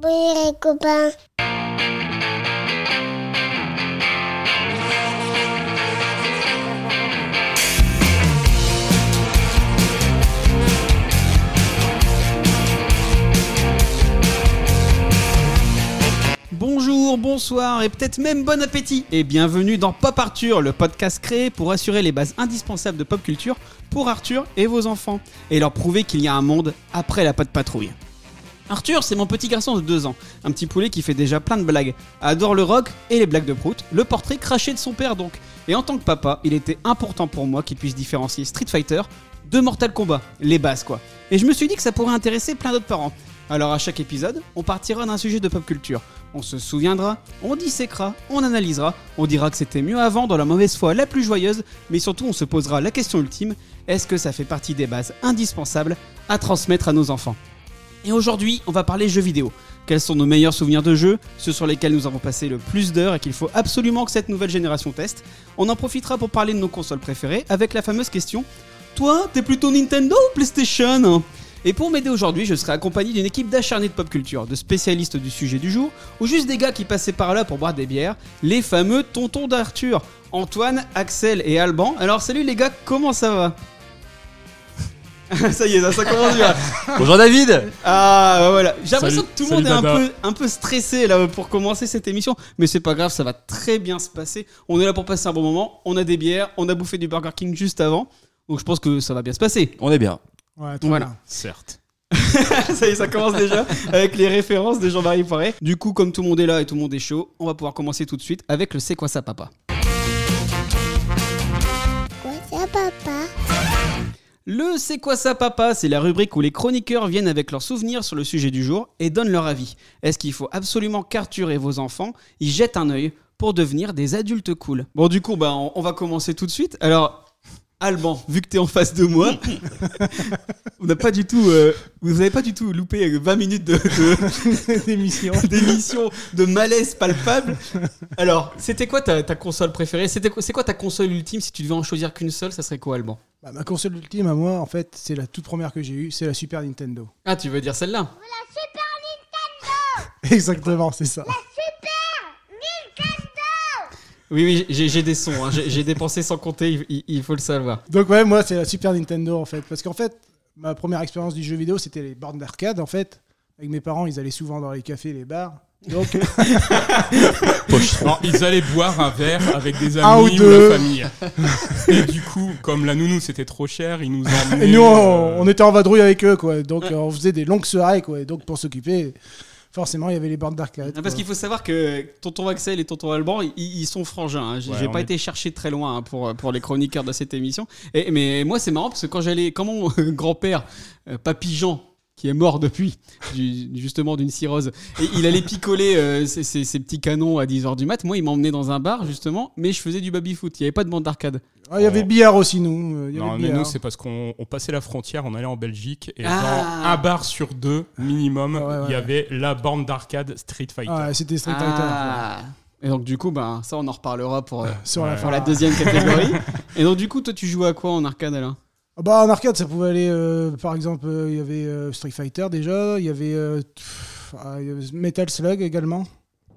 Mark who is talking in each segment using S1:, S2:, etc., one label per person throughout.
S1: Oui, les copains.
S2: Bonjour, bonsoir et peut-être même bon appétit Et bienvenue dans Pop Arthur, le podcast créé pour assurer les bases indispensables de pop culture pour Arthur et vos enfants, et leur prouver qu'il y a un monde après la patte patrouille. Arthur, c'est mon petit garçon de 2 ans, un petit poulet qui fait déjà plein de blagues, adore le rock et les blagues de prout, le portrait craché de son père donc. Et en tant que papa, il était important pour moi qu'il puisse différencier Street Fighter de Mortal Kombat, les bases quoi. Et je me suis dit que ça pourrait intéresser plein d'autres parents. Alors à chaque épisode, on partira d'un sujet de pop culture. On se souviendra, on disséquera, on analysera, on dira que c'était mieux avant dans la mauvaise foi la plus joyeuse, mais surtout on se posera la question ultime, est-ce que ça fait partie des bases indispensables à transmettre à nos enfants et aujourd'hui, on va parler jeux vidéo. Quels sont nos meilleurs souvenirs de jeux, ceux sur lesquels nous avons passé le plus d'heures et qu'il faut absolument que cette nouvelle génération teste On en profitera pour parler de nos consoles préférées avec la fameuse question Toi, t'es plutôt Nintendo ou PlayStation et pour m'aider aujourd'hui, je serai accompagné d'une équipe d'acharnés de pop culture, de spécialistes du sujet du jour, ou juste des gars qui passaient par là pour boire des bières, les fameux tontons d'Arthur, Antoine, Axel et Alban. Alors salut les gars, comment ça va Ça y est, ça, ça commence bien.
S3: Bonjour David
S2: Ah bah voilà, j'ai l'impression
S4: Salut.
S2: que tout le monde est
S4: Salut,
S2: un
S4: Dada.
S2: peu, un peu stressé là pour commencer cette émission, mais c'est pas grave, ça va très bien se passer. On est là pour passer un bon moment, on a des bières, on a bouffé du Burger King juste avant, donc je pense que ça va bien se passer.
S3: On est bien.
S4: Ouais,
S2: Voilà.
S4: Certes.
S2: ça y est, ça commence déjà avec les références de Jean-Marie Poiret. Du coup, comme tout le monde est là et tout le monde est chaud, on va pouvoir commencer tout de suite avec le C'est quoi ça papa
S1: Quoi ça, papa
S2: Le C'est quoi ça papa C'est la rubrique où les chroniqueurs viennent avec leurs souvenirs sur le sujet du jour et donnent leur avis. Est-ce qu'il faut absolument qu'Arthur et vos enfants y jettent un œil pour devenir des adultes cool Bon du coup, bah, on, on va commencer tout de suite. Alors, Alban, vu que t'es en face de moi, on n'a pas du tout, euh, vous avez pas du tout loupé euh, 20 minutes de- de-
S4: L'émission.
S2: d'émission de, malaise palpable. Alors, c'était quoi ta, ta console préférée C'était quoi- C'est quoi ta console ultime Si tu devais en choisir qu'une seule, ça serait quoi Alban
S4: Bah, ma console ultime à moi, en fait, c'est la toute première que j'ai eue, c'est la Super Nintendo.
S2: Ah, tu veux dire celle-là
S4: Exactement, c'est ça.
S2: Oui, oui, j'ai j'ai des sons, hein. j'ai j'ai dépensé sans compter, il- il, il faut le savoir.
S4: Donc ouais, moi c'est la Super Nintendo en fait, parce qu'en fait ma première expérience du jeu vidéo c'était les bornes d'arcade en fait. Avec mes parents, ils allaient souvent dans les cafés, les bars. Donc
S5: Non, ils allaient boire un verre avec des
S4: Un
S5: amis
S4: ou
S5: ou, la
S4: deux.
S5: famille. Et du coup, comme la nounou c'était trop cher, ils nous emmenaient.
S4: et nous
S5: euh,
S4: on, on était en vadrouille avec eux quoi. Donc euh, on faisait des longues soirées quoi. Et donc pour s'occuper, forcément il y avait les bornes d'arcade.
S2: Ah, parce
S4: quoi.
S2: qu'il faut savoir que tonton Axel et tonton Alban, ils, ils sont frangins. hein. J'ai
S5: Ouais,
S2: j'ai
S5: on
S2: pas
S5: est-
S2: été chercher très loin hein, pour, pour les chroniqueurs de cette émission. Et, mais moi, c'est marrant parce que quand j'allais, quand mon grand-père, euh, Papy Jean, qui est mort depuis, du- justement d'une cirrhose, et il allait picoler euh, ses, ses- ses petits canons à 10h du mat, moi, il m'emmenait dans un bar, justement, mais je faisais du baby-foot. Il n'y avait pas de bande d'arcade.
S4: Ah, il y avait le
S2: Oh.
S4: billard aussi nous. euh, il y avait
S5: Non,
S4: le
S5: mais
S4: billard.
S5: nous c'est parce qu'on on passait la frontière, on allait en Belgique et
S2: Ah.
S5: dans un bar sur deux minimum,
S4: Ouais, ouais,
S5: il y avait la borne d'arcade Street Fighter.
S4: Ah, c'était Street Fighter.
S2: Ah. Et donc, du coup, ben, ça, on en reparlera pour. euh,
S4: Sur la
S5: Ouais.
S4: fin.
S2: pour la deuxième catégorie. Et donc du coup, toi, tu joues à quoi en arcade alors
S4: Ah Bah, en arcade, ça pouvait aller. euh, par exemple, euh, il y avait euh, Street Fighter déjà, il y avait euh, pff, ah, il y avait Metal Slug également.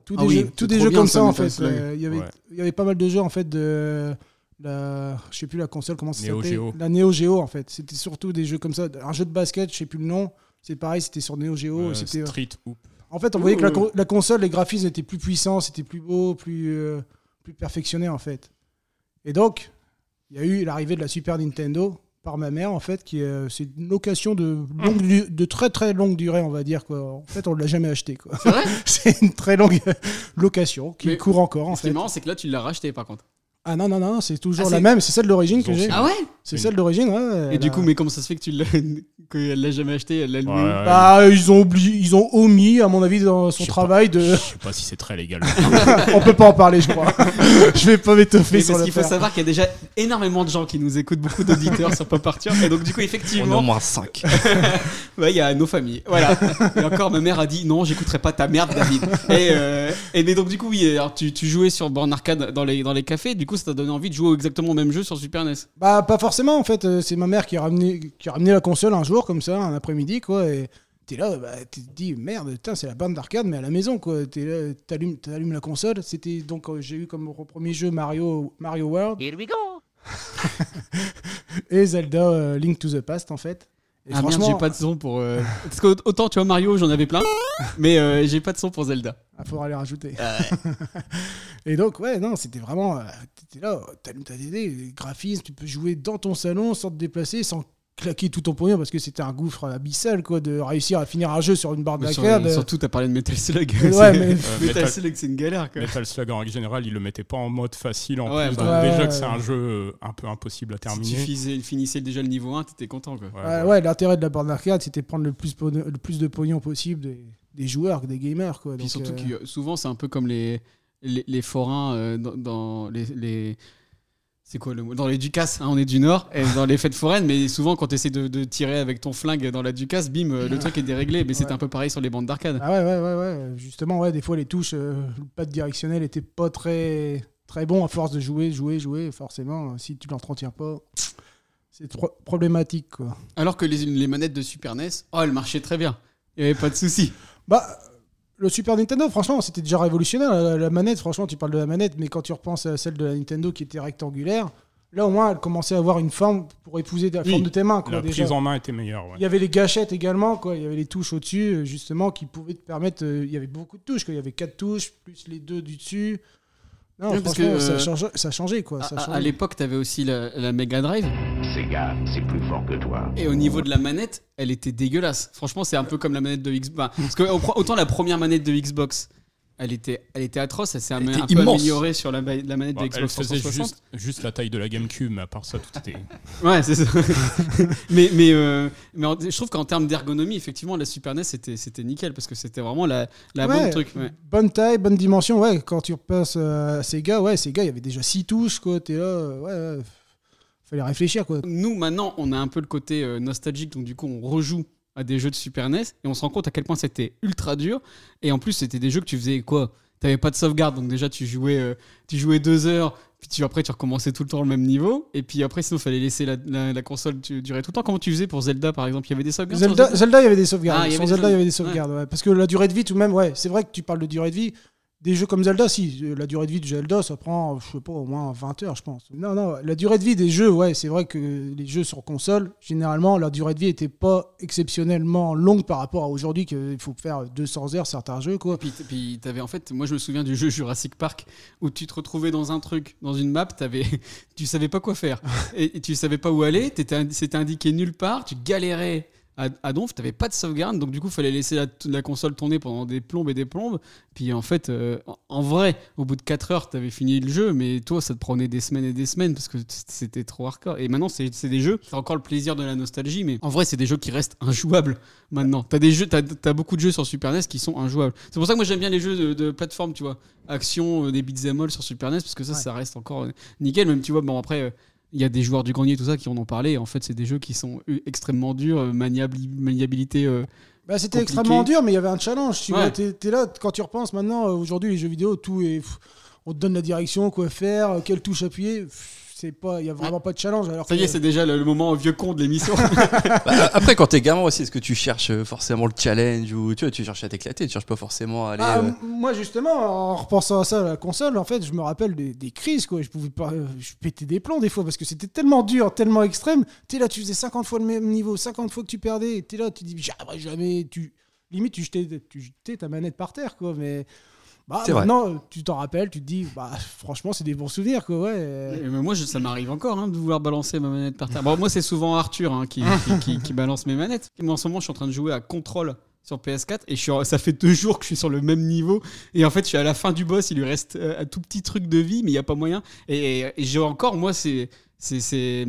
S4: Tous des
S2: Ah oui,
S4: jeux, tous
S2: c'est
S4: des
S2: trop
S4: jeux
S2: bien,
S4: comme
S2: ça,
S4: ça, en
S2: Metal
S4: fait.
S2: Slug.
S4: Euh, Il y avait,
S5: Ouais.
S4: il y avait pas mal de jeux en fait de la, je sais plus la console comment ça
S5: Neo
S4: s'appelait.
S5: Geo.
S4: La Neo Geo en fait. C'était surtout des jeux comme ça. Un jeu de basket, je sais plus le nom. C'est pareil, c'était sur Neo Geo.
S5: Euh,
S4: oh, c'était
S5: Street Hoop.
S4: en fait, on voyait que la,
S2: Ouh.
S4: con- la console, les graphismes étaient plus puissants, c'était plus beau, plus, euh, plus perfectionné en fait. Et donc, il y a eu l'arrivée de la Super Nintendo par ma mère en fait, qui euh, c'est une location de,
S2: Ah.
S4: longue du- de très très longue durée, on va dire quoi. En fait, on l'a jamais acheté quoi.
S2: C'est vrai
S4: C'est une très longue location qui
S2: Mais-
S4: court encore en
S2: Ce qui est
S4: fait.
S2: marrant, c'est que là, tu l'as racheté par contre.
S4: Ah non non non, non, c'est toujours
S2: Ah,
S4: la
S2: c'est-
S4: même, c'est celle d'origine que
S5: Ils ont
S4: j'ai.
S5: Ah
S2: ouais
S4: C'est celle d'origine. ouais, Euh,
S2: Et
S4: elle
S2: du
S4: a-
S2: coup, mais comment ça se fait que tu l'as, qu'elle l'a jamais acheté, elle l'a loué
S5: Ouais,
S2: où
S5: ouais,
S4: Bah, ils ont oublié, ils ont omis à mon avis dans son
S5: Je sais
S4: travail
S5: Je
S4: de.
S5: sais pas si c'est très légal.
S4: on peut pas en parler, je crois. je vais pas
S2: Mais
S4: m'étoffer sur
S2: parce
S4: le
S2: qu'il faut
S4: faire.
S2: savoir qu'il y a déjà énormément de gens qui nous écoutent, beaucoup d'auditeurs sur Pop Arthur. Et donc, du coup,
S3: On est au
S2: effectivement,
S3: moins 5.
S2: ouais, il y a nos familles. Voilà. Et encore, ma mère a dit non, j'écouterai pas ta merde, David. Et, euh, et mais donc, du coup, oui, alors, tu, tu jouais sur borne arcade dans les, dans les cafés. Du coup, ça t'a donné envie de jouer exactement au même jeu sur Super E NES.
S4: Bah pas forcément en fait, Euh, c'est ma mère qui a ramené qui a ramené la console un jour comme ça, un après-midi quoi et t'es là, bah, tu te dis merde, putain, c'est la bande d'arcade, mais à la maison quoi. T'es là, t'allumes, t'allumes la console. C'était donc euh, j'ai eu comme premier jeu Mario, Mario World
S3: Here we go.
S4: et Zelda euh, Link to the Past en fait. Et
S2: Ah merde, j'ai pas de son pour. euh, Parce que autant tu vois Mario, j'en avais plein, mais euh, j'ai pas de son pour Zelda.
S4: Il Ah, faudra les rajouter. et donc, ouais, non, c'était vraiment. euh, T'étais là, t'allumes ta DD, les graphismes, tu peux jouer dans ton salon sans te déplacer, sans claquer tout ton pognon, parce que c'était un gouffre abyssal, quoi, de réussir à finir un jeu sur une barre
S2: Mais sur-
S4: d'arcade.
S2: surtout, t'as parlé de Metal Slug.
S4: Ah, bah, Ouais,
S2: C'est- euh,
S4: mais-
S2: Metal
S5: Metal-
S2: Slug, c'est une galère quoi.
S5: Metal Slug en règle générale, il le mettait pas en mode facile en
S2: Ouais,
S5: plus.
S2: bah,
S5: donc
S4: ouais,
S5: déjà
S4: ouais,
S5: que c'est
S4: ouais.
S5: un jeu euh, un peu impossible à
S2: Si
S5: terminer.
S2: tu finissais, finissais déjà le niveau 1, t'étais content quoi.
S5: Ouais,
S4: Ouais, ouais,
S5: voilà.
S4: l'intérêt de la barre d'arcade, c'était prendre le plus, pognon- le plus de pognon possible des, des joueurs, des gamers, quoi.
S2: Puis
S4: Donc,
S2: surtout
S4: euh,
S2: que souvent, c'est un peu comme les, les, les forains euh, dans, dans les. les- c'est quoi le mot Dans les Ducasses, hein, on est du Nord, et dans les fêtes foraines, mais souvent quand tu essaies de, de tirer avec ton flingue dans la Ducasse, bim, euh, le truc est déréglé. Mais c'était
S4: Ouais.
S2: un peu pareil sur les bandes d'arcade.
S4: Ah ouais, ouais, ouais, ouais. Justement, ouais, des fois, les touches, euh, le pad directionnel était pas très, très bon à force de jouer, jouer, jouer. Forcément, euh, si tu l'entretiens pas, c'est trop problématique, quoi.
S2: Alors que les, les manettes de Super NES, oh, elles marchaient très bien. Il n'y avait pas de souci.
S4: Bah, le Super Nintendo, franchement, c'était déjà révolutionnaire. La, la manette, franchement, tu parles de la manette, mais quand tu repenses à celle de la Nintendo qui était rectangulaire, là, au moins, elle commençait à avoir une forme pour épouser la
S5: Oui,
S4: forme de tes mains, quoi.
S5: La
S4: déjà.
S5: prise en main était meilleure. ouais.
S4: Il y avait les gâchettes également, quoi. Il y avait les touches au-dessus, euh, justement, qui pouvaient te permettre. euh, il y avait beaucoup de touches, quoi. Il y avait quatre touches, plus les deux du dessus. Non,
S2: Ouais, parce
S4: parce
S2: que,
S4: que
S2: euh,
S4: ça, change- ça a changé, quoi. ça
S2: À- à,
S4: changeait.
S2: à l'époque, tu avais aussi la, la Mega Drive,
S6: Sega, c'est plus fort que toi.
S2: et au niveau de la manette, elle était dégueulasse. Franchement, c'est un peu comme la manette de Xbox. Bah, Parce que au- autant la première manette de Xbox. Elle était, elle était atroce, elle s'est un,
S5: Elle était
S2: un peu
S5: immense.
S2: améliorée sur la, la manette
S5: Bon,
S2: de
S5: elle
S2: Xbox
S5: faisait
S2: 360.
S5: juste, juste la taille de la GameCube, mais à part ça, tout était.
S2: Ouais, c'est ça. mais mais, euh, mais en- je trouve qu'en termes d'ergonomie, effectivement, la Super NES, c'était, c'était nickel parce que c'était vraiment la, la
S4: Ouais,
S2: bonne truc. ouais.
S4: Bonne taille, bonne dimension, ouais. Quand tu repasses euh, à Sega, ouais, Sega, il y avait déjà six touches, quoi. T'es là, euh, ouais, ouais. Fallait réfléchir, quoi.
S2: Nous, maintenant, on a un peu le côté euh, nostalgique, donc du coup, on rejoue à des jeux de Super NES et on se rend compte à quel point c'était ultra dur. Et en plus, c'était des jeux que tu faisais quoi T'avais pas de sauvegarde, donc déjà, tu jouais, euh, tu jouais deux heures. Puis tu, après, tu recommençais tout le temps le même niveau. Et puis après, sinon, fallait laisser la, la- la console tu- durer tout le temps. Comment tu faisais pour Zelda, par exemple Il y avait des sauvegardes sur
S4: Zelda, Zelda, il y avait des sauvegardes.
S2: Ah, il y
S4: Sur
S2: avait des
S4: Zelda, il y avait des
S2: sauvegardes.
S4: sauvegardes. ouais. Parce que la durée de vie, tout de même, ouais, c'est vrai que tu parles de durée de vie. Des jeux comme Zelda, si, euh, la durée de vie de Zelda, ça prend, je sais pas, au moins 20 heures, je pense. Non, non, la durée de vie des jeux, ouais, c'est vrai que les jeux sur console, généralement, la durée de vie était pas exceptionnellement longue par rapport à aujourd'hui, qu'il faut faire 200 heures certains jeux, quoi.
S2: Puis, t- puis t'avais en fait, moi je me souviens du jeu Jurassic Park où tu te retrouvais dans un truc, dans une map, t'avais, tu savais pas quoi faire et, et tu savais pas où aller, t'étais indi- c'était indiqué nulle part, tu galérais à, à donf, t'avais pas de sauvegarde, donc du coup fallait laisser la, la console tourner pendant des plombes et des plombes. Puis en fait, euh, en, en vrai, au bout de 4 heures, t'avais fini le jeu, mais toi ça te prenait des semaines et des semaines parce que t- c'était trop hardcore. Et maintenant c'est c'est des jeux, t'as encore le plaisir de la nostalgie, mais en vrai c'est des jeux qui restent injouables maintenant. T'as des jeux, t'as, t'as beaucoup de jeux sur Super NES qui sont injouables. C'est pour ça que moi j'aime bien les jeux de, de plateforme, tu vois, action, euh, des beat'em all sur Super NES parce que ça,
S4: Ouais.
S2: ça reste encore euh, nickel. Même tu vois, bon après. euh, il y a des joueurs du grenier, tout ça, qui en ont parlé. En fait, c'est des jeux qui sont euh, extrêmement durs, euh, maniabli- maniabilité. euh,
S4: Bah, c'était
S2: compliqué.
S4: extrêmement dur, mais il y avait un challenge. Tu
S2: Ouais.
S4: vois, t'es, t'es là, quand tu repenses maintenant, euh, aujourd'hui, les jeux vidéo, tout est. pff, On te donne la direction, quoi faire, euh, quelle touche appuyer. pff, C'est pas, il y a vraiment pas de challenge. Alors
S2: Ça y
S4: que-
S2: est, c'est déjà le, le moment vieux con de l'émission.
S7: Bah, après, quand t'es gamin aussi, est-ce que tu cherches euh, forcément le challenge ou tu vois, tu cherches à t'éclater, tu cherches pas forcément à aller.
S4: Ah,
S7: euh,
S4: m- Moi, justement, en repensant à ça, à la console, en fait, je me rappelle des, des crises, quoi. Je pouvais pas. euh, Je pétais des plombs, des fois, parce que c'était tellement dur, tellement extrême. T'es là, tu faisais 50 fois le même niveau, 50 fois que tu perdais. T'es là, tu dis, j'arriverai jamais. Tu, limite, tu jetais, tu jetais ta manette par terre, quoi. Mais. Bah,
S7: C'est vrai.
S4: maintenant, euh, tu t'en rappelles, tu te dis, bah, franchement, c'est des bons souvenirs, quoi, ouais.
S2: Et mais moi, je- ça m'arrive encore hein, de vouloir balancer ma manette par terre. Bon, moi, c'est souvent Arthur hein, qui, qui, qui- qui balance mes manettes. Moi, en ce moment, je suis en train de jouer à Control sur PS4 et je suis, en- ça fait deux jours que je suis sur le même niveau. Et en fait, je suis à la fin du boss. Il lui reste euh, un tout petit truc de vie, mais il n'y a pas moyen. Et, et j'ai encore, moi, c'est ces ces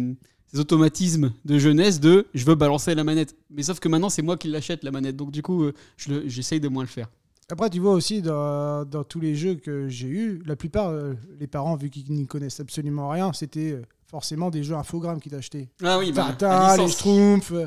S2: automatismes de jeunesse de je veux balancer la manette. Mais sauf que maintenant, c'est moi qui l'achète, la manette. Donc, du coup, euh, je le- j'essaye de moins le faire.
S4: Après, tu vois aussi dans, dans tous les jeux que j'ai eus, la plupart, euh, les parents, vu qu'ils n'y connaissent absolument rien, c'était euh, forcément des jeux infogrammes qu'ils t'achetaient.
S2: Ah oui, bah,
S4: Tintin,
S2: à
S4: les
S2: licence.
S4: Schtroumpfs, euh,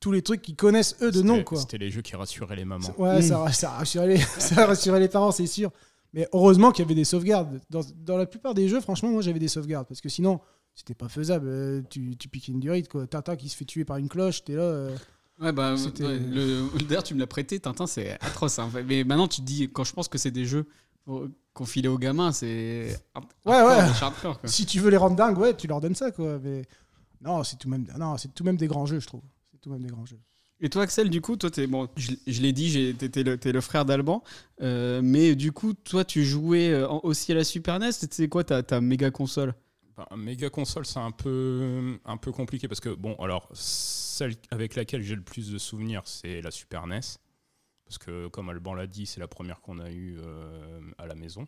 S4: tous les trucs qu'ils connaissent eux de nom,
S5: C'était-
S4: quoi.
S5: C'était les jeux qui rassuraient les mamans.
S4: Ouais,
S2: Mm.
S4: ça, ça rassurait les, ça rassurait les parents, c'est sûr. Mais heureusement qu'il y avait des sauvegardes. Dans, dans la plupart des jeux, franchement, moi j'avais des sauvegardes parce que sinon, c'était pas faisable. Euh, tu, tu piques une durite, quoi. Tintin qui se fait tuer par une cloche, t'es là. euh,
S2: Ouais, bah,
S4: C'était-
S2: ouais, le- D'ailleurs, tu me l'as prêté, Tintin, c'est atroce. hein. Mais maintenant, tu te dis, quand je pense que c'est des jeux euh, qu'on filait aux gamins, c'est. hard-
S4: Ouais,
S2: hardcore
S4: ouais.
S2: de chez hardcore, quoi.
S4: Si tu veux les rendre dingues, ouais, tu leur donnes ça, quoi. Mais non, c'est tout de même, non, c'est tout de même des grands jeux, je trouve. C'est tout de même des grands jeux.
S2: Et toi, Axel, du coup, toi, t'es, bon, je, je l'ai dit, j'ai, t'es, t'es le, t'es le frère d'Alban. euh, mais du coup, toi, tu jouais euh, en- aussi à la Super NES. C'était quoi ta, ta méga console
S5: Bah, méga console, c'est un peu, un peu compliqué parce que, bon, alors, celle avec laquelle j'ai le plus de souvenirs, c'est la Super NES. Parce que, comme Alban l'a dit, c'est la première qu'on a eue euh, à la maison.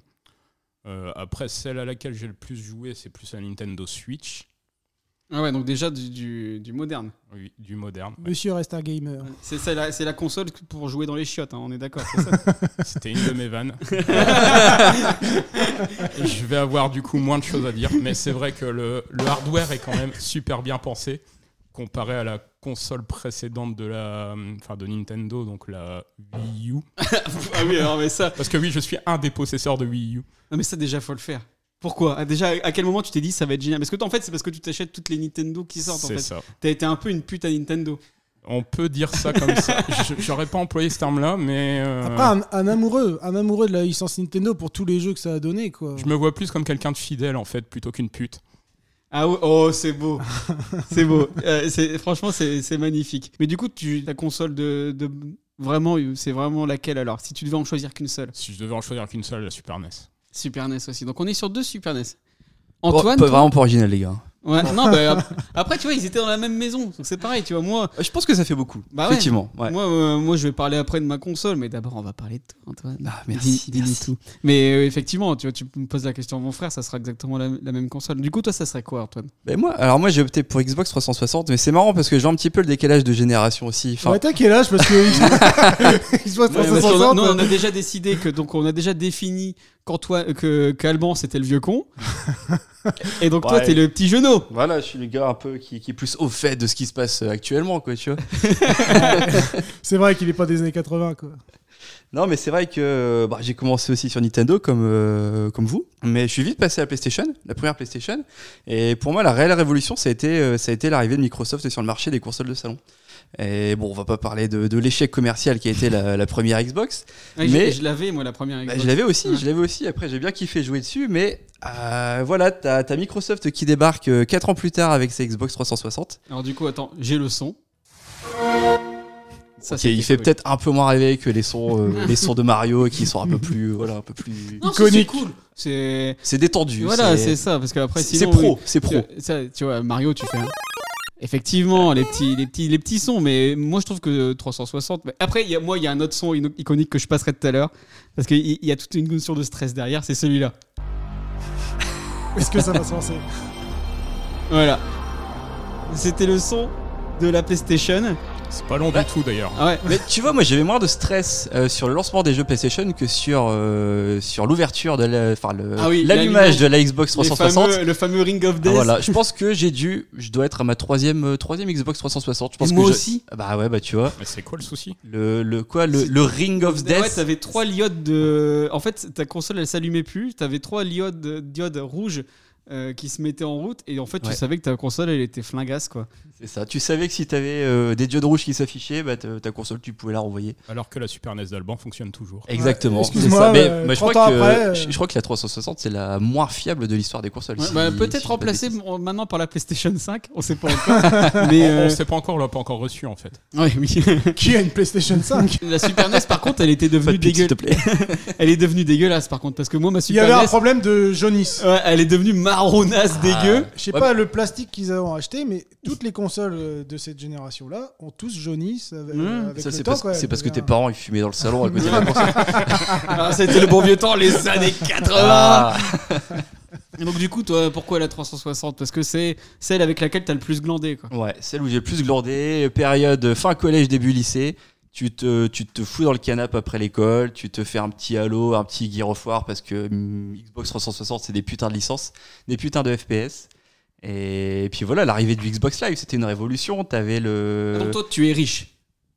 S5: Euh, après, celle à laquelle j'ai le plus joué, c'est plus la Nintendo Switch,
S2: Ah ouais, donc déjà du, du, du moderne.
S5: oui, du moderne. ouais.
S4: Monsieur reste un gamer.
S2: C'est, c'est la, c'est la console pour jouer dans les chiottes, hein, on est d'accord. c'est ça
S5: C'était une de mes vannes. Et je vais avoir du coup moins de choses à dire, mais c'est vrai que le, le hardware est quand même super bien pensé comparé à la console précédente de la, enfin de Nintendo, donc la Wii U.
S2: ah oui, alors, mais ça,
S5: Parce que oui, je suis un des possesseurs de Wii U.
S2: Non mais ça déjà faut le faire. Pourquoi Ah, Déjà à quel moment tu t'es dit ça va être génial Parce que toi, en fait c'est parce que tu t'achètes toutes les Nintendo qui sortent en
S5: C'est
S2: fait.
S5: ça.
S2: T'as été un peu une pute à Nintendo.
S5: On peut dire ça comme ça. Je- J'aurais pas employé ce terme-là, mais euh,
S4: Après, un, un amoureux, un amoureux de la licence Nintendo pour tous les jeux que ça a donné, quoi.
S5: je me vois plus comme quelqu'un de fidèle en fait, plutôt qu'une pute.
S2: Ah ouais, oh c'est beau, c'est beau. Euh, c'est- franchement c'est c'est magnifique. Mais du coup tu ta console de, de- vraiment c'est vraiment laquelle alors Si tu devais en choisir qu'une seule.
S5: Si je devais en choisir qu'une seule, la Super NES.
S2: Super NES aussi. Donc on est sur deux Super NES.
S7: Pas-
S2: Antoine.
S7: Oh, pas
S2: toi-
S7: vraiment pas original, les gars.
S2: Ouais, non, bah, ap- après tu vois ils étaient dans la même maison. Donc c'est pareil tu vois moi
S7: Je pense que ça fait beaucoup.
S2: Bah ouais.
S7: effectivement. ouais.
S2: Moi, euh, moi, je vais parler après de ma console, mais d'abord, on va parler de toi, Antoine.
S7: Ah, merci,
S2: Dis- dis-nous
S7: merci.
S2: tout. Mais euh, effectivement, tu vois, tu me poses la question à mon frère, ça sera exactement la, la même console. Du coup, toi, ça serait quoi, Antoine
S7: Ben moi, alors moi j'ai opté pour Xbox 360, mais c'est marrant parce que je vois un petit peu le décalage de génération aussi. Enfin,
S4: Ouais, t'as quel âge Parce que. Ils se voient
S2: Parce qu'on a-
S4: 360.
S2: non, on a déjà décidé que, donc, on a déjà défini qu'Antoine, que, qu'Alban, c'était le vieux con. Et donc, toi,
S7: Ouais.
S2: t'es le petit genou.
S7: voilà, je suis le gars un peu qui, qui est plus au fait de ce qui se passe euh, actuellement, quoi, tu vois.
S4: C'est vrai qu'il est pas des années 80, quoi.
S7: Non, mais c'est vrai que euh, bah, j'ai commencé aussi sur Nintendo comme, euh, comme vous, mais je suis vite passé à la PlayStation, la première PlayStation. Et pour moi, la réelle révolution, ça a été, euh, ça a été l'arrivée de Microsoft sur le marché des consoles de salon. Et bon, on va pas parler de, de l'échec commercial qui a été la, la première Xbox.
S2: Ouais, je-
S7: Mais-
S2: je, l'avais, moi, la première.
S7: Bah,
S2: Xbox.
S7: je l'avais aussi,
S2: Ouais.
S7: je l'avais aussi. Après, j'ai bien kiffé jouer dessus, mais euh, voilà, t'as as Microsoft qui débarque 4 ans plus tard avec ses Xbox 360.
S2: Alors, du coup, attends, j'ai le son. Ça,
S7: Ok,
S2: c'était
S7: il fait
S2: cool.
S7: peut-être un peu moins rêver que les sons, euh, les sons de Mario qui sont un peu plus, voilà, un peu plus.
S2: Non, c'est- c'est cool. C'est.
S7: C'est détendu.
S2: Voilà,
S7: c'est-
S2: c'est ça, parce qu'après,
S7: C'est
S2: sinon,
S7: c'est pro,
S2: oui.
S7: c'est pro.
S2: Tu- ça, tu vois, Mario, tu fais. un- Effectivement, les petits, les, petits, les petits sons, mais moi je trouve que 360. mais Après, il y a, moi, il y a un autre son ino- iconique que je passerai tout à l'heure, parce qu'il il y a toute une notion de stress derrière, c'est celui-là.
S4: Est-ce que ça va se lancer
S2: Voilà. C'était le son de la PlayStation.
S5: C'est pas long
S7: Ouais.
S5: du tout d'ailleurs.
S2: Ah ouais,
S7: Mais tu vois, moi j'avais moins de stress euh, sur le lancement des jeux PlayStation que sur, euh, sur l'ouverture de la- enfin, le-
S2: Ah oui, l'allumage.
S7: l'allumage de la Xbox
S2: les
S7: 360.
S2: fameux- E le fameux Ring of
S7: Ah,
S2: Death.
S7: voilà, je pense que j'ai dû, je dois être à ma troisième, euh, troisième Xbox 360. Je pense
S2: Et
S7: que
S2: moi
S7: je-
S2: aussi.
S7: Ah Bah ouais, bah tu vois,
S5: Mais c'est quoi le souci
S7: le, le quoi, le, le Ring of
S2: Ouais,
S7: Death.
S2: t'avais trois diodes de. En fait, ta console, elle s'allumait plus. T'avais trois diodes, diodes rouges euh, qui se mettaient en route, et en fait,
S7: Ouais.
S2: tu savais que ta console, elle était flingasse, quoi.
S7: c'est ça. Tu savais que si t'avais euh, des diodes rouges qui s'affichaient, bah ta ta console tu pouvais la renvoyer.
S5: Alors que la Super NES d'Alban fonctionne toujours.
S7: Exactement. c'est
S4: excuse-moi,
S7: ça. Mais,
S4: euh,
S7: mais je
S4: 30
S7: crois
S4: ans
S7: que
S4: après, euh,
S7: je, je crois que la 360 c'est la moins fiable de l'histoire des consoles.
S2: Ouais,
S7: si-
S2: bah,
S7: si je dis
S2: peut-être
S7: pas de
S2: remplacé
S7: bêtises.
S2: m- maintenant par la PlayStation 5, on sait pas encore. mais
S5: On-
S2: euh,
S5: On sait pas encore, on l'a pas encore reçu en fait.
S2: ouais, oui.
S4: Qui a une PlayStation 5
S2: la Super NES par contre, elle était
S7: Pas de
S2: devenue
S7: pique, s'il te
S2: dégueulasse.
S7: plaît.
S2: Elle est devenue dégueulasse par contre parce que moi ma
S4: Il y
S2: Super
S4: avait un
S2: NES,
S4: problème de jaunisse.
S2: ouais, elle est devenue marronasse dégueu.
S4: Je sais
S7: Ouais,
S4: pas le plastique qu'ils ont acheté, mais toutes les consoles euh, de cette génération-là ont tous jauni. Ça, va-
S2: Mmh.
S4: avec
S7: Ça,
S4: le
S7: c'est
S4: temps,
S7: parce,
S4: quoi.
S7: c'est parce que tes
S4: Ah.
S7: parents ils fumaient dans le salon à côté de la console.
S2: Ah, C'était le bon vieux temps, les années 80.
S7: Ah.
S2: Et donc du coup, toi, pourquoi la 360 Parce que c'est celle avec laquelle t'as le plus glandé, quoi.
S7: Ouais, celle où j'ai le plus glandé, période fin collège, début lycée. Tu te, tu te fous dans le canapé après l'école, tu te fais un petit halo, un petit Gear of War parce que hum, Xbox 360 c'est des putains de licences, des putains de FPS. Et puis voilà, l'arrivée du Xbox Live, c'était une révolution. T'avais le.
S2: Donc toi, tu es riche.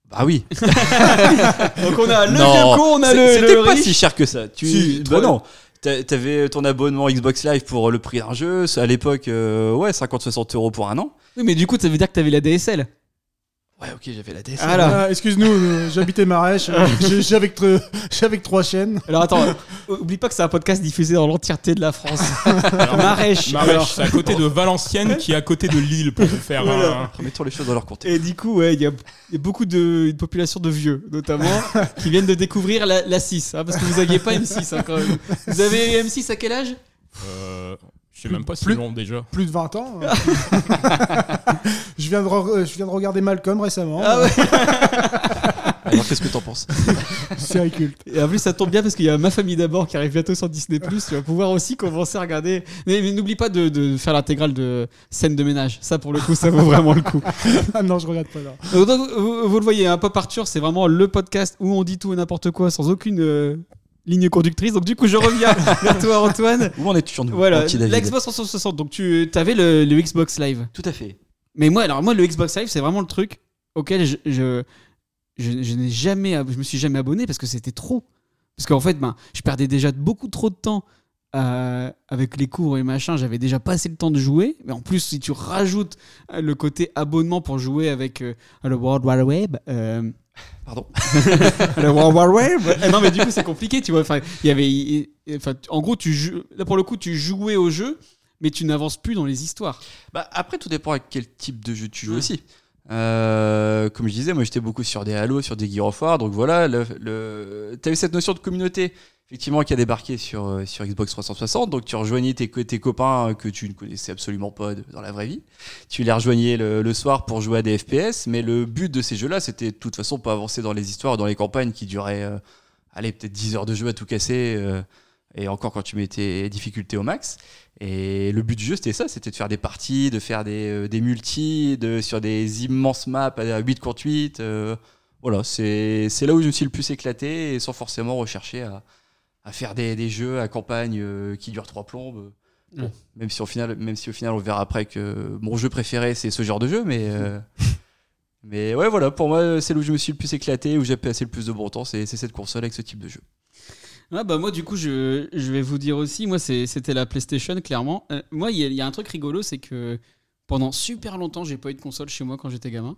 S7: Bah oui.
S2: Donc on a le
S7: Non,
S2: vieux con, on a
S7: c'est-
S2: le,
S7: C'était
S2: le
S7: pas
S2: riche.
S7: si cher que ça. Tu,
S2: Si,
S7: bah
S2: trois-
S7: non. T'a- T'avais ton abonnement Xbox Live pour le prix d'un jeu. À l'époque, euh, ouais, 50-60 euros pour un an.
S2: Oui, mais du coup, ça veut dire que t'avais la DSL.
S7: Ouais, ok, j'avais la DS.
S2: Ah là.
S4: Ah, Excuse-nous, euh, j'habitais Marèche, euh, j'ai- j'ai avec, tre- j'ai avec trois chaînes.
S2: Alors attends, euh, oublie pas que c'est un podcast diffusé dans l'entièreté de la France.
S5: Alors,
S2: Marèche.
S5: Marèche,
S2: alors.
S5: c'est à côté de Valenciennes qui est à côté de Lille pour vous faire
S2: Voilà.
S5: un.
S7: Remettons les choses dans leur contexte.
S2: Et du coup, ouais, il y, a il y a beaucoup de une population de vieux, notamment, qui viennent de découvrir la, la 6, hein, parce que vous aviez pas M6 hein, quand même. Vous avez eu M6 à quel âge
S5: euh, je sais même pas si
S4: Plus-
S5: long déjà.
S4: Plus de 20 ans. hein. je, viens de re- je viens de regarder Malcolm récemment. euh,
S2: Ah ouais.
S7: Alors, qu'est-ce que t'en penses
S4: C'est un culte.
S2: Et en plus, ça tombe bien parce qu'il y a ma famille d'abord qui arrive bientôt sur Disney Plus. Tu vas pouvoir aussi commencer à regarder. Mais, mais n'oublie pas de, de faire l'intégrale de scène de ménage. Ça, pour le coup, ça vaut vraiment le coup.
S4: Ah non, je regarde pas là.
S2: Donc, donc, vous, vous le voyez, un Pop Arthur, c'est vraiment le podcast où on dit tout et n'importe quoi sans aucune euh, ligne conductrice. Donc, du coup, je reviens vers toi, Antoine.
S7: Où on est toujours nous
S2: Voilà,
S7: mon petit David
S2: l'Xbox 360. Donc, tu avais le, le Xbox Live.
S7: Tout à fait.
S2: Mais moi, alors, moi, le Xbox Live, c'est vraiment le truc auquel je, je, je- je n'ai jamais, ab- je me suis jamais abonné parce que c'était trop. Parce qu'en fait, ben, je perdais déjà beaucoup trop de temps euh, avec les cours et machin. J'avais déjà pas assez le temps de jouer. Mais en plus, si tu rajoutes euh, le côté abonnement pour jouer avec euh, le World Wide Web. euh,
S7: Pardon.
S2: le World Wide Web. Eh non, mais du coup, c'est compliqué, tu vois. Enfin, il y avait, il- il- enfin, tu- en gros, tu jou- là pour le coup, tu jouais au jeu, mais tu n'avances plus dans les histoires.
S7: Bah, après, tout dépend à quel type de jeu tu joues
S2: Mm.
S7: aussi. Euh, comme je disais, moi j'étais beaucoup sur des Halo, sur des Gear of War, donc voilà, le, le... t'as eu cette notion de communauté, effectivement, qui a débarqué sur, euh, sur Xbox 360, donc tu rejoignais tes, co- tes copains euh, que tu ne connaissais absolument pas de- dans la vraie vie, tu les rejoignais le, le soir pour jouer à des FPS, mais le but de ces jeux-là, c'était de toute façon pas avancer dans les histoires, dans les campagnes qui duraient, euh, allez, peut-être 10 heures de jeu à tout casser, euh, et encore quand tu mettais difficulté au max. Et le but du jeu, c'était ça, c'était de faire des parties, de faire des, euh, des multis, de, sur des immenses maps à 8 contre 8. euh, voilà, c'est c'est là où je me suis le plus éclaté et sans forcément rechercher à, à faire des, des jeux à campagne euh, qui durent trois plombes. Bon,
S2: Ouais.
S7: même, si au final, même si au final, on verra après que mon jeu préféré, c'est ce genre de jeu, mais... euh, Mais ouais, voilà, pour moi, c'est là où je me suis le plus éclaté, où j'ai passé le plus de bon temps, c'est c'est cette console avec ce type de jeu.
S2: Ouais, bah moi du coup je, je vais vous dire aussi, moi c'est- c'était la PlayStation clairement. Euh, moi il y, a- il y a un truc rigolo c'est que pendant super longtemps j'ai pas eu de console chez moi quand j'étais gamin.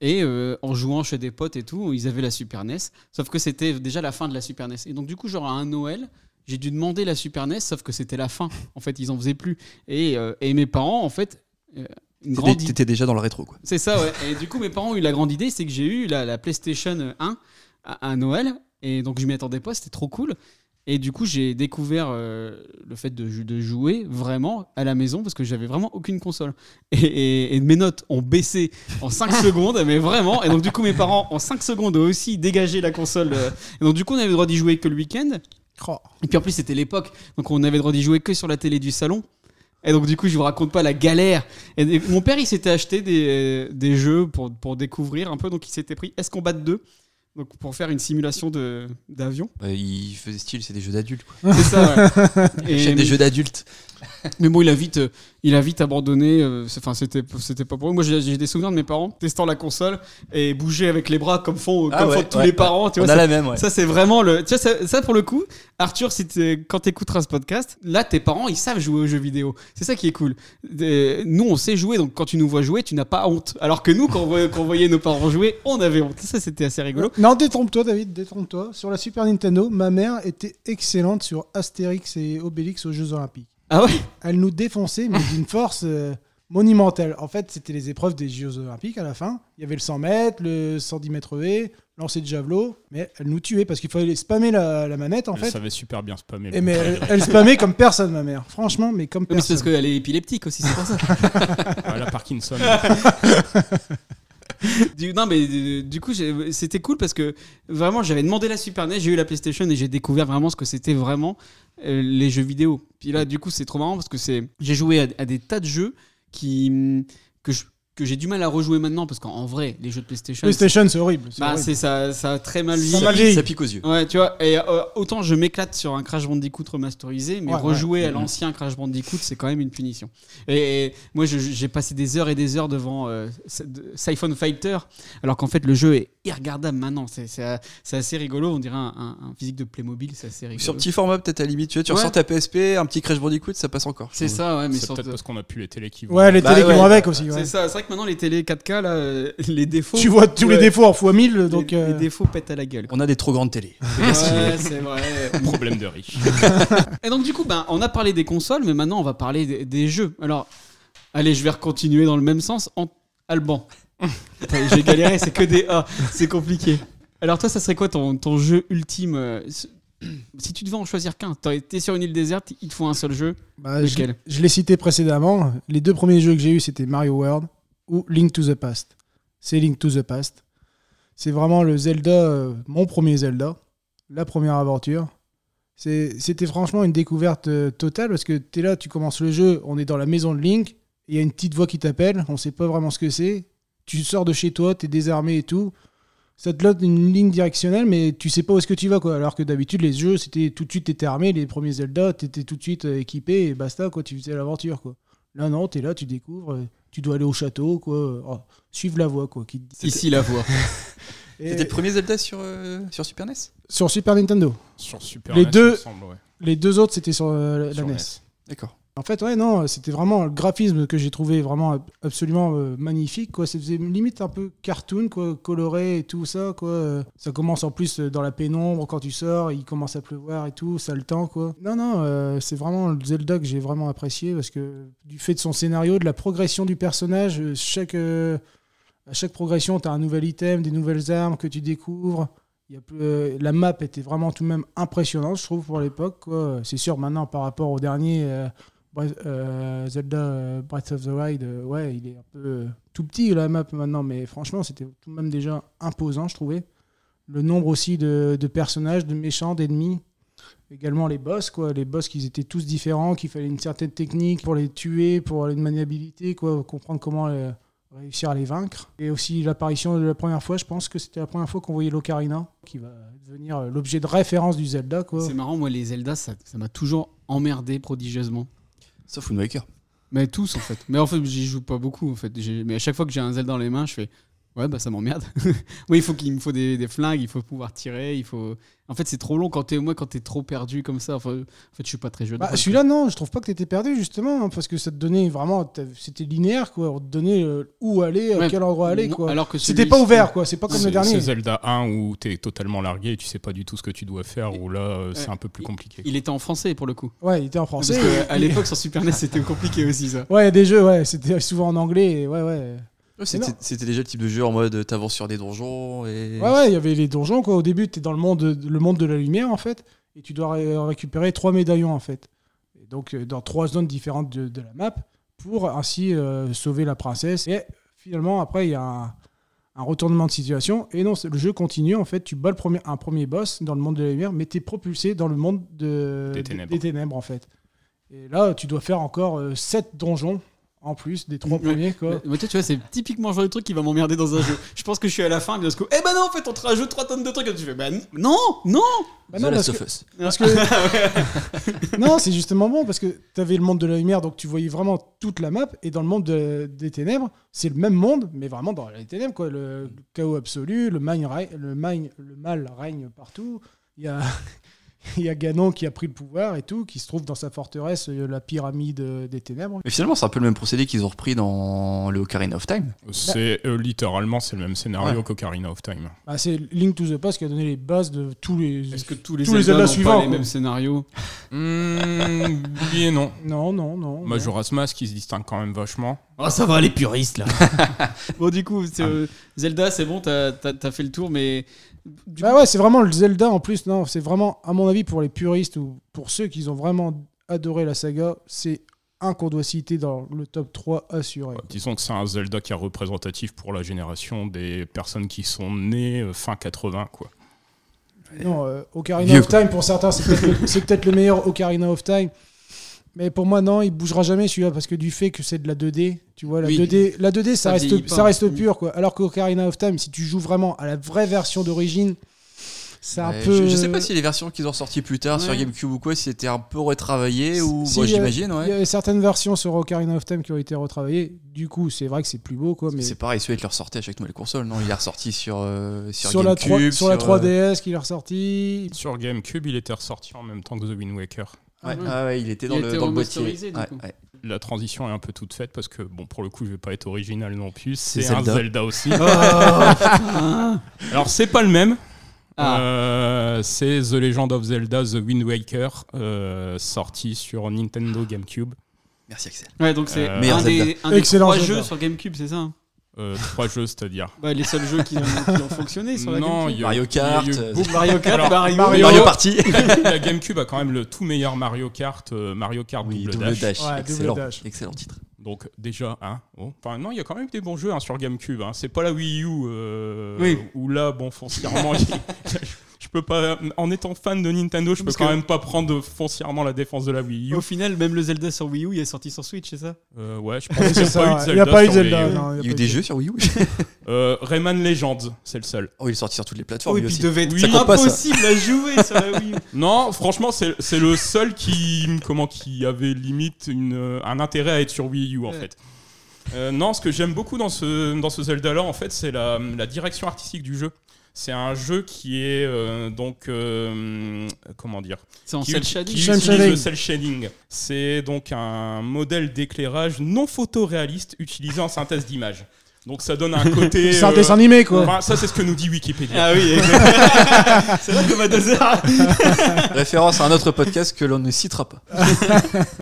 S2: Et euh, en jouant chez des potes et tout, ils avaient la Super NES. Sauf que c'était déjà la fin de la Super NES. Et donc du coup genre à un Noël, j'ai dû demander la Super NES sauf que c'était la fin. En fait ils en faisaient plus. Et, euh, et mes parents en fait... euh, une
S7: T'étais
S2: grande
S7: t'étais déjà dans le rétro, quoi.
S2: c'est ça, ouais. Et du coup, mes parents ont eu la grande idée, c'est que j'ai eu la, la PlayStation 1 à, à Noël. Et donc, je m'y attendais pas, c'était trop cool. Et du coup, j'ai découvert euh, le fait de, jou- de jouer vraiment à la maison parce que j'avais vraiment aucune console. Et, et- et mes notes ont baissé en 5 secondes, mais vraiment. Et donc, du coup, mes parents, en 5 secondes, ont aussi dégagé la console. euh. Et donc, du coup, on avait le droit d'y jouer que le week-end.
S4: Oh.
S2: Et puis en plus, c'était l'époque, donc on avait le droit d'y jouer que sur la télé du salon. Et donc, du coup, je vous raconte pas la galère. Et- et mon père, il s'était acheté des, des jeux pour, pour découvrir un peu, donc il s'était pris Escombat 2. Donc pour faire une simulation de d'avion,
S7: Euh, il faisait style, c'est des jeux d'adultes, quoi.
S2: c'est ça. ouais. Et-
S7: Achète des jeux d'adultes.
S2: mais bon, il a vite, euh, il a vite abandonné. euh, c'est- Enfin, c'était, c'était pas pour eux. Moi, j'ai j'ai des souvenirs de mes parents testant la console et bouger avec les bras comme font,
S7: Ah
S2: comme
S7: ouais,
S2: font tous
S7: ouais.
S2: les parents. Tu
S7: on
S2: vois,
S7: a
S2: ça-
S7: la même, ouais.
S2: Ça, c'est vraiment le. Tu vois, ça, ça, pour le coup, Arthur, si t'es- quand t'écouteras ce podcast, là, tes parents, ils savent jouer aux jeux vidéo. C'est ça qui est cool. Euh, Nous, on sait jouer, donc quand tu nous vois jouer, tu n'as pas honte. Alors que nous, quand on voyait, quand on voyait nos parents jouer, on avait honte. Ça, c'était assez rigolo.
S4: Euh, Non, détrompe-toi, David, détrompe-toi. Sur la Super Nintendo, ma mère était excellente sur Astérix et Obélix aux Jeux Olympiques.
S2: Ah ouais
S4: Elle nous défonçait, mais d'une force euh, monumentale. En fait, c'était les épreuves des Jeux Olympiques à la fin. Il y avait le 100 mètres, le 110 mètres V, lancer de javelot, mais elle nous tuait parce qu'il fallait spammer la, la manette en
S5: Elle
S4: fait.
S5: savait super bien spammer.
S4: Et
S5: le
S4: mais
S5: bouton.
S4: elle, elle spammait comme personne, ma mère. Franchement, mais comme
S2: Mais c'est parce
S4: personne.
S2: qu'elle est épileptique aussi, c'est pour ça.
S5: Ah, la Parkinson.
S2: Du- non, mais euh, du coup, j'ai- c'était cool parce que vraiment, j'avais demandé la Super NES, j'ai eu la PlayStation et j'ai découvert vraiment ce que c'était vraiment euh, les jeux vidéo. Puis là, du coup, c'est trop marrant parce que c'est, j'ai joué à, à des tas de jeux qui hum, que je- que j'ai du mal à rejouer maintenant parce qu'en en vrai, les jeux de PlayStation,
S4: PlayStation, c'est horrible.
S2: c'est-
S4: c'est
S2: bah,
S4: horrible.
S2: c'est ça, ça a très mal
S4: Ça
S2: vieilli.
S4: m'a vieilli.
S7: Ça pique aux yeux.
S2: Ouais, tu vois, et euh, autant je m'éclate sur un Crash Bandicoot remasterisé, mais
S4: Ouais,
S2: rejouer
S7: ouais.
S2: à l'ancien Crash Bandicoot, c'est quand même une punition. Et, et moi, je- j'ai passé des heures et des heures devant euh, Sy- de- Siphon Fighter, alors qu'en fait, le jeu est regardable maintenant. C'est c'est, euh, c'est assez rigolo. On dirait un, un- un physique de Playmobil, c'est assez rigolo.
S7: Sur petit format, peut-être à la limite, tu vois, tu
S2: Ouais.
S7: ressors ta PSP, un petit Crash Bandicoot, ça passe encore.
S2: C'est ça, ouais, mais
S5: C'est
S2: sur.
S5: peut-être parce qu'on a plus les télés qui vont.
S4: Ouais, les
S7: Bah
S4: télés qui
S7: ouais.
S4: vont avec aussi. ouais.
S2: C'est ça, c'est vrai que maintenant les télé 4K, là, euh, les défauts.
S4: Tu vois tous
S2: Ouais,
S4: les défauts en fois 1000, donc.
S2: les, les
S4: euh,
S2: défauts pètent à la gueule. quoi.
S7: On a des trop grandes télé.
S2: Ouais, c'est vrai.
S5: Problème de riche.
S2: Et donc du coup, ben, on a parlé des consoles, mais maintenant on va parler des, des jeux. Alors, allez, je vais continuer dans le même sens en alban. Putain, J'ai galéré, c'est que des A, c'est compliqué. Alors toi, ça serait quoi ton, ton jeu ultime euh, ce- Si tu devais en choisir qu'un, t'as- t'es sur une île déserte, il te faut un seul jeu.
S4: bah, je
S2: Lequel
S4: je l'ai cité précédemment. Les deux premiers jeux que j'ai eu c'était Mario World ou Link to the Past. C'est Link to the Past. C'est vraiment le Zelda, euh, mon premier Zelda, la première aventure. C'est- C'était franchement une découverte euh, totale parce que tu es là, tu commences le jeu, on est dans la maison de Link, il y a une petite voix qui t'appelle, on sait pas vraiment ce que c'est. Tu sors de chez toi, tu es désarmé et tout. Ça te donne une ligne directionnelle, mais tu sais pas où est-ce que tu vas, quoi. Alors que d'habitude, les jeux, c'était tout de suite, t'étais armé, les premiers Zelda, t'étais tout de suite euh, équipé et basta, quoi. Tu faisais l'aventure, quoi. Là, non, t'es là, tu découvres, euh, tu dois aller au château, quoi. Oh, suivre la voie, quoi. Qui... te dit.
S2: Ici la voix.
S4: Et-
S7: C'était le premier Zelda sur, euh, sur Super NES
S4: Sur Super Nintendo.
S5: Sur Super
S4: Les
S5: NES,
S4: deux-
S5: il me semble, ouais.
S4: Les deux autres, c'était sur euh, la
S5: Sur
S4: NES.
S7: D'accord.
S4: En fait, ouais, non, c'était vraiment le graphisme que j'ai trouvé vraiment ab- absolument euh, magnifique, quoi. Ça faisait limite un peu cartoon, quoi, coloré et tout ça, quoi. Euh, Ça commence en plus euh, dans la pénombre quand tu sors, il commence à pleuvoir et tout, ça le temps, quoi. Non, non, euh, c'est vraiment le Zelda que j'ai vraiment apprécié parce que du fait de son scénario, de la progression du personnage, euh, chaque, euh, à chaque progression, tu as un nouvel item, des nouvelles armes que tu découvres. Il y a plus- euh, la map était vraiment tout de même impressionnante, je trouve, pour l'époque. quoi. C'est sûr, maintenant, par rapport au dernier euh, Breath- euh, Zelda euh, Breath of the Wild, euh, ouais, il est un peu euh, tout petit, la map, maintenant. Mais franchement, c'était tout de même déjà imposant, je trouvais. Le nombre aussi de, de personnages, de méchants, d'ennemis. Également les boss, quoi. Les boss, qu'ils étaient tous différents, qu'il fallait une certaine technique pour les tuer, pour une maniabilité, quoi. Comprendre comment... euh, réussir à les vaincre. Et aussi l'apparition de la première fois, je pense que c'était la première fois qu'on voyait l'Ocarina, qui va devenir euh, l'objet de référence du Zelda. Quoi.
S2: C'est marrant, moi les Zelda, ça ça m'a toujours emmerdé prodigieusement.
S7: Sauf Wind Waker.
S2: Mais tous en fait. Mais en fait, j'y joue pas beaucoup en fait. J'ai- Mais à chaque fois que j'ai un Zelda dans les mains, je fais ouais bah ça m'emmerde. oui, il faut qu'il me faut des, des flingues, il faut pouvoir tirer, il faut. En fait, c'est trop long quand t'es moi quand t'es trop perdu comme ça. Enfin, en fait, je suis pas très jeune.
S4: Bah, celui-là, non, je trouve pas que t'étais perdu, justement, hein, parce que ça te donnait vraiment. t'avais- C'était linéaire, quoi. On te donnait euh, où aller, à
S2: Ouais.
S4: quel endroit aller,
S2: Non,
S4: quoi.
S2: Alors que
S4: C'était
S2: celui-
S4: pas ouvert, quoi. C'est pas comme
S5: C'est-
S4: le dernier.
S5: C'est Zelda 1 où t'es totalement largué et tu sais pas du tout ce que tu dois faire, où là euh, c'est un peu plus compliqué.
S2: Il était en français pour le coup.
S4: Ouais, il était en
S2: Parce
S4: français.
S2: que à l'époque sur Super NES, c'était compliqué aussi ça.
S4: Ouais, il y a des jeux, ouais. C'était souvent en anglais. et ouais, ouais.
S7: C'était
S4: non.
S7: c'était déjà le type de jeu en mode euh, t'avances sur des donjons et.
S4: Ouais, ouais, il y avait les donjons, quoi. Au début, tu es dans le monde, le monde de la lumière, en fait, et tu dois ré- récupérer trois médaillons, en fait. Et donc, euh, dans trois zones différentes de, de la map, pour ainsi euh, sauver la princesse. Et finalement, après, il y a un, un retournement de situation. Et non, c'est- le jeu continue, en fait. Tu bats le premier, un premier boss dans le monde de la lumière, mais tu es propulsé dans le monde de,
S5: Des ténèbres.
S4: des ténèbres, en fait. Et là, tu dois faire encore euh, sept donjons, en plus des trois
S2: Ouais.
S4: premiers, quoi.
S2: Mais toi, tu vois, c'est typiquement le genre de truc qui va m'emmerder dans un jeu. Je pense que je suis à la fin, et bien ce coup, eh ben non, en fait, on te rajoute 3 tonnes de trucs. Et tu fais, bah non, non
S4: Bah
S7: The
S4: non, parce
S7: Last
S4: que-
S7: of Us.
S4: Parce que... non, c'est justement bon parce que tu avais le monde de la lumière, donc tu voyais vraiment toute la map, et dans le monde de- des ténèbres, c'est le même monde, mais vraiment dans les ténèbres, quoi. Le, le chaos absolu, le, magne règne- le, magne- le mal règne partout. Il y a, il y a Ganon qui a pris le pouvoir et tout, qui se trouve dans sa forteresse, euh, la pyramide euh, des ténèbres.
S7: Mais finalement, c'est un peu le même procédé qu'ils ont repris dans le Ocarina of Time.
S5: C'est euh, littéralement c'est le même scénario
S7: Ouais.
S5: qu'Ocarina of Time.
S4: Bah, c'est Link to the Past qui a donné les bases de tous les.
S2: Est-ce que tous les
S4: Tous les
S2: Zelda
S4: Zelda
S2: n'ont
S4: suivants,
S2: pas les
S4: quoi.
S2: mêmes scénarios
S5: Mmh, oui et non.
S4: Hmm, Non, non, non. non.
S5: Majora's Mask qui se distingue quand même vachement.
S2: Ah, ça va, les puristes, là. bon, du coup,
S5: Ah.
S2: c'est, euh, Zelda, c'est bon, t'as, t'as- t'as fait le tour, mais. du
S4: Bah ouais, c'est vraiment le Zelda en plus. Non, c'est vraiment, à mon avis, pour les puristes ou pour ceux qui ont vraiment adoré la saga, c'est un qu'on doit citer dans le top 3 assuré.
S5: Ouais, Euh, Disons que c'est un Zelda qui est représentatif pour la génération des personnes qui sont nées euh, fin 80 quoi.
S4: Non, euh, Ocarina
S7: Vieux,
S4: of Time, pour certains, c'est peut-être le- c'est peut-être le meilleur Ocarina of Time. Mais pour moi, non, il bougera jamais celui-là parce que du fait que c'est de la 2D, tu vois, la
S2: Oui.
S4: 2D, la 2D ça,
S2: Ça vieillit
S4: reste,
S2: pas.
S4: ça reste
S2: Mm.
S4: pur. Quoi. Alors qu'Ocarina of Time, si tu joues vraiment à la vraie version d'origine, C'est un
S7: Ouais,
S4: peu.
S7: je, je sais pas si les versions qu'ils ont sorties plus tard sur
S2: Ouais.
S7: GameCube ou quoi, si c'était un peu retravaillé ou
S4: Si,
S7: moi,
S4: il y a-
S7: j'imagine, ouais.
S4: Il y avait certaines versions sur Ocarina of Time qui ont été retravaillées. Du coup, c'est vrai que c'est plus beau, quoi. Mais
S7: C'est pareil, celui-là, il le ressortait à chaque nouvelle console, non Il est ressorti sur, euh, sur,
S4: sur, la, trois-
S7: GameCube,
S4: sur la
S7: euh,
S4: 3DS qu'il est ressorti.
S5: Sur GameCube, il était ressorti en même temps que The Wind Waker.
S7: Ouais,
S2: Ah ouais.
S7: ah ouais, il était
S2: Il
S7: dans le,
S2: était
S7: dans le
S2: remasterisé,
S7: boîtier.
S2: du
S7: Ouais,
S2: coup.
S7: ouais.
S5: La transition est un peu toute faite parce que, bon, pour le coup, je vais pas être original non plus.
S7: C'est
S5: C'est un
S7: Zelda.
S5: Zelda aussi.
S2: Ah.
S5: Alors, c'est pas le même.
S2: Ah.
S5: Euh, c'est The Legend of Zelda The Wind Waker, euh, sorti sur Nintendo GameCube.
S7: Merci Axel.
S2: Ouais, donc c'est
S5: Euh,
S2: un
S7: Meilleur
S2: des,
S7: Zelda.
S2: un des
S4: Excellent
S2: trois
S4: Zelda.
S2: jeux sur GameCube, c'est ça hein.
S5: Euh, trois jeux, c'est-à-dire.
S2: bah, Les seuls jeux qui ont, qui ont fonctionné sur la
S5: Non, il
S2: GameCube.
S5: y a-
S7: Mario
S5: il y a
S7: Kart,
S5: eu
S7: euh,
S5: beaucoup-
S2: Mario Kart,
S5: Alors,
S2: Mario,
S4: Mario-
S7: Mario Party
S5: la GameCube a quand même le tout meilleur Mario Kart, euh, Mario Kart
S7: Oui,
S5: Double,
S7: double
S5: Dash.
S7: dash.
S4: Ouais, double
S7: excellent.
S4: dash.
S7: excellent titre.
S5: Donc déjà, hein, oh. enfin non, il y a quand même eu des bons jeux hein, sur GameCube. Hein. C'est pas la Wii U euh,
S2: Oui.
S5: où là, bon, foncièrement, il- je peux pas. euh, En étant fan de Nintendo, je
S2: Parce
S5: peux quand
S2: que-
S5: même pas prendre foncièrement la défense de la Wii U.
S2: Au final, même le Zelda sur Wii U, il est sorti sur Switch, c'est ça
S5: Euh, ouais, je pense
S4: Ouais,
S5: qu'il
S4: c'est
S5: n'y a pas eu
S4: ça,
S5: de Zelda. sur
S4: ouais. Il n'y a pas eu de Zelda.
S5: Wii U.
S4: non,
S7: Il y
S4: pas
S7: a eu des jeux sur Wii U
S5: Euh, Rayman Legends, c'est le seul.
S7: Oh, il est sorti sur toutes les plateformes
S2: Oui,
S7: lui
S2: puis il
S7: aussi.
S2: devait être
S5: Oui. Ça compte
S7: pas, ça.
S2: impossible à jouer sur la Wii U.
S5: Non, franchement, c'est c'est le seul qui comment qui avait limite une, euh, un intérêt à être sur Wii U en
S2: Ouais.
S5: fait. Euh, non, ce que j'aime beaucoup dans ce, dans ce Zelda-là, en fait, c'est la, la direction artistique du jeu. C'est un jeu qui est euh, donc euh, comment dire
S2: C'est en
S5: qui,
S2: cel
S5: qui
S2: shading.
S4: Cel
S5: utilise
S4: shading.
S5: le cel shading. C'est donc un modèle d'éclairage non photoréaliste utilisé en synthèse d'image. Donc ça donne un côté.
S4: C'est un
S5: euh,
S4: dessin animé, quoi.
S5: enfin, ça c'est ce que nous dit Wikipédia.
S2: Ah oui, c'est vrai que ma heures.
S7: Référence à un autre podcast que l'on ne citera pas.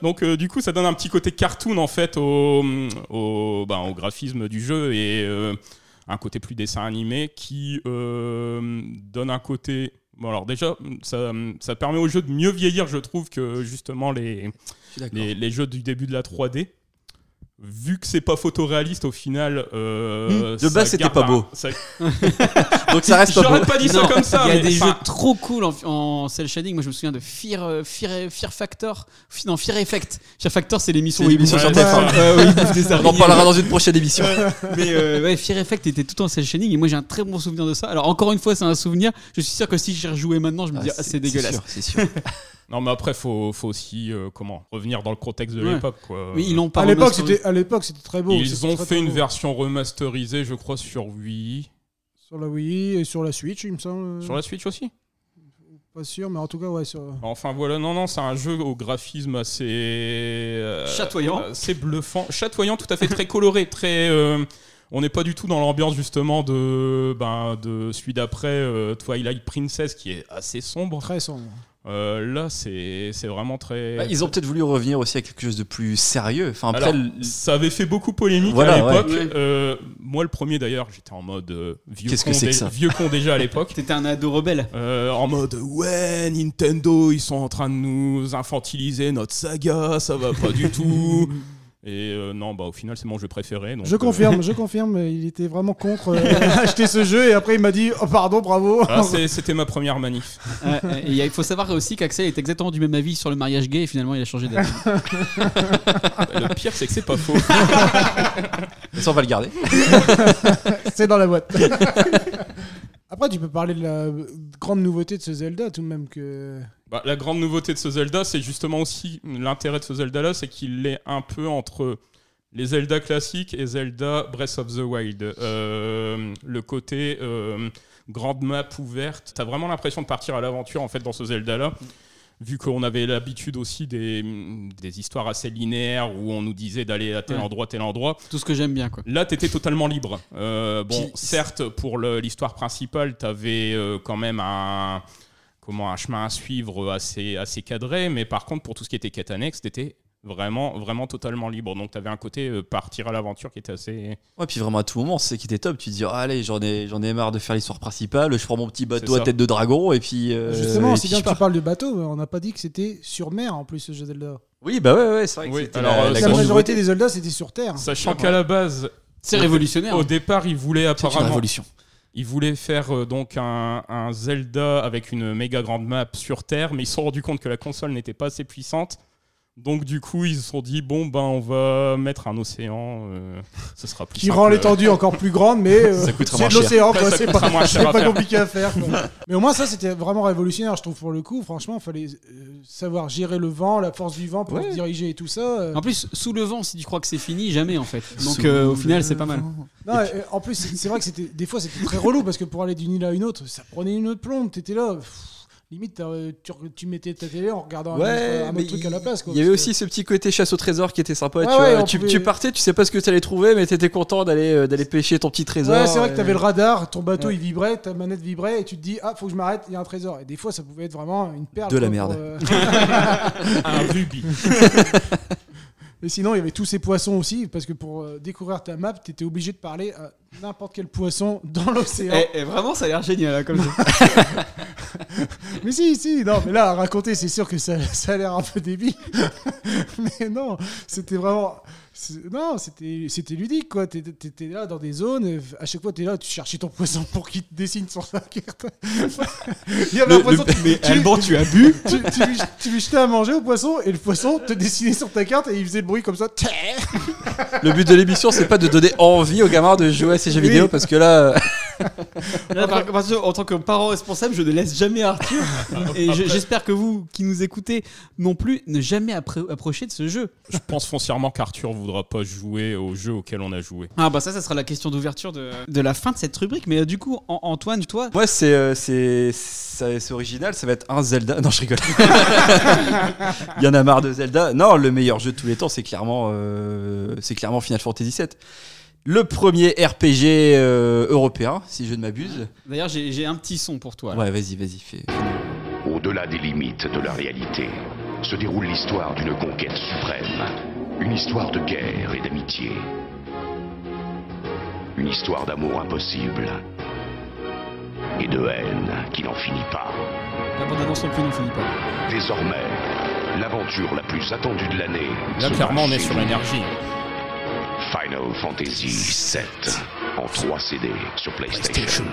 S5: Donc euh, du coup, ça donne un petit côté cartoon en fait au, au, ben, au graphisme du jeu et euh, un côté plus dessin animé qui euh, donne un côté. Bon alors déjà, ça, ça permet au jeu de mieux vieillir, je trouve, que justement les,
S7: Je suis d'accord.
S5: les, les jeux du début de la 3D. Vu que c'est pas photoréaliste au final, euh,
S7: Hmm, de
S5: ça
S7: base, c'était
S5: garde
S7: pas
S5: un-
S7: beau.
S5: ça-
S7: Donc ça reste pas
S5: J'aurais
S7: beau.
S5: pas dit ça comme ça.
S2: Il y a
S5: mais
S2: des
S5: enfin,
S2: jeux trop cool en, en cel shading. Moi, je me souviens de Fear, euh, Fear, Fear Factor. F- Non, Fear Effect. Fear Factor, c'est l'émission
S7: C'est
S2: où ils
S7: l'émission
S2: bouffent
S5: sur
S2: des-
S5: TF1.
S2: Ouais, ouais, où Euh, ils bouffent des
S7: On en
S2: araignées.
S7: parlera dans une prochaine émission.
S2: Mais euh, ouais, Fear Effect était tout en cel shading et moi, j'ai un très bon souvenir de ça. Alors, encore une fois, c'est un souvenir. Je suis sûr que si j'y rejouais maintenant, je me
S7: Ah,
S2: dis ah, c'est dégueulasse.
S7: sûr, C'est sûr.
S5: Non, mais après, faut, faut aussi euh, comment revenir dans le contexte de
S2: Ouais.
S5: l'époque. quoi.
S2: Mais ils l'ont pas
S4: À l'époque,
S2: remasterisé.
S4: c'était à l'époque, c'était très beau.
S5: Ils
S4: C'était
S5: ont
S4: très,
S5: fait
S4: très
S5: une
S4: beau.
S5: version remasterisée, je crois, sur Wii.
S4: Sur la Wii et sur la Switch, il me semble.
S5: Sur la Switch aussi
S4: Pas sûr, mais en tout cas, ouais. Sur...
S5: Enfin voilà, non, non, c'est un jeu au graphisme assez. euh,
S2: Chatoyant.
S5: euh, Assez bluffant. Chatoyant, tout à fait, très coloré, très. euh, on n'est pas du tout dans l'ambiance justement de, ben, de celui d'après, euh, Twilight Princess, qui est assez sombre.
S4: Très sombre.
S5: Euh, là, c'est c'est vraiment très.
S7: Bah, ils ont peut-être voulu revenir aussi à quelque chose de plus sérieux. Enfin, après,
S5: Alors,
S7: le-
S5: ça avait fait beaucoup polémique
S7: Voilà,
S5: à l'époque.
S2: ouais. Ouais.
S5: Euh, moi, le premier d'ailleurs, j'étais en mode euh, vieux,
S7: Qu'est-ce que
S5: con
S7: c'est que
S5: dé-
S7: ça
S5: vieux con déjà à l'époque.
S2: T'étais un ado rebelle.
S5: Euh, en mode ouais Nintendo ils sont en train de nous infantiliser notre saga ça va pas du tout et euh, non bah au final c'est mon jeu préféré donc,
S4: Je
S5: euh,
S4: confirme, je confirme. Il était vraiment contre euh, acheter ce jeu et après il m'a dit oh pardon, bravo.
S5: voilà, c'est- c'était ma première manif
S2: Ouais, ouais, Euh, et il faut savoir aussi qu'Axel est exactement du même avis sur le mariage gay et finalement, il a changé d'avis.
S5: le pire c'est que c'est pas faux
S7: ça, on va le garder.
S4: C'est dans la boîte. Après, tu peux parler de la grande nouveauté de ce Zelda, tout de même que.
S5: Bah, la grande nouveauté de ce Zelda c'est justement aussi l'intérêt de ce Zelda là c'est qu'il est un peu entre les Zelda classiques et Zelda Breath of the Wild Euh, le côté euh, grande map ouverte t'as vraiment l'impression de partir à l'aventure en fait dans ce Zelda là vu qu'on avait l'habitude aussi des, des histoires assez linéaires où on nous disait d'aller à tel
S2: Ouais.
S5: endroit, tel endroit.
S2: Tout ce que j'aime bien, quoi.
S5: Là, t'étais totalement libre. Euh, bon,
S7: Puis-
S5: certes, pour le- l'histoire principale, t'avais avais quand même un, comment, un chemin à suivre assez, assez cadré, mais par contre, pour tout ce qui était quête annexe, t'étais vraiment, vraiment totalement libre. Donc, t'avais un côté euh, partir à l'aventure qui était assez...
S7: Ouais, puis vraiment à tout moment, c'est ça qui était top. Tu te dis, ah, allez, j'en ai, j'en ai marre de faire l'histoire principale, je prends mon petit bateau
S5: C'est
S7: à
S5: ça.
S7: tête de dragon, et puis. euh,
S4: Justement,
S7: et
S4: c'est
S7: puis
S4: bien
S7: je
S4: que tu
S7: pars.
S4: parles de bateau, mais on n'a pas dit que c'était sur mer en plus ce jeu Zelda.
S7: Oui, bah ouais, ouais, c'est vrai que
S5: Oui,
S7: c'était
S5: alors,
S7: la,
S5: euh,
S7: la
S5: ça,
S4: La
S7: grande
S4: majorité des Zelda, c'était sur terre.
S5: Sachant qu'à la base,
S2: C'est révolutionnaire. hein.
S5: au départ, ils voulaient
S7: nouveauté. C'est une
S5: apparemment...
S7: révolution.
S5: Ils voulaient faire euh, donc un, un Zelda avec une méga grande map sur Terre, mais ils se sont rendus compte que la console n'était pas assez puissante. Donc du coup, ils se sont dit bon ben on va mettre un océan, euh, ce sera plus
S4: Qui
S5: simple.
S4: rend l'étendue encore plus grande, mais euh,
S7: Ça coûtera
S4: c'est
S7: moins
S4: de
S7: cher.
S4: l'océan,
S5: Ça,
S4: quoi,
S5: ça
S4: c'est
S5: coûtera
S4: pas,
S5: moins cher
S4: c'est
S5: à
S4: pas
S5: faire.
S4: compliqué à faire. quoi. Mais au moins, ça, c'était vraiment révolutionnaire, je trouve, pour le coup. Franchement, il fallait euh, savoir gérer le vent, la force du vent pour
S7: Ouais.
S4: se diriger et tout ça. euh.
S2: En plus, sous le vent, si tu crois que c'est fini, jamais en fait. Donc
S7: Sous
S2: euh, au
S7: le
S2: final, c'est pas mal.
S4: Non, et en plus, c'est c'est vrai que c'était des fois c'était très relou parce que pour aller d'une île à une autre, ça prenait une autre plombe. T'étais là, pff, limite t'as- euh, tu, re- tu mettais ta télé en regardant un
S7: Ouais,
S4: autre- un, autre,
S7: mais
S4: truc à la place. quoi,
S7: il y avait
S4: parce que-
S7: aussi ce petit côté chasse au trésor qui était sympa.
S4: Ouais,
S7: tu, vois.
S4: ouais, on
S7: tu,
S4: pouvait-
S7: tu partais, tu sais pas ce que t'allais trouver, mais t'étais content d'aller euh, d'aller pêcher ton petit trésor. Euh,
S4: Ouais, c'est vrai
S7: et-
S4: que t'avais le radar, ton bateau
S7: Ouais.
S4: il vibrait, ta manette vibrait et tu te dis ah faut que je m'arrête, il y a un trésor. Et des fois ça pouvait être vraiment une perle.
S7: De la
S4: quoi,
S7: merde.
S4: pour, euh,
S5: Un rubis.
S4: Et sinon, il y avait tous ces poissons aussi, parce que pour euh, découvrir ta map, tu étais obligé de parler à n'importe quel poisson dans l'océan.
S2: Eh, eh, vraiment, ça a l'air génial hein, comme jeu.
S4: Mais si, si, non, mais là, à raconter, c'est sûr que ça, ça a l'air un peu débile. mais non, c'était vraiment. c'est- Non, c'était c'était ludique, quoi. T'étais- T'étais là dans des zones, euh, à chaque fois, t'es là, tu cherchais ton poisson pour qu'il te dessine sur sa carte. il y avait un
S2: Le-
S4: poisson,
S2: le-
S4: tu-
S2: mais
S4: tu-
S2: Alban, tu as bu
S4: tu, tu lui, tu lui jetais à manger au poisson et le poisson te dessinait sur ta carte et il faisait le bruit comme ça.
S7: Le but de l'émission, c'est pas de donner envie aux gamins de jouer à ces jeux
S4: Oui.
S7: vidéo parce que là, euh,
S2: Là, par- parce que, en tant que parent responsable, je ne laisse jamais Arthur. et je- j'espère que vous, qui nous écoutez non plus, ne jamais appré- approcher de ce jeu.
S5: Je pense foncièrement qu'Arthur voudra pas jouer au jeu auquel on a joué.
S2: Ah bah ça, ça sera la question d'ouverture de, de la fin de cette rubrique. Mais euh, du coup, An- Antoine, toi,
S7: moi, c'est euh, c'est ça- c'est original. Ça va être un Zelda. Non, je rigole. Il y en a marre de Zelda. Non, le meilleur jeu de tous les temps, c'est clairement euh, c'est clairement Final Fantasy VII. Le premier RPG euh, européen, si je ne m'abuse.
S2: d'ailleurs, j'ai j'ai un petit son pour toi. là.
S7: Ouais, vas-y, vas-y, fais.
S6: Au-delà des limites de la réalité, se déroule l'histoire d'une conquête suprême. Une histoire de guerre et d'amitié. Une histoire d'amour impossible. Et de haine qui n'en finit pas.
S2: La bande-annonce non plus, non, finit pas.
S6: Désormais, l'aventure la plus attendue de l'année.
S5: Là,
S6: se
S5: clairement, on
S6: passe
S5: est
S6: chez
S5: sur hein,
S6: nous.
S5: l'énergie.
S6: Final Fantasy VII en 3 CD sur PlayStation.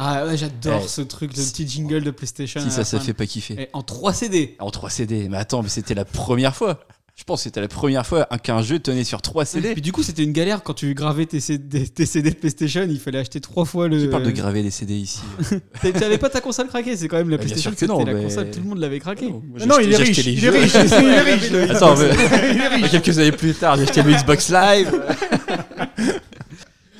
S2: Ah ouais, j'adore
S7: Ouais.
S2: ce truc, le petit jingle de PlayStation. à
S7: Eh, Si ça,
S2: la
S7: ça
S2: fin.
S7: fait pas kiffer.
S2: Et en 3 CD.
S7: En 3 CD. Mais attends, mais c'était la première fois. Je pense que c'était la première fois qu'un jeu tenait sur 3
S2: Et
S7: CD.
S2: Puis du coup, c'était une galère quand tu gravais tes CD, tes CD PlayStation, il fallait acheter trois fois le.
S7: Tu parles de graver les CD ici.
S2: T'a- T'avais pas ta console craquée, c'est quand même la
S7: Bah, bien
S2: PlayStation,
S7: sûr que non,
S2: c'était la
S7: mais-
S2: console, tout le monde l'avait craquée.
S7: Moi,
S4: Non,
S7: j'ai
S4: non,
S7: acheté-
S4: il est
S7: j'ai
S4: riche,
S7: acheté les
S4: il est
S7: jeux.
S4: riche, il est riche. le
S7: Attends,
S4: Xbox.
S7: mais-
S4: il est riche.
S7: Quelques années plus tard, j'ai acheté le Xbox Live.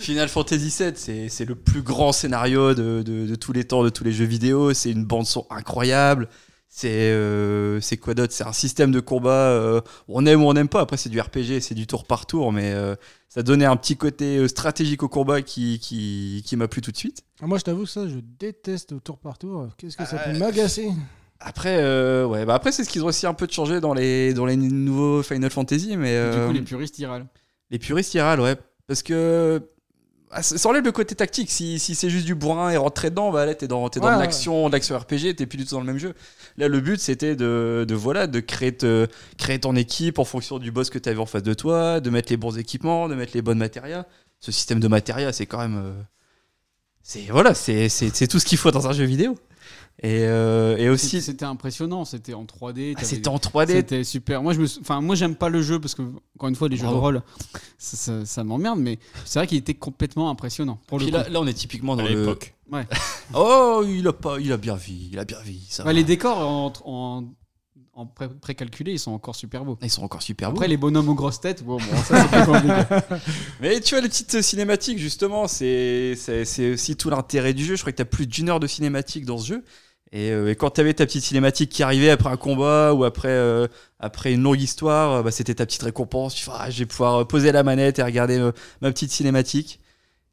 S7: Final Fantasy VII, c'est c'est le plus grand scénario de, de- de tous les temps, de tous les jeux vidéo. C'est une bande son incroyable. C'est euh, c'est quoi d'autre C'est un système de combat. euh, on aime ou on n'aime pas. Après, c'est du RPG, c'est du tour par tour, mais euh, ça donnait un petit côté euh, stratégique au combat qui, qui, qui m'a plu tout de suite.
S4: Ah, Moi, je t'avoue que ça, je déteste au tour par tour. Qu'est-ce que ça peut m'agacer
S7: Après, euh, ouais, bah après c'est ce qu'ils ont aussi un peu de changer dans les, dans les nouveaux Final Fantasy, mais
S2: Du
S7: euh,
S2: coup, les
S7: les...
S2: puristes, ils râlent.
S7: puristes y râlent, ouais. Parce que ah, ça ça enlève le côté tactique. Si, si c'est juste du bourrin et rentrer dedans, bah là t'es dans, t'es dans
S4: Ouais,
S7: de
S4: ouais.
S7: l'action, de l'action RPG, t'es plus du tout dans le même jeu. Là, le but c'était de, de, voilà, de créer, te- créer ton équipe en fonction du boss que t'avais en face de toi, de mettre les bons équipements, de mettre les bonnes matérias. Ce système de matérias, c'est quand même. euh, c'est voilà, c'est c'est- c'est tout ce qu'il faut dans un jeu vidéo. Et, euh, et
S2: C'était
S7: aussi.
S2: c'était impressionnant, c'était en 3D.
S7: Ah,
S2: t'avais-
S7: C'était en 3D,
S2: C'était super. Moi, je me, sou- enfin, moi, j'aime pas le jeu parce que, encore une fois, les jeux de
S7: Bravo.
S2: rôle, ça, ça- ça m'emmerde. Mais c'est vrai qu'il était complètement impressionnant. Pour le
S7: Puis
S2: coup.
S7: là, là, on est typiquement
S5: À
S7: dans le.
S5: l'époque.
S7: Oh, il a pas, il a bien vu, il a bien vu. Ça.
S2: Enfin, Bah, les décors en, en, en pré- précalculé, ils sont encore super beaux.
S7: Ils sont encore super beaux.
S2: Après, les bonhommes aux grosses têtes, bon, bon, ça, c'est plus compliqué.
S7: Mais tu vois, les petites cinématiques, justement, c'est c'est- c'est aussi tout l'intérêt du jeu. Je crois que tu as plus d'une heure de cinématiques dans ce jeu. Et, euh, et quand tu avais ta petite cinématique qui arrivait après un combat ou après, euh, après une longue histoire, euh, bah, c'était ta petite récompense. Tu fais, ah, je vais pouvoir euh, poser la manette et regarder euh, ma petite cinématique.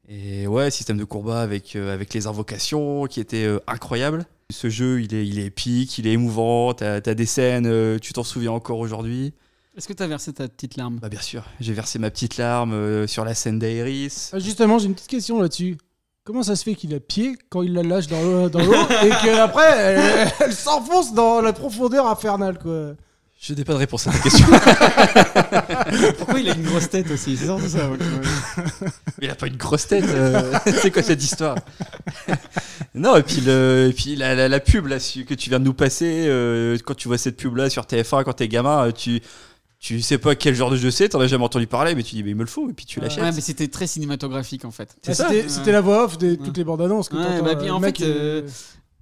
S7: Et ouais, système de combat avec, euh, avec les invocations qui était euh, incroyable. Ce jeu, il est, il est épique, il est émouvant. Tu as, des scènes, euh, tu t'en souviens encore aujourd'hui.
S2: Est-ce que t'as versé ta petite larme
S7: Bah, bien sûr, j'ai versé ma petite larme euh, sur la scène d'Aeris.
S4: Ah, Justement, j'ai une petite question là-dessus. Comment ça se fait qu'il a pied quand il la lâche dans l'eau dans l'eau et qu'après elle, elle s'enfonce dans la profondeur infernale quoi
S7: Je n'ai pas de réponse à ta question.
S2: Pourquoi il a une grosse tête aussi C'est ça, c'est ça, ouais.
S7: Mais il a pas une grosse tête. euh, c'est quoi cette histoire Non, et puis, le, et puis la, la, la pub là, su- que tu viens de nous passer, euh, quand tu vois cette pub là sur TF1 quand t'es gamin, euh, tu, tu sais pas quel genre de jeu c'est, t'en as jamais entendu parler, mais tu dis, mais il me le faut, et puis tu l'achètes.
S2: Ouais, mais c'était très cinématographique en fait.
S4: Ah,
S7: ça.
S4: C'était
S2: Ouais.
S4: c'était la voix off de toutes les bandes annonces. Que
S2: Ouais,
S4: t'entends,
S2: bah, puis,
S4: euh,
S2: en
S4: le mec,
S2: fait,
S4: euh,
S2: euh,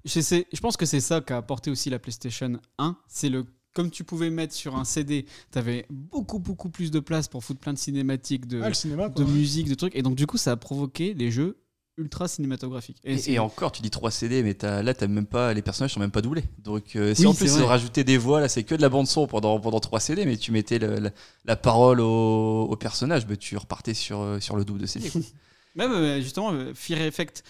S2: Je, sais, je pense que c'est ça qu'a apporté aussi la PlayStation 1. C'est le comme tu pouvais mettre sur un CD, t'avais beaucoup beaucoup plus de place pour foutre plein de cinématiques, de,
S4: ah, le cinéma.
S2: de
S4: quoi.
S2: musique, de trucs. Et donc du coup, ça a provoqué les jeux ultra cinématographiques. Et,
S7: Et,
S2: c'est-
S7: et encore, tu dis 3 CD, mais t'as- là, t'as même pas, les personnages sont même pas doublés. Donc, euh, si
S2: Oui,
S7: en
S2: c'est
S7: plus ils
S2: vrai.
S7: ont rajouté des voix, là, c'est que de la bande son pendant pendant 3 CD, mais tu mettais le- la, la parole au, au personnage, mais tu repartais sur euh, sur le double de CD. quoi.
S2: Même euh, justement, euh, Fear Effect.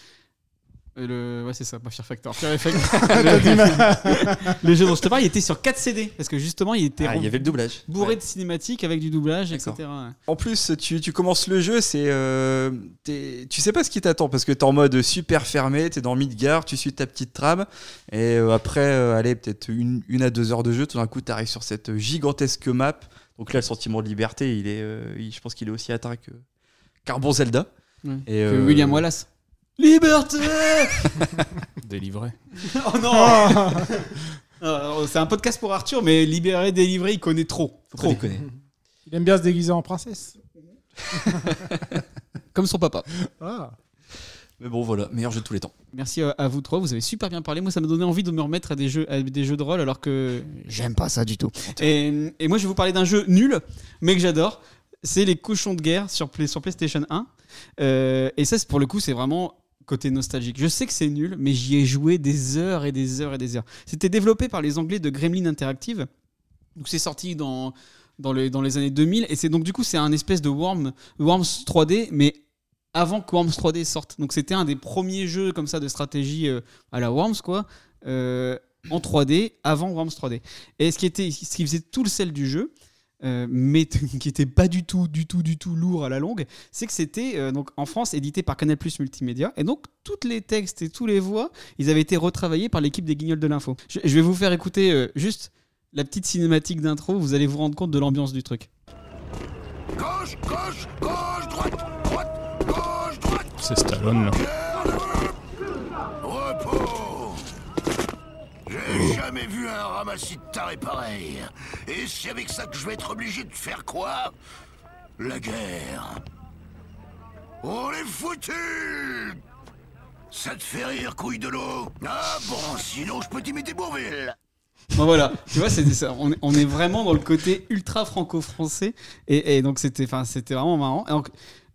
S2: euh, Le... Ouais, c'est ça, pas Fear Factor. Fear Effect.
S4: T'as dit, mais-
S2: le jeu dont je te parle, il était sur 4 CD. Parce que justement, il était
S7: Ah, il y avait le doublage.
S2: bourré
S7: Ouais.
S2: de cinématiques avec du doublage, etc.
S7: D'accord. En plus, tu, tu commences le jeu, c'est euh, t'es- tu sais pas ce qui t'attend parce que t'es en mode super fermé, t'es dans Midgard, tu suis ta petite trame et euh, après, euh, allez peut-être une, une à deux heures de jeu, tout d'un coup t'arrives sur cette gigantesque map. Donc là, le sentiment de liberté, il est, euh, il- je pense qu'il est aussi atteint que qu'un bon Zelda.
S2: Ouais.
S7: Et,
S2: Que
S7: euh,
S2: William Wallace. Liberté
S5: Délivré.
S2: Oh non Euh, C'est un podcast pour Arthur, mais libéré, délivré, il connaît trop.
S7: Faut pas
S2: Trop.
S7: déconner.
S4: Il aime bien se déguiser en princesse.
S2: Comme son papa.
S4: Ah.
S7: Mais bon, voilà, meilleur jeu de tous les temps.
S2: Merci à, à vous trois, vous avez super bien parlé. Moi, ça m'a donné envie de me remettre à des jeux, à des jeux de rôle alors que j'aime pas ça du tout. Et, et moi, je vais vous parler d'un jeu nul, mais que j'adore. C'est les cochons de guerre sur, Play- sur PlayStation 1. Euh, et ça, c'est- pour le coup, c'est vraiment côté nostalgique. Je sais que c'est nul, mais j'y ai joué des heures et des heures et des heures. C'était développé par les Anglais de Gremlin Interactive. Donc, c'est sorti dans, dans, les, dans les années 2000. Et c'est donc, du coup, c'est un espèce de Worm, Worms 3D, mais avant que Worms 3D sorte. Donc c'était un des premiers jeux comme ça de stratégie euh, à la Worms quoi, euh, en 3D avant Worms 3D. Et ce qui était, ce qui faisait tout le sel du jeu, euh, mais qui était pas du tout, du tout, du tout lourd à la longue, c'est que c'était euh, donc en France édité par Canal Plus Multimédia, et donc toutes les textes et tous les voix, ils avaient été retravaillés par l'équipe des Guignols de l'info. Je, je vais vous faire écouter euh, juste la petite cinématique d'intro, vous allez vous rendre compte de l'ambiance du truc.
S6: Gauche, gauche, gauche, droite, droite, gauche, droite,
S5: C'est Stallone là.
S6: repos. J'ai jamais vu un ramassis de tarés pareil. Et c'est avec ça que je vais être obligé de faire quoi La guerre. On est foutus Ça te fait rire, couille de l'eau Ah bon, sinon je peux t'imiter Bourville
S2: Bon, voilà, tu vois, c'est ça. On, est- on est vraiment dans le côté ultra franco-français. Et, et donc, c'était enfin, c'était vraiment marrant. Et donc,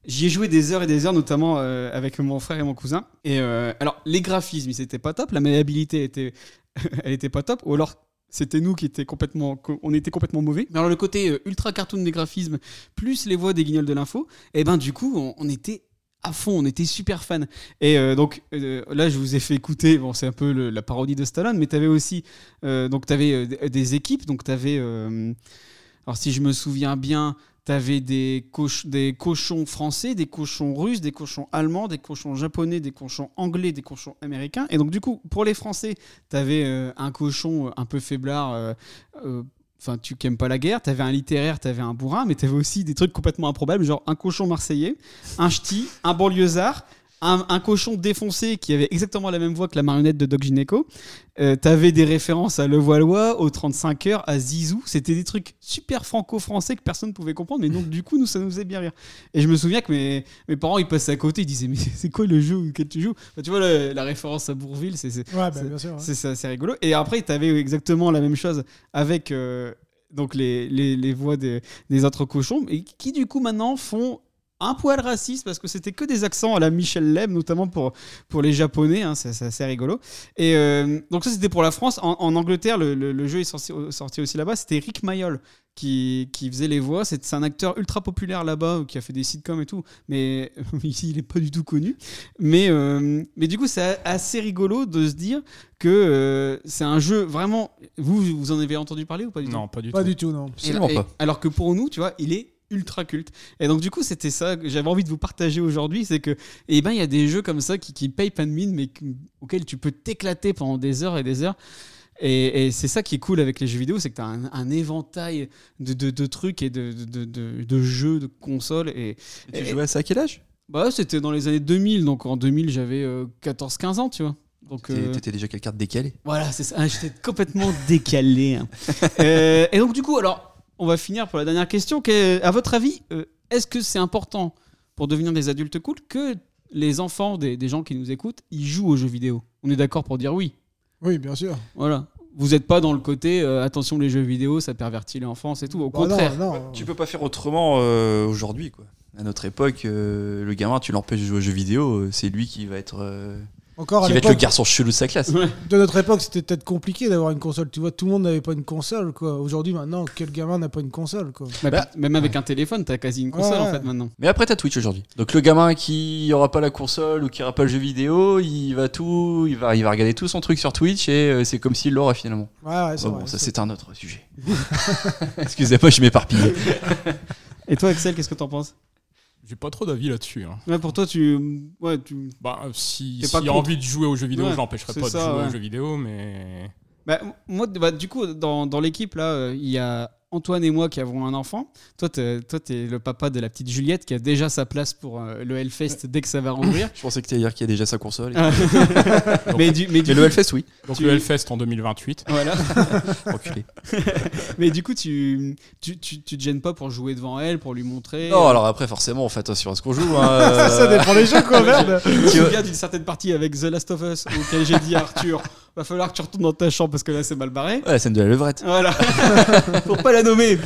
S2: J'y ai joué des heures et des heures, notamment euh, avec mon frère et mon cousin. Et euh, alors, les graphismes, ils étaient pas top. La maniabilité était, elle était pas top. Ou alors, c'était nous qui étaient complètement, qu'on- on était complètement mauvais. Mais alors, le côté euh, ultra cartoon des graphismes, plus les voix des guignols de l'info, et ben du coup, on, on était à fond, on était super fan. Et euh, donc euh, là, je vous ai fait écouter. Bon, c'est un peu le- la parodie de Stallone, mais t'avais aussi euh, donc, tu avais des équipes. Donc, tu avais. alors, si je me souviens bien, tu avais des, coch- des cochons français, des cochons russes, des cochons allemands, des cochons japonais, des cochons anglais, des cochons américains. Et donc, du coup, pour les Français, tu avais un cochon euh, un peu faiblard. euh, euh, Enfin, tu n'aimes pas la guerre, t'avais un littéraire, t'avais un bourrin, mais t'avais aussi des trucs complètement improbables, genre un cochon marseillais, un ch'ti, un banlieusard, un, un cochon défoncé qui avait exactement la même voix que la marionnette de Doc Gineco, euh, T'avais des références à Le Levallois, aux 35 heures, à Zizou. C'était des trucs super franco-français que personne ne pouvait comprendre. Mais donc, du coup, nous, ça nous faisait bien rire. Et je me souviens que mes, mes parents, ils passaient à côté. Ils disaient, mais c'est quoi le jeu auquel tu joues Enfin, Tu vois, le- la référence à Bourville, c'est c'est-
S4: Ouais, bah, bien sûr. ouais.
S2: c'est ça, c'est rigolo. Et après, tu avais exactement la même chose avec euh, donc les, les, les voix des, des autres cochons, et qui du coup maintenant font un poil raciste parce que c'était que des accents à la Michel Lem, notamment pour, pour les Japonais. hein, c'est c'est assez rigolo. Et euh, donc, ça, c'était pour la France. En, en Angleterre, le, le- le jeu est sorti, euh, sorti aussi là-bas. C'était Rick Mayol qui, qui faisait les voix. C'est c'est un acteur ultra populaire là-bas qui a fait des sitcoms et tout, mais ici, il n'est pas du tout connu. Mais, euh, mais du coup, c'est assez rigolo de se dire que euh, c'est un jeu vraiment. Vous, vous en avez entendu parler ou pas du tout
S5: Non, pas du
S4: Pas
S5: tout.
S4: du tout, non.
S2: et-
S7: Absolument
S2: et-
S7: pas.
S2: Alors que pour nous, tu vois, il est ultra culte. Et donc du coup, c'était ça que j'avais envie de vous partager aujourd'hui, c'est que eh ben il y a des jeux comme ça qui, qui payent pas de mine mais qui- auxquels tu peux t'éclater pendant des heures et des heures. Et, et c'est ça qui est cool avec les jeux vidéo, c'est que tu as un, un éventail de, de- de trucs et de, de- de- de jeux, de consoles. Et,
S7: Et tu jouais à ça à quel âge
S2: bah, c'était dans les années 2000, donc en 2000, j'avais 14-15 ans, tu vois. Donc,
S7: T'étais
S2: euh,
S7: t'étais déjà quelqu'un de décalé.
S2: voilà, c'est ça. Ah, J'étais complètement décalé. hein. Euh, et donc, du coup, alors, on va finir pour la dernière question. qui est, à votre avis, euh, est-ce que c'est important pour devenir des adultes cool que les enfants des, des gens qui nous écoutent, ils jouent aux jeux vidéo On est d'accord pour dire oui.
S4: Oui, bien sûr.
S2: Voilà. Vous n'êtes pas dans le côté euh, attention, les jeux vidéo, ça pervertit l'enfance et tout. Au
S4: Bah
S2: contraire.
S4: non, non.
S7: Tu peux pas faire autrement euh, aujourd'hui, quoi. À notre époque, euh, le gamin, tu l'empêches de jouer aux jeux vidéo, euh, c'est lui qui va être, euh,
S4: Encore à
S7: qui va être le
S4: l'époque,
S7: garçon chelou de sa classe.
S2: Ouais.
S4: de notre époque, c'était peut-être compliqué d'avoir une console. Tu vois, tout le monde n'avait pas une console, quoi. Aujourd'hui, maintenant, quel gamin n'a pas une console, quoi
S2: Bah,
S7: Bah,
S2: même avec un téléphone, t'as quasi une console
S4: Ouais,
S2: en
S4: ouais.
S2: fait maintenant.
S7: Mais après, t'as Twitch aujourd'hui. Donc le gamin qui aura pas la console ou qui aura pas le jeu vidéo, il va tout, il va, il va regarder tout son truc sur Twitch et euh, c'est comme s'il l'aura finalement.
S4: Ouais, ouais, c'est
S7: Bon,
S4: vrai,
S7: bon, ça
S4: c'est-
S7: c'est un autre sujet. Excusez-moi, je m'éparpille.
S2: Et toi, Axel, qu'est-ce que t'en penses
S5: J'ai pas trop d'avis là-dessus. hein.
S2: Ouais, Pour toi, tu. Ouais, tu...
S5: Bah, euh, si
S2: T'es
S5: s'il
S2: pas
S5: a
S2: contre.
S5: envie de jouer aux jeux vidéo,
S2: Ouais,
S5: je l'empêcherai
S2: c'est
S5: pas
S2: ça,
S5: de jouer
S2: ouais.
S5: aux jeux vidéo, mais.
S2: Bah, m- moi, d- bah, du coup, dans, dans l'équipe, là, euh, il y a Antoine et moi qui avons un enfant. Toi, t'es, toi, t'es le papa de la petite Juliette qui a déjà sa place pour euh, le Hellfest dès que ça va rouvrir.
S7: Je pensais que t'allais dire qu'il y a déjà sa console. Et...
S2: Ah. mais du, mais du
S7: Mais le
S2: coup-
S7: Hellfest, oui.
S5: Donc
S2: Tu-
S5: le Hellfest en 2028.
S2: Voilà.
S7: Enculé.
S2: Mais du coup, tu, tu, tu, tu te gênes pas pour jouer devant elle, pour lui montrer.
S7: Non, alors après, forcément, on fait attention à ce qu'on joue. hein.
S4: Ça dépend des jeux,
S2: Ah,
S4: quoi, merde
S2: Je me souviens d'une certaine partie avec The Last of Us auquel j'ai dit à Arthur va falloir que tu retournes dans ta chambre parce que là, c'est mal barré.
S7: Ouais, la scène de la levrette.
S2: Voilà. pour pas la nommer.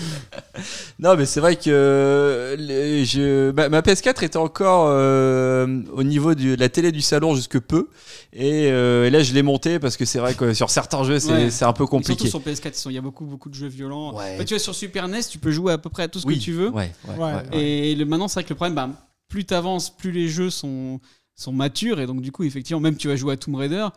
S7: Non, mais c'est vrai que euh, les- je- ma, ma PS4 était encore euh, au niveau du- de la télé du salon jusque peu. Et, euh, et là, je l'ai montée parce que c'est vrai que sur certains jeux, c'est
S2: Ouais.
S7: c'est un peu
S2: Et Surtout
S7: compliqué.
S2: sur PS4, ils sont- il y a beaucoup, beaucoup de jeux violents.
S7: Ouais.
S2: Bah, tu vois, sur Super NES, tu peux jouer à peu près à tout ce
S7: oui,
S2: que tu veux.
S7: Ouais, ouais,
S4: Ouais.
S7: ouais, ouais.
S2: Et le, maintenant, c'est vrai que le problème, bah, plus t'avances, plus les jeux sont, sont matures. Et donc, du coup, effectivement, même tu vas jouer à Tomb Raider,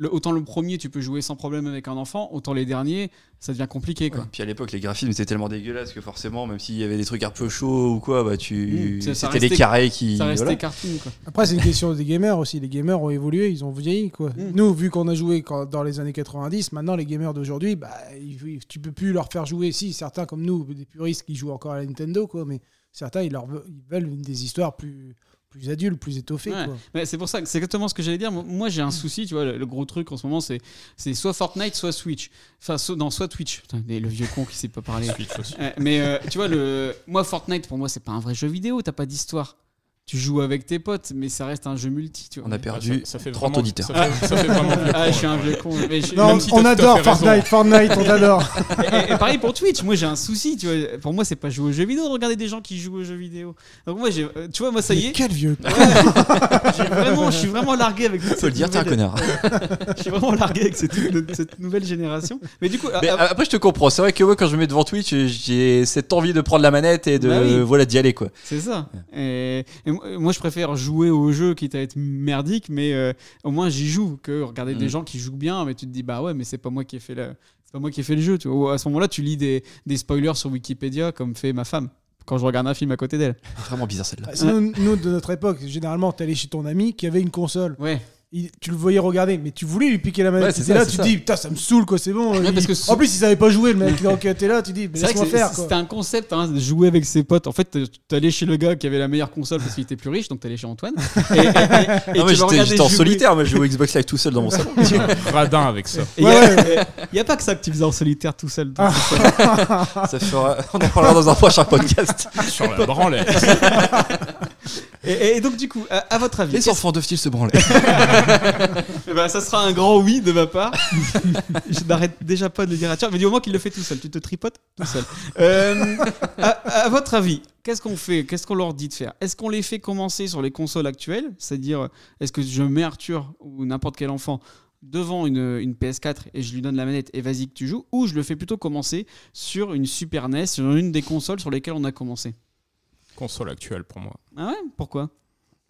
S2: le- autant le premier, tu peux jouer sans problème avec un enfant, autant les derniers, ça devient compliqué. Quoi.
S7: Ouais. Puis à l'époque, les graphismes étaient tellement dégueulasses que forcément, même s'il y avait des trucs un peu chauds ou quoi, bah, tu...
S2: Mm, ça- ça
S7: c'était les
S2: restait-
S7: carrés qui.
S2: Ça restait
S7: voilà.
S2: cartoon. Quoi.
S4: Après, c'est une question des gamers aussi. Les gamers ont évolué, ils ont vieilli. Quoi.
S2: Mm.
S4: Nous, vu qu'on a joué quand- dans les années 90, maintenant, les gamers d'aujourd'hui, bah, ils- ils- tu peux plus leur faire jouer. Si, certains comme nous, des puristes qui jouent encore à la Nintendo, quoi, mais certains, ils, leur ve- ils veulent des histoires plus, plus adultes, plus étoffées.
S2: Ouais.
S4: quoi.
S2: Mais c'est pour ça que c'est exactement ce que j'allais dire. Moi- Moi, j'ai un souci, tu vois, le, le gros truc en ce moment, c'est c'est soit Fortnite, soit Switch. Enfin, so- non, soit Twitch. Putain, le vieux con qui sait pas parler.
S5: Switch aussi.
S2: Ouais, mais euh, tu vois, le... moi, Fortnite, pour moi, c'est pas un vrai jeu vidéo, t'as pas d'histoire. Tu joues avec tes potes, mais ça reste un jeu multi, tu vois.
S7: On a perdu
S5: Ah, ça, ça fait
S7: 30
S5: vraiment-
S7: auditeurs.
S5: Ça fait, ça fait vraiment vieux
S2: Ah, je
S5: con,
S2: suis un
S5: ouais.
S2: vieux con. mais je-
S4: Non,
S2: même
S4: on,
S2: si-
S5: t'as tout à
S4: adore
S5: fait raison.
S4: Fortnite, Fortnite, on adore.
S2: et, et pareil pour Twitch, moi j'ai un souci, tu vois. Pour moi, c'est pas jouer aux jeux vidéo de regarder des gens qui jouent aux jeux vidéo. Donc moi, j'ai, euh, tu vois, moi ça y
S4: Mais
S2: est,
S4: Quel vieux.
S2: ouais, j'ai vraiment, je suis vraiment largué avec. toute
S7: Faut le
S2: cette
S7: dire, t'es un
S2: nouvelle-
S7: connard.
S2: Je suis vraiment largué avec cette, cette nouvelle génération. Mais du coup,
S7: Mais euh,
S2: ah, ah,
S7: après, je te comprends. C'est vrai que moi, quand je me mets devant Twitch, j'ai cette envie de prendre la manette et de
S2: Bah oui.
S7: voilà d'y aller quoi.
S2: C'est ça. Et, et moi- moi, je préfère jouer au jeu quitte à être merdique, mais euh, au moins j'y joue que regarder
S7: Mm.
S2: des gens qui jouent bien. Mais tu te dis, bah ouais, mais c'est pas moi qui ai fait le, c'est pas moi qui ai fait le jeu. Tu vois. Ou À ce moment-là, tu lis des, des spoilers sur Wikipédia comme fait ma femme quand je regarde un film à côté d'elle.
S7: Vraiment bizarre celle-là.
S4: Bah, sinon, nous, de notre époque, généralement, t'allais chez ton ami qui avait une console.
S2: Ouais.
S4: Il- tu le voyais regarder, mais tu voulais lui piquer la manette.
S7: Ouais, c'est
S4: T'étais
S7: ça,
S4: là,
S7: c'est
S4: tu
S7: ça.
S4: te dis, putain, ça me saoule, quoi, c'est bon.
S2: Ouais,
S4: Il-
S2: parce que-
S4: En plus, ils savaient pas jouer, le mec. Donc, t'es là, tu dis, mais
S2: C'est vrai que
S4: laisse-moi
S2: c'est-
S4: faire, quoi.
S2: c'était un concept hein, de jouer avec ses potes. En fait, t'es- t'allais chez le gars qui avait la meilleure console parce qu'il était plus riche, donc t'allais chez Antoine. Et, et- et- et
S7: Non, mais
S2: tu le
S7: j'étais
S2: regardais
S7: j'étais en
S2: jouer.
S7: solitaire, moi je jouais au Xbox Live tout seul dans mon salon.
S5: Radin avec ça.
S2: Il
S4: Ouais,
S2: n'y a pas que ça que tu faisais en solitaire tout seul. donc.
S7: Ça fera... On en parlera dans un prochain podcast.
S5: Sur la branlette.
S2: Et, et donc, du coup, à, à votre avis,
S7: Les enfants doivent-ils se branler
S2: Eh ben, ça sera un grand oui de ma part. je n'arrête déjà pas de le dire à Arthur, mais du moment qu'il le fait tout seul, tu te tripotes tout seul. Euh, à, à votre avis, qu'est-ce qu'on fait Qu'est-ce qu'on leur dit de faire Est-ce qu'on les fait commencer sur les consoles actuelles C'est-à-dire, est-ce que je mets Arthur ou n'importe quel enfant devant une, une PS4 et je lui donne la manette et vas-y que tu joues Ou je le fais plutôt commencer sur une Super NES, sur une des consoles sur lesquelles on a commencé
S5: Console actuelle pour moi.
S2: Ah ouais Pourquoi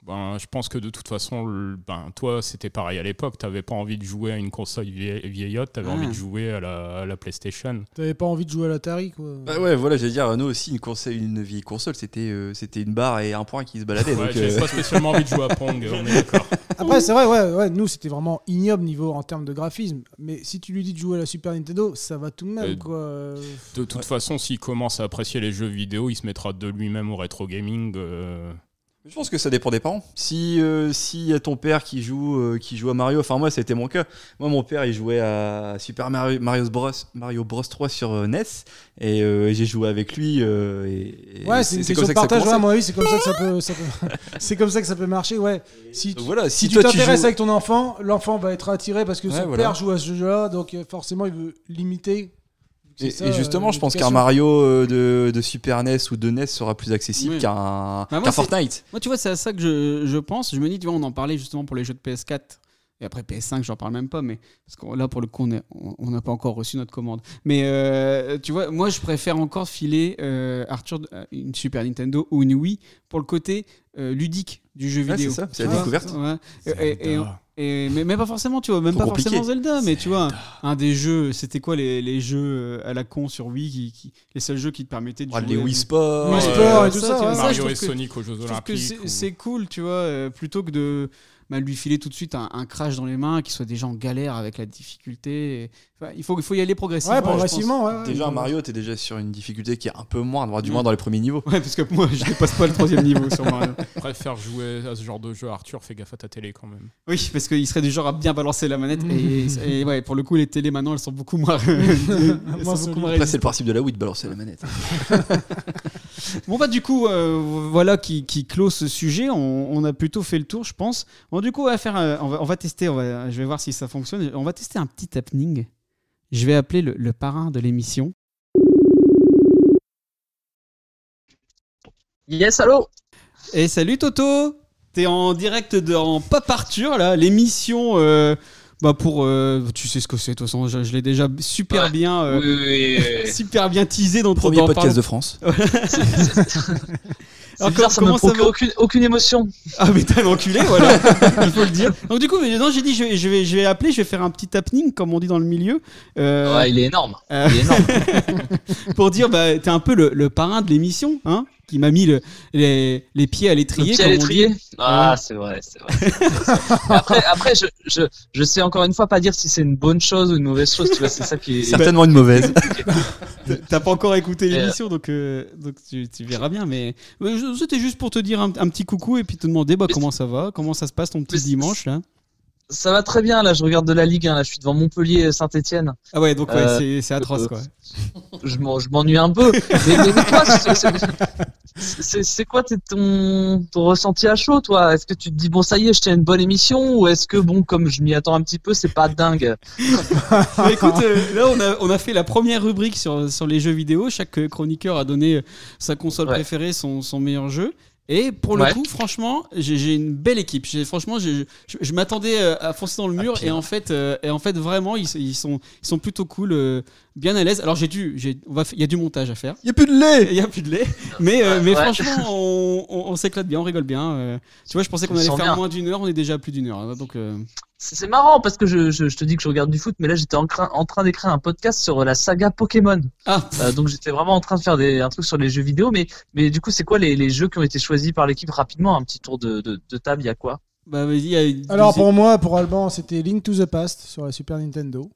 S5: Ben, je pense que de toute façon, le- ben, toi, c'était pareil à l'époque. T'avais pas envie de jouer à une console vieille- vieillotte, t'avais
S2: Ah.
S5: envie de jouer à la, à la PlayStation.
S4: T'avais pas envie de jouer à l'Atari, quoi.
S7: Bah ouais, voilà, j'allais dire, nous aussi, une, console, une vieille console, c'était euh, c'était une barre et un point qui se baladaient.
S5: Ouais,
S7: donc,
S5: j'avais
S7: euh,
S5: pas spécialement envie de jouer à Pong, on est d'accord.
S4: Après, c'est vrai, ouais, ouais, nous, c'était vraiment ignoble niveau en termes de graphisme. Mais si tu lui dis de jouer à la Super Nintendo, ça va tout de même,
S5: Euh,
S4: quoi. Euh,
S5: De toute façon, s'il commence à apprécier les jeux vidéo, il se mettra de lui-même au rétro gaming. euh,
S7: Je pense que ça dépend des parents. Si euh, si y a ton père qui joue euh, qui joue à Mario, enfin moi c'était mon cas. Moi mon père il jouait à Super Mario Mario Bros Mario Bros 3 sur euh, NES et euh, j'ai joué avec lui. euh, et, et
S4: Ouais, c'est une question de partage. Ouais, à mon avis, c'est comme ça que ça peut, ça peut- c'est comme ça que ça peut marcher, ouais. Si tu,
S7: Donc voilà, si,
S4: si tu
S7: toi tu joues,
S4: t'intéresses avec ton enfant, l'enfant va être attiré parce que
S7: Ouais,
S4: son
S7: voilà.
S4: père joue à ce jeu-là, donc euh, forcément, il veut l'imiter. C'est
S7: et,
S4: ça,
S7: et justement
S4: euh,
S7: je pense qu'un
S4: l'éducation.
S7: Mario euh, de, de Super NES ou de NES sera plus accessible
S2: Oui.
S7: qu'un
S4: Bah,
S2: moi,
S7: qu'un
S2: c'est-
S7: Fortnite.
S2: Moi, tu vois, c'est à ça que je, je pense. Je me dis, tu vois, on en parlait justement pour les jeux de PS4. Et après PS5, j'en parle même pas, mais parce que là, pour le coup, on est- on on n'a pas encore reçu notre commande. Mais euh, tu vois, moi, je préfère encore filer euh, Arthur euh, une Super Nintendo ou une Wii pour le côté euh, ludique du jeu
S7: Ouais,
S2: vidéo.
S7: c'est ça, c'est
S2: Tu
S7: la
S2: vois,
S7: découverte.
S2: ouais. Et- et-
S4: euh,
S2: et- et- mais, mais pas forcément, tu vois, même
S7: Trop
S2: pas
S7: compliqué.
S2: forcément Zelda, mais tu vois, un des jeux, c'était quoi les, les jeux euh, à la con sur Wii, qui, qui- les seuls jeux qui te permettaient de
S7: Ah,
S2: jouer
S7: les
S2: à-
S7: Wii Sports.
S4: Wii
S7: euh,
S4: Sports et tout
S2: ça,
S4: ça,
S2: tu vois,
S4: ouais.
S2: Ah, ça, je
S5: Mario
S2: trouve
S5: et
S2: que-
S5: Sonic aux Jeux
S2: je trouve que
S5: Olympiques.
S2: c'est
S5: ou-
S2: c'est cool, tu vois, euh, plutôt que de bah, lui filer tout de suite un, un crash dans les mains, qu'il soit déjà en galère avec la difficulté. Et- enfin, il, faut, il faut y aller progressivement.
S4: Ouais,
S2: je pense.
S4: progressivement, ouais, ouais.
S7: Déjà Mario t'es déjà sur une difficulté qui est un peu moindre, voire du moins dans les premiers niveaux.
S2: Ouais, parce que moi, je dépasse pas le troisième niveau sur Mario.
S5: Préfère jouer à ce genre de jeu, Arthur, fais gaffe à ta télé quand même.
S2: Oui, parce qu'il serait du genre à bien balancer la manette. Et, et ouais, pour le coup, les télés maintenant, elles sont beaucoup moins. elles sont
S4: Moins
S2: beaucoup moins
S7: Après c'est le principe de la Wii de balancer la manette.
S2: Bon bah du coup euh, voilà qui, qui clôt ce sujet. On, on a plutôt fait le tour je pense. Bon du coup on va faire euh, on, va, on va tester. on va- je vais voir si ça fonctionne. On va tester un petit happening. Je vais appeler le, le parrain de l'émission.
S3: Yes, allô
S2: Et salut Toto. T'es en direct de, en Pop Arthur là l'émission. euh, bah pour euh, tu sais ce que c'est de toute façon je, je l'ai déjà super
S3: Ouais.
S2: bien euh,
S3: Oui, oui, oui, oui.
S2: super bien teasé dans
S7: Premier podcast de France.
S3: C'est bizarre, ça me
S2: Comment ça
S3: procure
S2: va
S3: aucune, aucune émotion.
S2: Ah mais t'es un enculé, voilà, il faut le dire. Donc du coup, mais non, j'ai dit, je vais, je, vais, je vais appeler, je vais faire un petit happening, comme on dit dans le milieu, euh,
S3: Ouais, il est énorme.
S2: euh,
S3: Il est énorme.
S2: pour dire, bah, t'es un peu le, le parrain de l'émission, hein, qui m'a mis le- les, les pieds à
S3: Le
S2: l'étrier.
S3: pied à
S2: comme on
S3: l'étrier.
S2: dit.
S3: Ah, c'est vrai, c'est vrai. c'est vrai, c'est vrai. Mais Après, après je, je, je sais encore une fois pas dire si c'est une bonne chose ou une mauvaise chose, tu vois, c'est ça qui est.
S7: Certainement une mauvaise.
S2: T'as pas encore écouté
S3: Et, euh,
S2: l'émission, donc, euh, donc tu, tu verras bien, mais mais je- c'était juste pour te dire un, un petit coucou et puis te demander bah,
S3: Mais-
S2: comment ça va, comment ça se passe ton petit
S3: Mais-
S2: dimanche, là.
S3: Ça va très bien, là, je regarde de la Ligue 1, là, je suis devant Montpellier Saint-Etienne.
S2: Ah ouais, donc ouais,
S3: Euh,
S2: c'est- c'est atroce,
S3: euh,
S2: quoi.
S3: Je m'en- je m'ennuie un peu. Mais, mais- mais toi, c'est- c'est- c'est c'est quoi t'es- ton, ton ressenti à chaud, toi Est-ce que tu te dis, bon, ça y est, je tiens une bonne émission Ou est-ce que, bon, comme je m'y attends un petit peu, c'est pas dingue
S2: Bah, écoute, euh, là on a, on a fait la première rubrique sur, sur les jeux vidéo. Chaque euh, chroniqueur a donné euh, sa console
S3: Ouais.
S2: préférée, son, son meilleur jeu. Et pour le
S3: Ouais.
S2: coup, franchement, j'ai j'ai une belle équipe. J'ai- Franchement, j'ai- je, je m'attendais euh, à foncer dans le mur et en fait, euh, et en fait vraiment, ils, ils sont, ils sont plutôt cool, euh, bien à l'aise. Alors j'ai dû, j'ai- on va, f- il y a du montage à faire.
S7: Il n'y a plus de lait
S2: Il y a plus de lait, mais, euh,
S3: Ouais,
S2: mais
S3: ouais.
S2: franchement, on, on- on s'éclate bien, on rigole bien. euh. tu vois, je pensais qu'on
S3: Ils
S2: allait
S3: sont
S2: faire
S3: bien.
S2: moins d'une heure, on est déjà à plus d'une heure. hein, Donc euh,
S3: C'est c'est marrant parce que je, je, je te dis que je regarde du foot, mais là j'étais en, crain- en train d'écrire un podcast sur la saga Pokémon.
S2: ah, pff,
S3: Euh, donc j'étais vraiment en train de faire des, un truc sur les jeux vidéo, mais, mais du coup, c'est quoi les, les jeux qui ont été choisis par l'équipe rapidement Un petit tour de, de, de table, il y a quoi
S2: bah vas-y. il y a-
S4: Alors pour moi, pour Alban, c'était Link to the Past sur la Super Nintendo.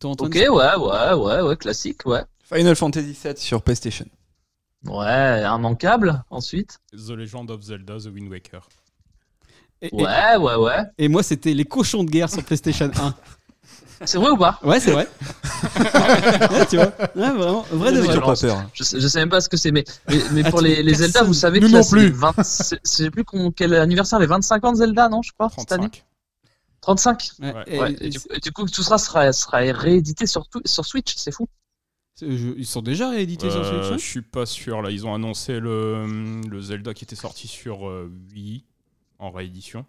S2: Toi, Antoine,
S3: Ok, ouais, ouais, ouais, ouais, classique, ouais.
S7: Final Fantasy VII sur PlayStation.
S3: Ouais, immanquable, ensuite.
S5: The Legend of Zelda, The Wind Waker.
S2: et- et-
S3: Ouais, ouais, ouais.
S2: Et moi, c'était les cochons de guerre sur PlayStation
S3: C'est vrai ou pas
S2: 1. Ouais, c'est vrai. Ouais, tu vois. Ouais, vraiment. Vrai de
S7: J'ai
S2: vrai.
S7: toujours pas peur. hein.
S3: je sais, je sais même pas ce que c'est, mais, mais, mais pour les, les Zelda,
S2: personne.
S3: vous savez
S4: Nous
S3: que là,
S4: non
S3: c'est
S4: plus.
S3: les 20 c'est- je sais plus con- quel anniversaire, les 25 ans de Zelda, non, je crois, Oh, cette année
S5: 35.
S3: 35
S2: Ouais,
S5: Ouais.
S2: et-
S3: Ouais, et
S2: et-
S3: du, et du coup, tout ça sera, sera réédité sur, tout- sur Switch, c'est fou.
S2: c'est- je- ils sont déjà réédités sur
S5: Euh,
S2: Switch hein.
S5: je suis pas sûr, là. Ils ont annoncé hum, le, le Zelda qui était sorti sur euh, Wii en réédition.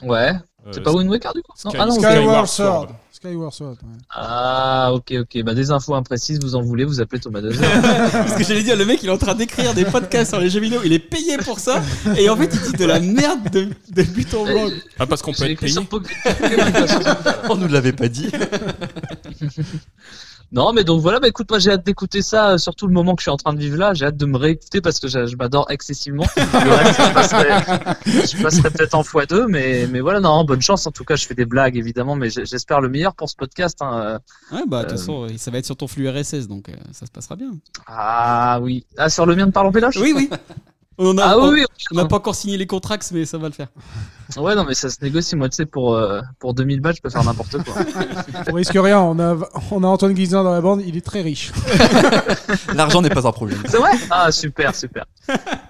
S3: Ouais. C'est
S5: Euh,
S3: pas Wind Waker du coup Non,
S5: Sky-
S3: Ah non,
S5: Sky-
S3: ok.
S5: Skyward
S4: Skyward
S5: Sword.
S4: Sword. Skyward Sword. ouais.
S3: Ah, ok, ok. Bah, des infos imprécises, vous en voulez, vous appelez Thomas Dozer.
S2: Parce que j'allais dire, le mec, il est en train d'écrire des podcasts sur les jeux vidéo, il est payé pour ça, et en fait, il dit de la merde de, de but en blanc.
S5: Ah, parce qu'on peut
S3: J'ai
S5: être
S3: écrit
S5: payé.
S3: sur Poké- Pokémon, de toute façon.
S7: On nous l'avait pas dit.
S3: Non, mais donc voilà, bah écoute, moi j'ai hâte d'écouter ça, euh, surtout le moment que je suis en train de vivre là. J'ai hâte de me réécouter parce que j'a- je m'adore excessivement. Le reste, je passerai, je passerai peut-être en x2, mais, mais voilà, non, bonne chance. En tout cas, je fais des blagues évidemment, mais j'- j'espère le meilleur pour ce podcast. hein.
S2: Ouais, bah, de toute
S3: Euh.
S2: façon, ça va être sur ton flux RSS, donc euh, ça se passera bien.
S3: Ah oui. Ah, sur le mien de Parlons Péloche
S2: Oui, oui. On en a,
S3: Ah
S2: on-
S3: oui,
S2: on n'a pas encore signé les contrats, mais ça va le faire.
S3: oui. Ouais, non, mais ça se négocie. Moi, tu sais, pour, euh, pour 2000 balles, je peux faire n'importe quoi.
S4: On risque rien, on a, on a Antoine Guizin dans la bande, il est très riche.
S7: L'argent n'est pas un problème.
S3: C'est vrai Ah, super, super.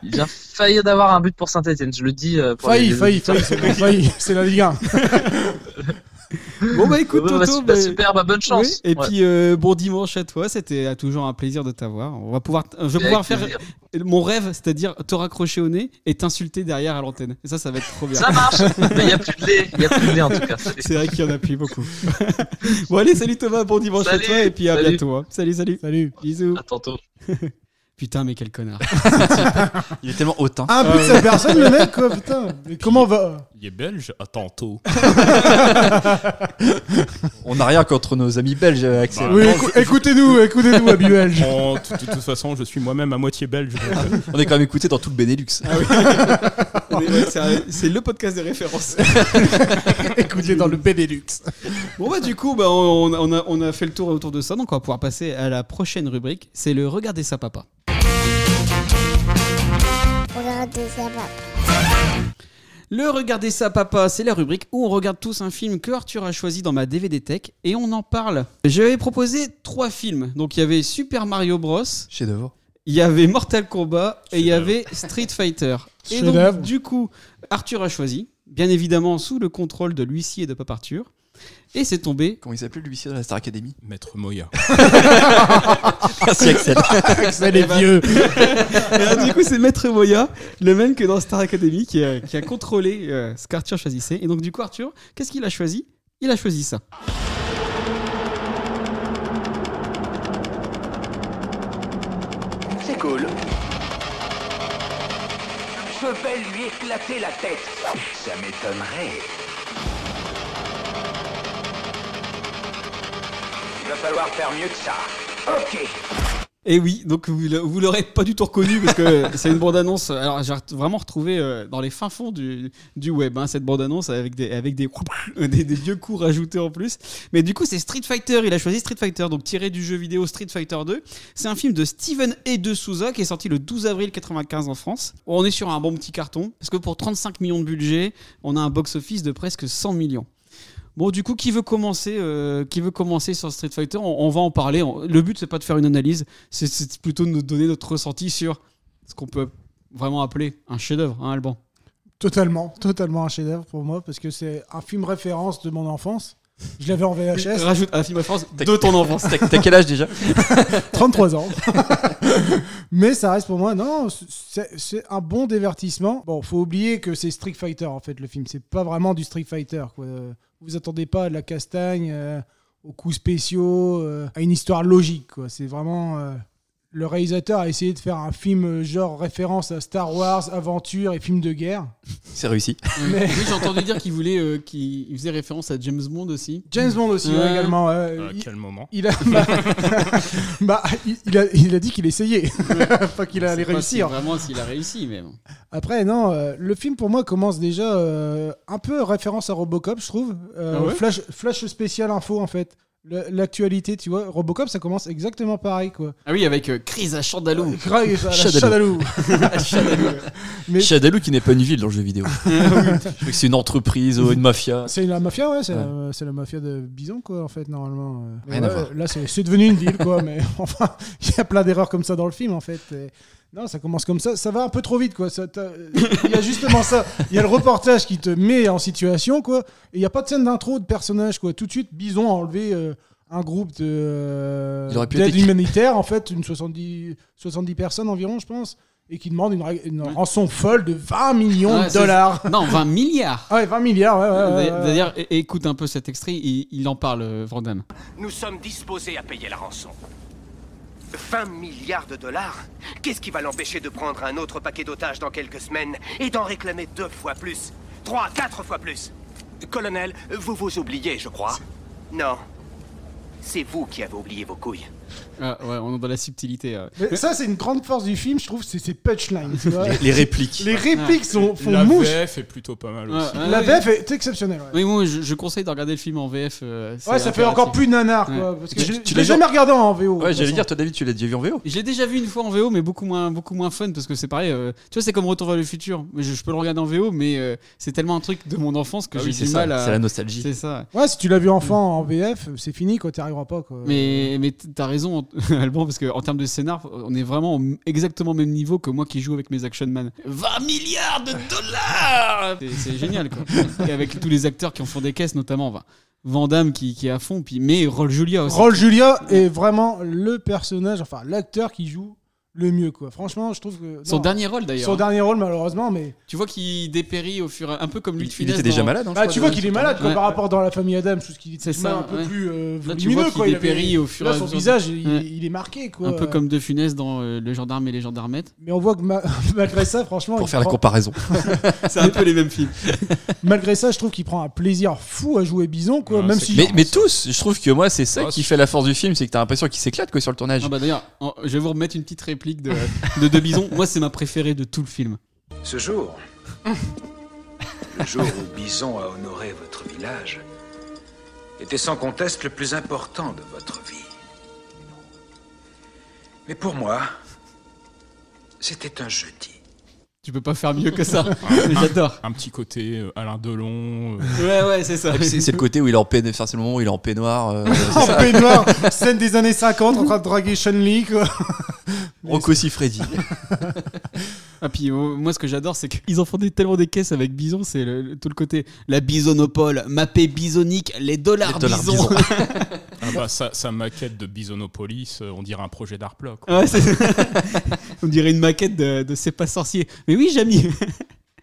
S3: J'ai failli d'avoir un but pour Saint-Etienne, je le dis. euh, pour
S4: Failli,
S3: les-
S4: failli, failli, c'est bon, failli, c'est la Ligue 1.
S2: Bon, bah, écoute,
S3: Ouais, bah,
S2: Toto,
S3: super,
S2: bah,
S3: super, bah, bonne
S2: oui,
S3: chance.
S2: et
S3: Ouais.
S2: puis euh, bon dimanche à toi, c'était euh, toujours un plaisir de t'avoir. On va pouvoir, t- euh, je vais pouvoir
S3: Avec
S2: faire
S3: plaisir.
S2: mon rêve, c'est-à-dire te raccrocher au nez et t'insulter derrière à l'antenne. Et ça, ça va être trop bien.
S3: Ça marche Mais il n'y a plus de lait, il n'y a plus de lait en tout cas.
S2: C'est vrai qu'il y en a plus beaucoup. bon, allez, salut Thomas, bon dimanche à
S3: Salut,
S2: toi et puis à
S3: salut. Ah.
S2: bientôt. hein. Salut, salut.
S4: Salut.
S2: Bisous.
S3: À tantôt.
S2: Putain, mais quel connard.
S7: Il est tellement hautain.
S4: Un but de sa personne, le mec, quoi, putain. Euh, Mais comment va
S5: Il est belge À tantôt.
S7: On n'a rien contre nos amis belges, euh, Axel.
S5: Bah,
S4: Oui, écou- écoutez-nous, écoutez-nous, habits belges.
S5: Bon, de toute de toute façon, je suis moi-même à moitié belge. donc, euh,
S7: On est quand même écouté dans tout le Benelux.
S4: Ah
S2: Mais ouais, c'est un- c'est le podcast de référence.
S4: Écoutez dans le Benelux.
S2: Bon, bah, du coup, bah, on, on a, on a fait le tour autour de ça, donc on va pouvoir passer à la prochaine rubrique. C'est le Regardez ça, papa.
S1: Regardez ça, papa.
S2: Le Regardez ça, papa, c'est la rubrique où on regarde tous un film que Arthur a choisi dans ma DVD Tech et on en parle. J'avais proposé trois films. Donc, il y avait Super Mario Bros.
S7: Chez d'œuvre.
S2: Il y avait Mortal Kombat et il y
S5: Chef-d'œuvre.
S2: avait Street Fighter. Et
S4: Chef-d'œuvre.
S2: donc, du coup, Arthur a choisi, bien évidemment sous le contrôle de l'huissier et de Papa Arthur. Et c'est tombé.
S7: Comment il s'appelait l'huissier de la Star Academy
S5: Maître Moya.
S7: Merci, Axel.
S4: Ça, les vieux.
S2: Et alors, ben, du coup, c'est Maître Moya, le même que dans Star Academy, qui a, qui a contrôlé euh, ce qu'Arthur choisissait. Et donc, du coup, Arthur, qu'est-ce qu'il a choisi Il a choisi ça.
S8: C'est cool. Je vais lui éclater la tête. Ça m'étonnerait. Il va falloir faire mieux que ça. Ok.
S2: Et Eh oui, donc vous, le- vous l'aurez pas du tout reconnu parce que c'est une bande-annonce. euh, Alors j'ai ret- vraiment retrouvé euh, dans les fins fonds du, du web hein, cette bande-annonce avec des avec des, des des vieux coups rajoutés en plus. Mais du coup c'est Street Fighter. Il a choisi Street Fighter, donc tiré du jeu vidéo Street Fighter 2. C'est un film de Steven et de Souza qui est sorti le 12 avril 95 en France. On est sur un bon petit carton parce que pour 35 millions de budget, on a un box-office de presque 100 millions. Bon, du coup, qui veut commencer, euh, qui veut commencer sur Street Fighter on, on va en parler. On- le but, c'est pas de faire une analyse, c'est- c'est plutôt de nous donner notre ressenti sur ce qu'on peut vraiment appeler un chef-d'œuvre, hein, Alban.
S4: Totalement, totalement un chef-d'œuvre pour moi parce que c'est un film référence de mon enfance. Je l'avais en VHS,
S2: Rajoute un film à France de ton enfance.
S7: T'as t'as quel âge déjà
S4: 33 ans. Mais ça reste pour moi, non, c'est c'est un bon divertissement. Bon, faut oublier que c'est Street Fighter en fait le film, c'est pas vraiment du Street Fighter. Quoi. Euh, Vous attendez pas à de la castagne, euh, aux coups spéciaux, euh, à une histoire logique. quoi. C'est vraiment. euh, le réalisateur a essayé de faire un film euh, genre référence à Star Wars, aventure et film de guerre.
S7: C'est réussi.
S2: Oui, j'ai entendu dire qu'il voulait, euh, qu'il il faisait référence à James Bond aussi.
S4: James Bond aussi, ouais,
S2: Ouais.
S4: également. ouais.
S5: À
S4: Euh, Il-
S5: quel moment
S4: Il a, bah, bah, il, il a, il a dit qu'il essayait, pas qu'il allait
S2: Je sais pas si
S4: réussir.
S2: Vraiment, s'il a réussi, mais bon.
S4: Après, non, euh, le film pour moi commence déjà euh, un peu référence à Robocop, je trouve. Euh,
S2: Ah ouais
S4: flash, flash spécial info, en fait. Le- L'actualité, tu vois, Robocop, ça commence exactement pareil, quoi.
S2: Ah oui, avec euh, Chris à Chandalou.
S4: Grave, à la
S7: Chadalou.
S4: Chadalou. Mais-
S7: Shadaloo qui n'est pas une ville dans le jeu vidéo. Je crois que c'est une entreprise ou une mafia.
S4: Bah, C'est la mafia, ouais, c'est
S7: Ouais.
S4: la- c'est la, mafia de Bison, quoi, en fait, normalement. Euh, mais
S7: Rien à
S4: ouais,
S7: voir.
S4: Là, c'est c'est devenu une ville, quoi, mais enfin, il y a plein d'erreurs comme ça dans le film, en fait. Et non, ça commence comme ça, ça va un peu trop vite, quoi. ça t'a- Il y a justement ça. Il y a le reportage qui te met en situation, quoi. Et il n'y a pas de scène d'intro de personnage, quoi. Tout de suite, Bison a enlevé. euh, un groupe de, euh,
S7: Il aurait pu
S4: d'aide
S7: être-
S4: humanitaire, en fait, une 70, 70 personnes environ, je pense. et qui demande une, ra- une rançon folle de 20 millions
S2: Ouais,
S4: de
S2: c'est-
S4: dollars.
S2: Non, 20 milliards
S4: Ah ouais, 20 milliards, ouais, ouais, ouais, ouais.
S2: D'ailleurs, é- écoute un peu cet extrait, il, il en parle, euh, Van Damme.
S8: Nous sommes disposés à payer la rançon. 20 milliards de dollars Qu'est-ce qui va l'empêcher de prendre un autre paquet d'otages dans quelques semaines et d'en réclamer deux fois plus Trois, quatre fois plus Colonel, vous vous oubliez, je crois. Non. C'est vous qui avez oublié vos couilles.
S2: Ah, ouais, on est dans la subtilité. euh.
S4: Mais ça, c'est une grande force du film, je trouve, c'est ses punchlines. tu vois.
S7: Les répliques.
S4: Les répliques sont, font
S5: La
S4: mouche.
S5: VF est plutôt pas mal aussi.
S2: Ouais, ouais,
S4: La
S2: oui.
S4: VF est exceptionnelle. Ouais,
S2: Oui, moi, je, je conseille de regarder le film en VF. euh, c'est
S4: Ouais, ça fait
S2: impératif.
S4: encore plus nanar, quoi.
S2: Ouais.
S4: Parce que
S7: Tu-
S4: je
S7: tu
S4: je
S7: l'as
S4: l'ai jamais regardé en VO. de
S7: Ouais,
S4: toute
S7: j'allais
S4: façon.
S7: dire, toi David, tu l'as déjà vu en VO
S2: Je l'ai déjà vu une fois en VO, mais beaucoup moins, beaucoup moins fun parce que c'est pareil. euh, tu vois, c'est comme Retour vers le futur. Je, je peux le regarder en VO, mais euh, c'est tellement un truc de mon enfance que
S7: Ah
S2: j'ai
S7: oui, c'est
S2: du
S7: ça,
S2: mal à.
S7: c'est la nostalgie.
S2: C'est ça.
S4: Ouais, si tu l'as vu enfant en VF, c'est fini, quoi. T'y arriveras pas, quoi.
S2: Mais, mais t- t'as raison, Alban, parce qu'en termes de scénar, on est vraiment au m- exactement au même niveau que moi qui joue avec mes Action Man. 20 milliards de dollars C'est- C'est génial, quoi. Et avec tous les acteurs qui en font des caisses, notamment enfin, Van Damme qui, qui est à fond, puis, mais Roll Julia aussi.
S4: Raoul Julia est vraiment le personnage, enfin l'acteur qui joue le mieux, quoi. Franchement, je trouve que.
S2: Son
S4: non,
S2: dernier rôle d'ailleurs. hein.
S4: son dernier rôle, malheureusement, mais.
S2: Tu vois qu'il dépérit au fur et un peu comme lui
S7: Il,
S2: de
S7: il
S2: Funès
S7: était déjà
S2: dans-
S7: malade, hein, je
S4: Bah,
S7: crois,
S4: tu vois
S7: dans-
S4: qu'il est malade quoi,
S2: Ouais.
S4: par rapport dans la famille Adam, tout ce qui est
S2: C'est ça,
S4: un peu
S2: ouais.
S4: plus euh,
S2: Là, tu vois
S4: volumineux,
S2: qu'il
S4: quoi. Il avait-
S2: dépérit au fur et
S4: Là,
S2: à
S4: son
S2: mesure.
S4: visage, il,
S2: Ouais.
S4: il est marqué, quoi.
S2: Un peu comme De Funès dans euh, Le Gendarme et les Gendarmettes.
S4: Mais on voit que ma- malgré ça, franchement,
S7: Pour
S4: il
S7: faire la
S4: prend-
S7: comparaison.
S2: C'est un peu les mêmes films.
S4: malgré ça, je trouve qu'il prend un plaisir fou à jouer Bison, quoi.
S5: Ouais,
S4: même
S5: c'est
S4: si.
S5: clair.
S7: Mais, mais tous, je trouve que moi, c'est ça
S5: Ah,
S7: qui
S5: c'est-
S7: fait la force du film, c'est que t'as l'impression qu'il s'éclate quoi sur le tournage.
S2: Ah bah d'ailleurs, en- je vais vous remettre une petite réplique de de, de Bison. Moi, c'est ma préférée de tout le film.
S9: Ce jour, le jour où Bison a honoré votre village, était sans conteste le plus important de votre vie. Mais pour moi, c'était un jeudi.
S2: Tu peux pas faire mieux que ça. J'adore.
S5: Un petit côté euh, Alain Delon. euh,
S2: Ouais, ouais, c'est ça.
S7: Et puis, Ah, C'est c'est le côté où il est en peine, enfin, c'est le moment où il est en peignoir. euh,
S4: En peignoir, scène des années 50 en train de draguer Chun Li, quoi.
S7: Rocco Siffredi.
S2: Ah, puis euh, moi, ce que j'adore, c'est qu'ils en font des- tellement des caisses avec Bison, c'est le- le- tout le côté la bisonopole, mappé bisonique, les dollars,
S7: Les dollars
S2: bison.
S7: bison.
S5: ah bah, sa, sa maquette de Bisonopolis, euh, on dirait un projet d'art plat, quoi.
S2: Ouais, c'est- On dirait une maquette de, de C'est pas sorcier. Mais oui, Jamy.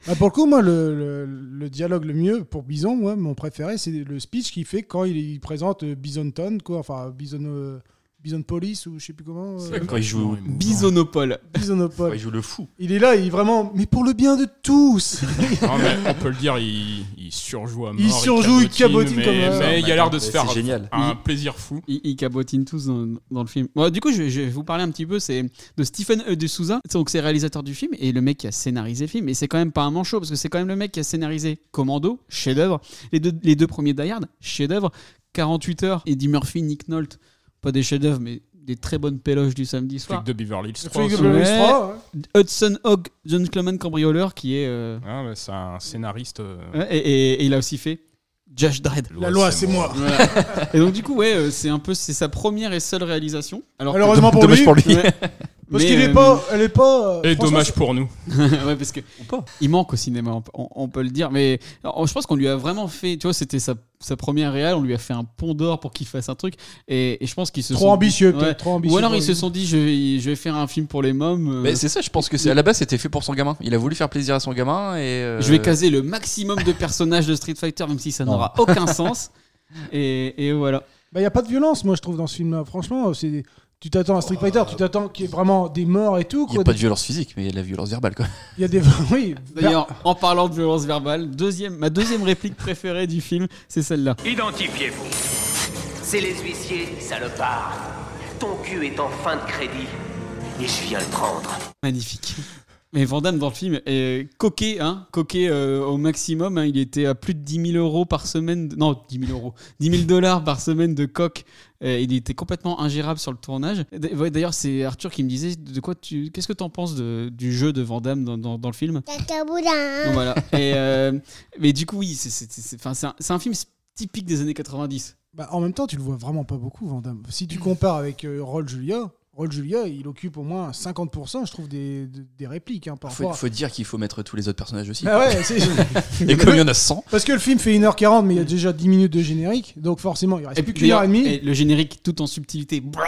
S4: Bah, pour le coup, moi, le, le- le dialogue le mieux pour Bison, moi, mon préféré, c'est le speech qu'il fait quand il, il présente euh, Bisonton, quoi, enfin Bison, euh, Bison Police ou je sais plus comment, euh,
S7: Quand il joue,
S2: Bisonopole.
S7: quand
S4: Bisonopole.
S7: il joue le fou.
S4: Il est là, il est vraiment, mais pour le bien de tous.
S5: Non, mais on peut le dire, il, il surjoue à mort.
S4: Il surjoue, il cabotine
S5: mais,
S4: comme un-
S5: mais il a l'air de se
S7: C'est
S5: faire
S7: génial.
S5: un plaisir fou.
S2: Ils, ils cabotinent tous dans, dans le film. Bon, du coup, je, je vais vous parler un petit peu c'est de Stephen E. de Souza. C'est Donc, c'est réalisateur du film et le mec qui a scénarisé le film. Et c'est quand même pas un manchot parce que c'est quand même le mec qui a scénarisé Commando, chef-d'œuvre. Les deux, les deux premiers Die Hard, chef-d'œuvre. 48 heures, Eddie Murphy, Nick Nolte. Pas des chefs-d'œuvre, mais des très bonnes péloches du samedi
S5: Flic
S2: soir.
S5: de Beverly Hills
S4: Flic de
S5: 3.
S4: Beverly Hills
S2: Ouais.
S4: 3, ouais.
S2: Hudson Hogg, Gentleman Cambrioleur, qui est. euh,
S5: Ah, bah, c'est un scénariste. euh,
S2: ouais, et, et- et il a aussi fait Josh Dredd.
S4: La loi, c'est moi.
S2: Et donc, du coup, ouais, euh, c'est un peu c'est sa première et seule réalisation. Alors que-
S4: Malheureusement pour
S7: Dommage
S4: lui,
S7: pour lui.
S2: Ouais.
S4: parce
S2: Mais,
S4: qu'il est
S2: euh,
S4: pas, elle est pas. euh,
S5: Et
S4: franchement,
S5: dommage
S4: c'est-
S5: pour nous.
S2: ouais, parce que il manque au cinéma, on, peut- on- on peut le dire. Mais alors, je pense qu'on lui a vraiment fait, tu vois, c'était sa, sa première réal, on lui a fait un pont d'or pour qu'il fasse un truc. Et, et je pense qu'ils se
S4: Trop
S2: sont
S4: ambitieux, peut-être,
S2: Ouais.
S4: trop ambitieux.
S2: Ou alors
S4: pour
S2: ils
S4: lui.
S2: se sont dit, je vais, je vais faire un film pour les mômes. euh,
S7: Mais c'est ça, je pense que c'est à la base c'était fait pour son gamin. Il a voulu faire plaisir à son gamin et. euh,
S2: je vais caser le maximum de personnages de Street Fighter, même si ça
S7: Non.
S2: n'aura aucun sens. Et, et voilà.
S4: Bah, y a pas de violence, moi, je trouve, dans ce film-là. Franchement, c'est. Tu t'attends à Street Fighter, tu t'attends qu'il y ait vraiment des morts et tout.
S7: Il n'y
S4: Quoi.
S7: a pas de violence physique, mais il y a de la violence verbale quoi.
S4: Il y a des. Oui. bah,
S2: D'ailleurs, en parlant de violence verbale, deuxième, ma deuxième réplique préférée du film, c'est celle-là.
S8: Identifiez-vous.
S10: C'est les huissiers, salopard. Ton cul est en fin de crédit. Et je viens le prendre.
S2: Magnifique. Mais Van Damme dans le film est coqué, hein, coqué euh, au maximum. hein. il était à plus de 10 000 euros par semaine. de- non, 10 000 euros. 10 000 dollars par semaine de coque. Euh, il était complètement ingérable sur le tournage. D- ouais, D'ailleurs, c'est Arthur qui me disait de quoi tu. Qu'est-ce que t'en penses de- du jeu de Van Damme dans, dans- dans le film
S1: Tata Boudin. hein?
S2: Donc voilà. Et, euh, mais du coup, oui, c'est- c'est- c'est enfin, c'est un, c'est un film typique des années 90.
S4: Bah, en même temps, tu le vois vraiment pas beaucoup, Van Damme. Si tu compares avec euh, Roll Julia, Roll Julia, il occupe au moins 50%, je trouve, des, des- des répliques. Hein,
S7: Ah, Faut,
S4: parfois.
S7: faut dire qu'il faut mettre tous les autres personnages aussi.
S4: Bah ouais, c'est-
S7: Et comme il y en a 100,
S4: Parce que le film fait 1h40, mais il y a déjà 10 minutes de générique, donc forcément, il reste
S2: Et
S4: plus
S2: puis
S4: qu'une heure et demie.
S2: et le générique tout en subtilité. Bra,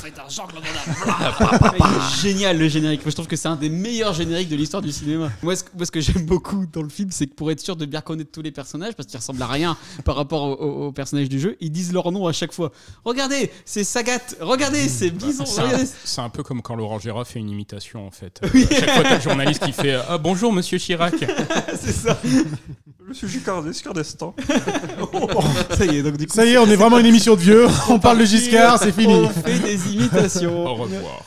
S2: c'est d'argent que l'on en a. Bra. Il est Génial le générique. Moi, je trouve que c'est un des meilleurs génériques de l'histoire du cinéma. Moi, ce que, moi, ce que j'aime beaucoup dans le film, c'est que pour être sûr de bien connaître tous les personnages, parce qu'ils ressemblent à rien par rapport au- au- aux, personnages du jeu, ils disent leur nom à chaque fois. Regardez, c'est Sagat. Regardez, Mmh, bah, c'est Bison.
S5: C'est
S2: Regardez,
S5: un, c'est un peu comme quand Laurent Gérard fait une imitation en fait. Euh, à chaque fois, t'as le journaliste qui fait euh, Ah bonjour Monsieur Chirac.
S2: c'est ça.
S7: Je suis Destan.
S2: Ça y est, donc du coup,
S4: Ça y est, on est vraiment une émission de vieux, on parle de Giscard, c'est fini.
S2: on fait des imitations.
S5: Au revoir.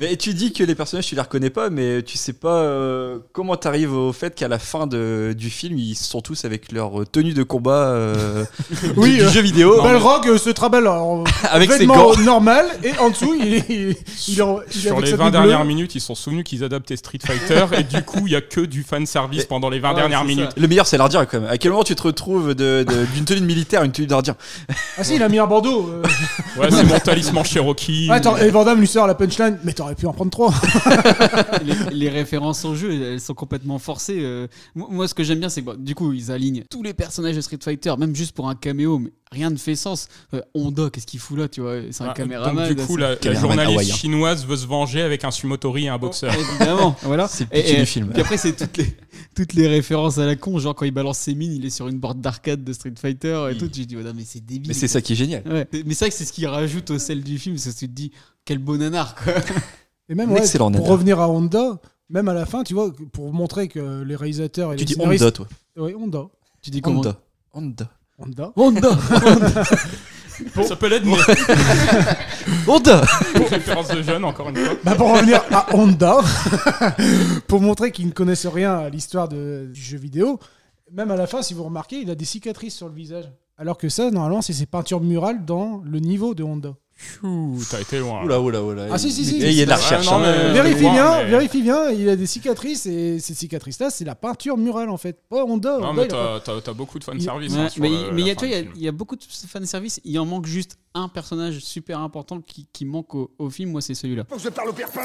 S7: Mais tu dis que les personnages, tu les reconnais pas, mais tu sais pas euh, comment t'arrives au fait qu'à la fin de- du film, ils sont tous avec leur euh, tenue de combat euh, du-
S4: Oui,
S7: du
S4: euh,
S7: jeu vidéo,
S4: Balrog euh, se traballe en
S7: avec ses
S4: vêtements
S7: gants.
S4: normal et en dessous, il est, il est- il est en- il est
S5: Sur
S4: avec
S5: les
S4: sa
S5: 20
S4: double
S5: dernières
S4: bleue.
S5: minutes, ils se sont souvenus qu'ils adaptaient Street Fighter et du coup, il y a que du fan service
S7: Et-
S5: pendant les 20
S2: Ouais,
S5: dernières
S2: c'est
S5: minutes.
S2: ça.
S7: Le meilleur, c'est l'ardien quand même. À quel moment tu te retrouves de- de- d'une tenue de militaire à une tenue d'ardien
S4: Ah si, il a mis un bandeau. euh. Ah,
S5: Ouais, c'est mon talisman Cherokee.
S4: Attends, et Van Damme lui sort la punchline, mais t'aurais pu en prendre trois.
S2: les, les références au jeu, elles sont complètement forcées. euh. Moi, moi, ce que j'aime bien, c'est que bon, du coup, ils alignent tous les personnages de Street Fighter, même juste pour un caméo, mais rien ne fait sens. Euh, Honda, qu'est-ce qu'il fout là, tu vois C'est un
S5: Ah,
S2: caméraman.
S5: donc, du coup,
S2: c'est-
S5: la, la
S7: Caméraman
S5: journaliste
S7: hawaïen.
S5: chinoise veut se venger avec un sumotori et un boxeur.
S2: Évidemment, voilà.
S7: C'est le
S2: Et-
S7: pitch
S2: et-
S7: du film.
S2: Puis après, c'est toutes les, toutes les références à la con. Genre, quand il balance ses mines, il est sur une borne d'arcade de Street Fighter et
S7: Oui.
S2: tout. J'ai dit, oh non, mais c'est débile.
S7: Mais c'est ça qui est génial.
S2: Ouais. Mais c'est vrai que c'est ce qui rajoute au sel du film, c'est que tu te dis, quel beau nanar, quoi.
S4: Et même,
S7: Un
S4: ouais,
S7: excellent
S4: pour
S7: nanar.
S4: revenir à Honda, même à la fin, tu vois, pour montrer que les réalisateurs et
S7: Tu
S4: les
S7: dis
S4: scénaristes...
S7: Honda, toi.
S4: Ouais, Honda.
S2: Tu dis comment
S7: Honda. Honda.
S4: Honda.
S2: Honda
S4: Oh,
S5: Ça s'appelle Edmond.
S7: Honda
S5: référence de jeune, encore une fois.
S4: Bah, pour revenir à Honda, pour montrer qu'ils ne connaissent rien à l'histoire de- du jeu vidéo, même à la fin, si vous remarquez, il a des cicatrices sur le visage. Alors que ça, normalement, c'est ses peintures murales dans le niveau de Honda.
S5: Chou, T'as été loin.
S7: Oula, oula, oula.
S4: Ah, si, si, si.
S7: Et il y a de la
S5: Ouais,
S7: recherche.
S5: non,
S7: hein.
S5: mais-
S4: vérifie
S5: je vais
S4: bien,
S5: voir, mais-
S4: vérifie bien, il a des cicatrices et ces cicatrices-là, c'est la peinture murale en fait. Oh, Honda,
S5: Non,
S4: Honda,
S5: mais
S4: il
S5: t'as
S4: a-
S5: t'as- t'as beaucoup de fanservice.
S2: Ouais,
S5: hein, sur
S2: mais
S5: le-
S2: mais il y
S5: la
S2: a,
S5: fin
S2: tu vois,
S5: du
S2: il y a-
S5: film.
S2: il y a beaucoup de fanservice. Il en manque juste un personnage super important qui, qui manque au, au film. Moi, c'est celui-là.
S6: Je parle au perpin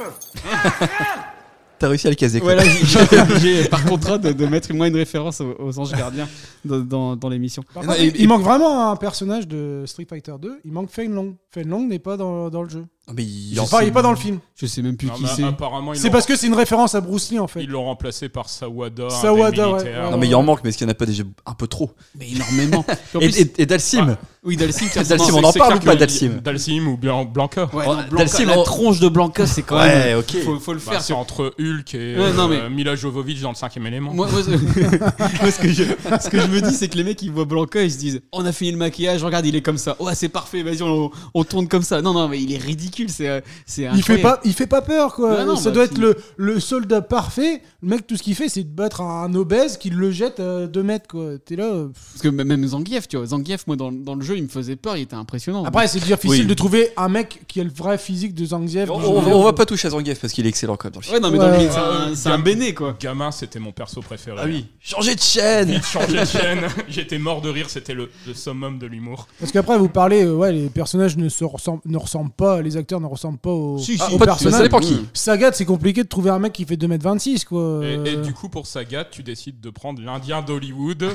S7: T'as réussi à le caser. quoi.
S2: Voilà, j'ai- j'ai obligé par contrat de, de mettre moi une référence aux, aux anges gardiens dans, dans, dans l'émission.
S4: Par
S7: Non,
S4: contre,
S7: et-
S4: il
S7: et-
S4: manque vraiment un personnage de Street Fighter 2, il manque Fen Long. Fen Long n'est pas dans, dans le jeu.
S7: Non, mais il
S4: Il
S7: en
S4: est pas, il est pas dans le film.
S2: Je sais même plus
S5: Non,
S2: qui
S5: mais
S2: c'est.
S5: apparemment, ils
S4: C'est
S5: l'ont-
S4: parce que c'est une référence à Bruce Lee en fait.
S5: ils l'ont remplacé par Sawada. un
S4: Sawada,
S5: des
S4: ouais,
S5: militaires.
S4: ouais,
S7: Non, mais il en manque, mais est-ce qu'il n'y en a pas déjà un peu trop
S2: Mais énormément. Puis en
S7: Et,
S2: plus,
S7: et- et Dalsim
S2: oui, Dalsim. tiens,
S7: Dalsim,
S2: c'est-
S7: on en
S5: C'est
S7: parle ou
S5: clair que
S7: pas Dalsim
S5: Dalsim ou bien Blanca.
S2: Ouais,
S7: Oh,
S2: non, Blanca,
S7: Dalsim,
S2: la
S7: on-
S2: tronche de Blanca, c'est quand
S7: Ouais,
S2: même.
S7: ok.
S2: Faut, faut le faire.
S5: Bah, c'est entre Hulk et
S2: Ouais, non, mais-
S5: euh, Mila Jovovich dans le cinquième élément.
S2: euh, Moi, moi, ce- moi, ce, que je, ce que je me dis, c'est que les mecs, ils voient Blanca, ils se disent On a fini le maquillage, regarde, il est comme ça. Ouais, c'est parfait, vas-y, on, on tourne comme ça. Non, non, mais il est ridicule, c'est euh, c'est
S4: Il fait,
S2: incroyable.
S4: pas, il fait pas peur quoi.
S2: Bah non,
S4: ça
S2: bah,
S4: doit
S2: puis-
S4: être le, le soldat parfait. Le mec, tout ce qu'il fait, c'est de battre un, un obèse qui le jette à 2 mètres quoi. T'es là. euh, pff.
S2: Parce que m- même Zangief, tu vois, Zangief, moi, dans, dans le jeu, il me faisait peur, il était impressionnant.
S4: Après, c'est difficile
S7: Oui.
S4: de trouver un mec qui a le vrai physique de Zangief.
S7: On,
S4: du jeu
S7: on-
S4: vidéo,
S7: on va
S4: quoi.
S7: pas toucher à Zangief parce qu'il est excellent quand même dans le film.
S2: ouais, non, mais dans le
S4: Ouais.
S2: jeu, c'est un- c'est un,
S5: Gamin.
S2: béné, quoi.
S5: Gamin, c'était mon perso préféré.
S7: Ah oui, changer de chaîne
S5: Changer de chaîne, j'étais mort de rire, c'était le, le summum de l'humour.
S4: Parce qu'après, vous parlez, euh, ouais, les personnages ne se ressemblent, ne ressemblent pas, les acteurs ne ressemblent pas aux,
S7: Ah,
S4: aux
S7: pas de-
S4: personnages.
S7: Ça dépend qui.
S4: Sagat, c'est compliqué de trouver un mec qui fait 2m26, quoi.
S5: Et, et du coup, pour Sagat, tu décides de prendre l'Indien d'Hollywood.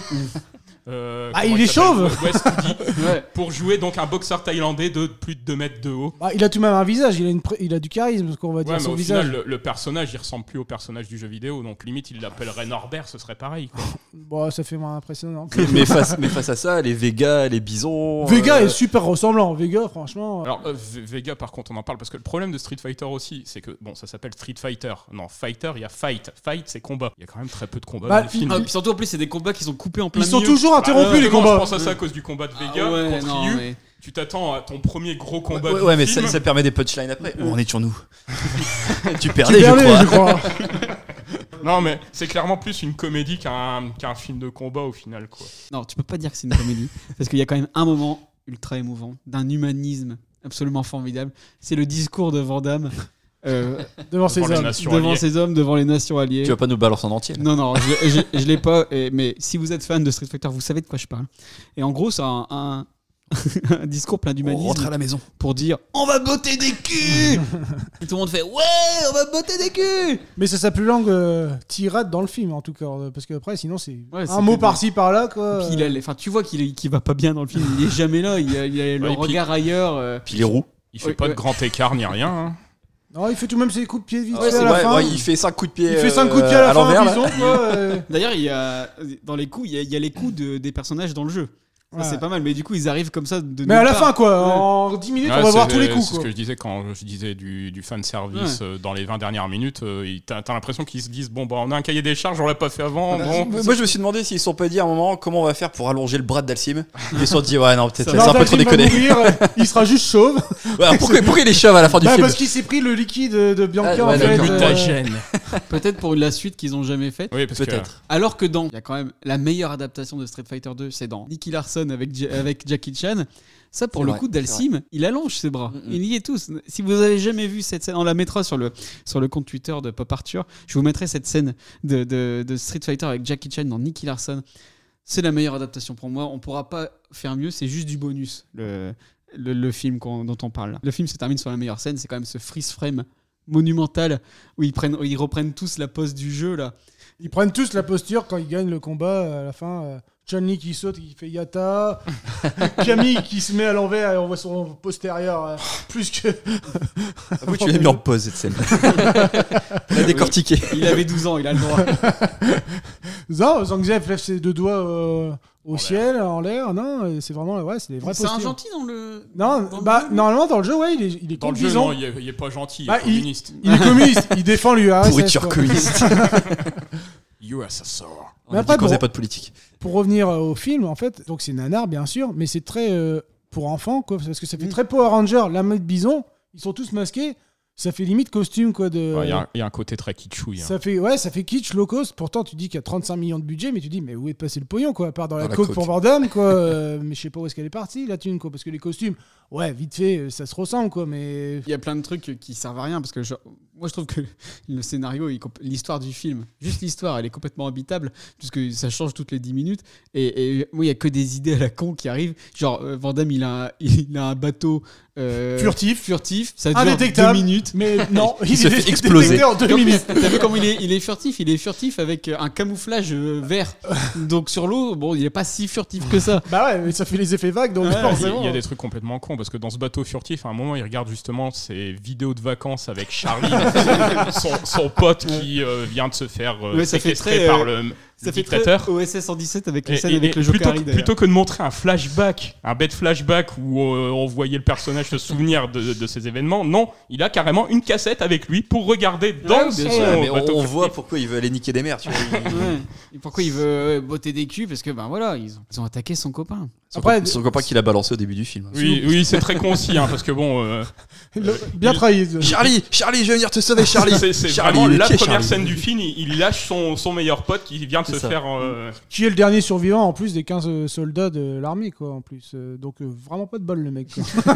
S5: euh,
S4: Ah,
S5: comment
S4: il est
S5: s'appelle
S4: chauve
S5: Wes Kudi,
S2: Ouais.
S5: Pour jouer donc un boxeur thaïlandais de plus de 2 mètres de haut.
S4: Ah, il a tout de même un visage, il a, une pré- il a du charisme, ce qu'on va dire,
S5: Ouais, mais
S4: son
S5: au
S4: visage.
S5: final, le, le personnage, il ressemble plus au personnage du jeu vidéo, donc limite, il l'appellerait Norbert, ce serait pareil. quoi.
S4: Bon, Bah, ça fait moins impressionnant.
S7: mais, mais face, mais face à ça, les Vega, les bisons.
S4: Vega
S7: euh,
S4: est super ressemblant, Vega, franchement.
S5: Alors, euh, V- Vega, par contre, on en parle parce que le problème de Street Fighter aussi, c'est que bon, ça s'appelle Street Fighter. Non, Fighter, il y a Fight. Fight, c'est combat. Il y a quand même très peu de combats
S4: Bah,
S5: dans le film.
S2: Ah, puis surtout, en plus, c'est des combats qui sont coupés en plein
S4: Ils sont
S2: milieu.
S4: toujours interrompus,
S5: Bah,
S4: les
S5: justement,
S4: combats.
S5: Je pense à ça à cause du combat de
S2: Ah
S5: Vega
S2: ouais,
S5: contre
S2: non,
S5: Ryu.
S2: mais-
S5: Tu t'attends à ton premier gros combat.
S7: Ouais,
S5: du
S7: ouais, mais ça,
S5: film.
S7: ça permet des punchlines après. Où en étions nous Tu
S4: Tu
S7: perdais,
S4: perds les-
S7: je
S4: je
S7: crois.
S4: crois.
S5: Non, mais c'est clairement plus une comédie qu'un qu'un film de combat au final, quoi.
S2: Non, tu peux pas dire que c'est une comédie, parce qu'il y a quand même un moment ultra émouvant, d'un humanisme absolument formidable. C'est le discours de Van Damme euh,
S4: Devant ses
S5: Devant les
S4: hommes.
S5: nations
S2: devant
S5: alliées.
S2: ses hommes, devant les nations alliées.
S7: Tu vas pas nous balancer en entier. là.
S2: Non, non, je, je- je l'ai pas, et- mais si vous êtes fan de Street Fighter, vous savez de quoi je parle. Et en gros, c'est un, un- un discours plein d'humanisme
S11: la maison.
S2: pour dire on va botter des culs Et tout le monde fait ouais, on va botter des culs
S4: Mais c'est sa plus longue euh, tirade dans le film, en tout cas. euh, Parce que après, sinon, c'est
S2: Ouais,
S4: un
S2: c'était
S4: mot
S2: des-
S4: par-ci, par-là, quoi.
S2: Puis il a les- enfin, tu vois qu'il est- qu'il va pas bien dans le film, il est jamais là, il a, il a le
S5: Ouais, et puis-
S2: regard ailleurs. euh.
S7: Puis les roues.
S5: Il fait
S2: Ouais,
S5: pas
S2: ouais.
S5: de grand écart ni rien. hein.
S4: Non, il fait tout de même ses coups de pied vite
S7: Ah Ouais,
S4: fait à
S7: c'est-
S4: la
S7: ouais,
S4: fin.
S7: ouais, il fait 5 coups de pied.
S4: Il fait 5
S7: euh,
S4: coups de pied à la fin,
S7: l'envers, là.
S4: disons, quoi, euh,
S2: D'ailleurs, il y a dans les coups, il y a, il y a les coups de- des personnages dans le jeu. Ça,
S4: Ouais.
S2: C'est pas mal, mais du coup ils arrivent comme ça de.
S4: Mais à
S2: nulle
S4: la
S2: part.
S4: fin, quoi.
S2: Ouais.
S4: En 10 minutes,
S5: Ouais,
S4: on va
S5: c'est-
S4: voir tous les coups,
S5: C'est ce
S4: quoi.
S5: que je disais quand je disais du, du fanservice euh, dans les 20 dernières minutes. euh, il- T'as t'as l'impression qu'ils se disent Bon, bah, on a un cahier des charges, on l'a pas fait avant. bon.
S7: Moi, je me suis demandé s'ils se sont pas dit à un moment comment on va faire pour allonger le bras de Dalsim. Ils se sont dit, ouais, non, peut-être
S2: Ça
S7: c'est
S4: Non,
S7: un peu trop
S4: Dalsim va
S7: déconné.
S4: mourir, euh, il sera juste chauve.
S7: Ouais, Bah, pourquoi, pourquoi il est chauve à la fin du
S4: Bah,
S7: film
S4: parce qu'il s'est pris le liquide de Bianca,
S7: Ah,
S4: en
S7: ouais,
S4: fait.
S7: d'accord.
S4: euh,
S5: Mutagène.
S2: Peut-être pour la suite qu'ils ont jamais faite.
S5: Oui, parce que.
S7: Peut-être.
S2: Alors que dans, il y a quand même la meilleure adaptation de Street Fighter 2, c'est dans Nicky Larson avec, Ja- avec Jackie Chan. Ça, pour
S7: C'est
S2: le
S7: vrai,
S2: coup, Dalsim, il allonge ses bras.
S7: Mm, mm.
S2: Il y est tous. Si vous avez jamais vu cette scène, on la mettra sur le, sur le compte Twitter de Pop Arthur. Je vous mettrai cette scène de, de- de Street Fighter avec Jackie Chan dans Nicky Larson. C'est la meilleure adaptation pour moi. On pourra pas faire mieux. C'est juste du bonus, le, le, le film qu'on- dont on parle. là. Le film se termine sur la meilleure scène. C'est quand même ce freeze frame monumental où ils, prennent, où ils reprennent tous la pose du jeu, là.
S4: Ils prennent tous la posture quand ils gagnent le combat à la fin. euh, Chun-Li qui saute, qui fait Yata. Camille qui se met à l'envers et on voit son postérieur euh, plus que.
S7: Vous, tu l'as mis en pause cette scène. On l'a décortiqué.
S2: Il avait 12 ans, il a le droit.
S4: Non, Zhang Zef lève ses deux doigts euh, au
S5: En
S4: ciel, en l'air. Non, et c'est vraiment. Ouais, c'est des vraies
S2: C'est un
S4: postures.
S2: gentil dans le.
S4: Non,
S2: dans le
S4: bah,
S2: jeu
S4: normalement dans le jeu, ouais, il est, il est
S5: Dans le jeu,
S4: complaisant.
S5: non, il est- il est pas gentil, il
S4: Bah,
S5: est
S4: il-
S5: communiste.
S4: il... est communiste, il défend l'URSS.
S7: Pourriture
S4: quoi.
S7: communiste.
S5: USSR.
S7: On a dit
S4: pas
S7: qu'on faisait
S4: pour-
S7: pas de politique.
S4: Pour revenir euh, au film, en fait, donc c'est nanar, bien sûr, mais c'est très euh, pour enfants, quoi, parce que ça fait
S2: Mm.
S4: très Power Ranger, la main de bison, ils sont tous masqués, ça fait limite costume, quoi, de...
S5: Il y, a un- y a un côté très kitschouille. hein.
S4: Ça fait, ouais, ça fait kitsch, low cost. Pourtant, tu dis qu'il y a 35 millions de budget, mais tu dis, mais où est passé le pognon, quoi À part dans, la,
S7: la
S4: coke,
S7: coke.
S4: pour Vandame, quoi. euh, mais je sais pas où est-ce qu'elle est partie, la thune, quoi. Parce que les costumes, ouais, vite fait, euh, ça se ressemble, quoi. Mais
S2: Il y a plein de trucs qui servent à rien parce que je- moi je trouve que le scénario, il comp- l'histoire du film, juste l'histoire, elle est complètement habitable puisque ça change toutes les 10 minutes et, et moi il y a que des idées à la con qui arrivent. Genre euh, Van Damme, il a un, il a un bateau euh,
S4: Furtif.
S2: furtif, ça dure 2
S4: Euh, indétectable.
S2: minutes.
S4: Mais non, il,
S7: se
S4: est
S7: fait
S4: détecté
S7: exploser.
S4: en deux
S2: Et en plus,
S4: minutes.
S2: T'as vu comment il est, il est furtif Il est furtif avec euh, un camouflage euh, vert. Donc sur l'eau, bon, il est pas si furtif que ça.
S4: Bah ouais, mais ça fait les effets vagues, donc
S5: Ouais, Il
S4: forcément.
S5: il y a des trucs complètement cons parce que dans ce bateau furtif, à un moment, il regarde justement ses vidéos de vacances avec Charlie, son, son pote qui euh, vient de se faire euh,
S2: Ouais, ça fait
S5: séquestrer
S2: très, euh,
S5: par le,
S2: Ça
S5: le
S2: fait très
S5: dictateur.
S2: OSS 117 avec la
S5: Et-
S2: scène
S5: et-
S2: avec
S5: et
S2: le hein.
S5: plutôt,
S2: Jokari.
S5: que,
S2: d'ailleurs.
S5: plutôt que de montrer un flashback, un bête flashback où euh, on voyait le personnage se souvenir de, de ces événements, non, il a carrément une cassette avec lui pour regarder dans
S2: Ouais,
S5: son
S2: bien
S7: Ouais, mais on,
S5: bateau
S7: on
S5: furtif.
S7: voit pourquoi il veut aller niquer des mères. Tu vois. Il-
S2: Ouais. Et pourquoi il veut euh, botter des culs Parce que ben voilà, ils ont, ils ont attaqué son copain.
S7: Son,
S4: Après,
S7: copain- son copain qui l'a balancé au début du film.
S5: Oui, oui, c'est très concis, hein, parce que bon, euh,
S4: Le- Bien trahi. euh, ce-
S7: Charlie, Charlie, je vais venir te sauver, Charlie.
S5: c'est c'est
S7: Charlie,
S5: vraiment
S7: il est
S5: la
S7: qui est
S5: première
S7: Charlie
S5: scène du film. Il, il lâche son, son meilleur pote qui vient de
S7: C'est
S5: se
S7: ça. Mm.
S5: faire. euh,
S4: Qui est le dernier survivant en plus des 15 euh, soldats de l'armée, quoi, en plus. Euh, Donc, euh, vraiment pas de bol, le mec. quoi.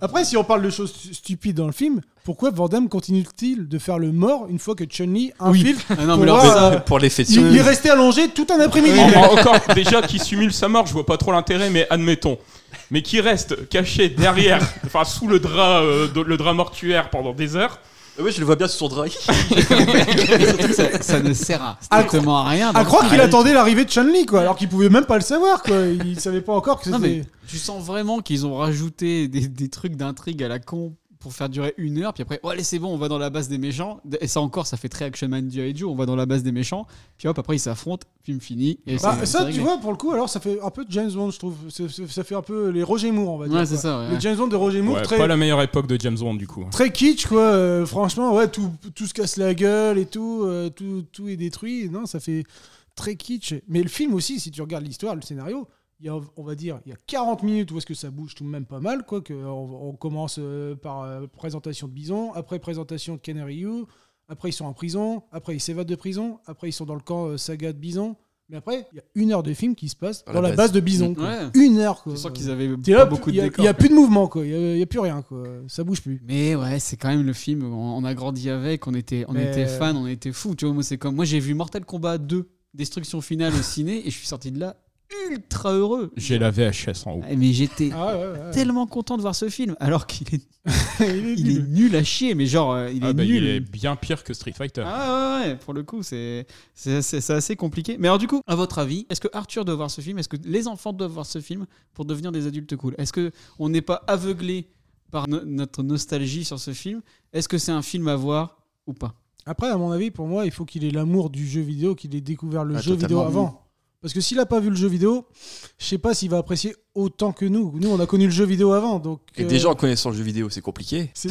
S4: Après, si on parle de choses stu- stupides dans le film, pourquoi Van Damme continue-t-il de faire le mort une fois que Chun-Li infiltre
S2: Ah non, mais
S4: Pour
S2: alors
S4: voir,
S2: ça,
S4: euh,
S7: Pour l'effet de
S4: il, il est
S7: surprise.
S4: resté allongé tout un après-midi.
S5: En- en- encore, déjà qui simule sa mort, je vois pas trop l'intérêt, mais admettons. Mais qui reste caché derrière, enfin sous le drap, euh, de- le drap mortuaire pendant des heures.
S7: Oui, je le vois bien sur son drap.
S2: mais surtout que ça, ça ne sert à strictement à rien.
S4: À
S2: Donc,
S4: croire qu'il
S2: euh,
S4: attendait l'arrivée de Chun-Li, quoi, alors qu'il pouvait même pas le savoir, quoi. Il savait pas encore que
S2: Non,
S4: c'était.
S2: mais tu sens vraiment qu'ils ont rajouté des, des trucs d'intrigue à la con pour faire durer une heure, puis après, oh, allez, c'est bon, on va dans la base des méchants. Et ça encore, ça fait très Action Man G.I. Joe, on va dans la base des méchants, puis hop, après ils s'affrontent, film fini. Et
S4: Bah,
S2: c'est- c'est
S4: ça, tu
S2: réglé.
S4: vois, pour le coup, alors ça fait un peu James Bond, je trouve. Ça, ça- ça fait un peu les Roger Moore, on va dire.
S2: Ouais, c'est
S4: quoi.
S2: ça, ouais.
S4: Le James Bond de Roger Moore,
S5: Ouais,
S4: très,
S5: Pas la meilleure époque de James Bond du coup.
S4: très kitsch, quoi. Euh, franchement, ouais, tout, tout se casse la gueule et tout, euh, tout, tout est détruit. Non, ça fait très kitsch. Mais le film aussi, si tu regardes l'histoire, le scénario, il y a, on va dire, il y a 40 minutes où est-ce que ça bouge tout de même pas mal, quoi. Que on, on commence euh, par euh, présentation de Bison, après présentation de Canary You, après ils sont en prison, après ils s'évadent de prison, après ils sont dans le camp euh, saga de Bison. Mais après, il y a une heure de film qui se passe dans, la base, de Bison. quoi.
S2: Ouais.
S4: Une heure, quoi.
S2: Tu sens qu'ils avaient
S4: T'es
S2: pas
S4: euh, hop,
S2: beaucoup de
S4: il y a-
S2: décors.
S4: Il n'y a plus de mouvement, quoi. Il n'y a, plus rien, quoi. Ça bouge plus.
S2: Mais ouais, c'est quand même le film. On, on a grandi avec, on était, on
S4: Mais- euh,
S2: était fan, on était fou. Tu vois, moi c'est comme moi j'ai vu Mortal Kombat 2, Destruction finale au ciné, et je suis sorti de là ultra heureux.
S5: J'ai la VHS en haut.
S2: Ah, Mais j'étais
S4: Ah ouais, ouais, ouais.
S2: tellement content de voir ce film, alors qu'il est,
S4: Il est
S2: il est
S4: nul.
S2: nul à chier, mais genre, euh, il est
S5: Ah, bah,
S2: nul.
S5: il est bien pire que Street Fighter.
S2: Ah ouais, ouais, ouais, pour le coup, c'est c'est- c'est- c'est assez compliqué. Mais alors du coup, à votre avis, est-ce que Arthur doit voir ce film Est-ce que les enfants doivent voir ce film pour devenir des adultes cool Est-ce que on n'est pas aveuglé par no- notre nostalgie sur ce film Est-ce que c'est un film à voir ou pas
S4: Après, à mon avis, pour moi, il faut qu'il ait l'amour du jeu vidéo, qu'il ait découvert le
S7: Ah,
S4: jeu vidéo
S7: totalement.
S4: avant. Parce que s'il n'a pas vu le jeu vidéo, je sais pas s'il va apprécier autant que nous. Nous, on a connu le jeu vidéo avant. Donc,
S7: Et
S4: euh,
S7: déjà, en connaissant le jeu vidéo, c'est compliqué.
S4: c'est-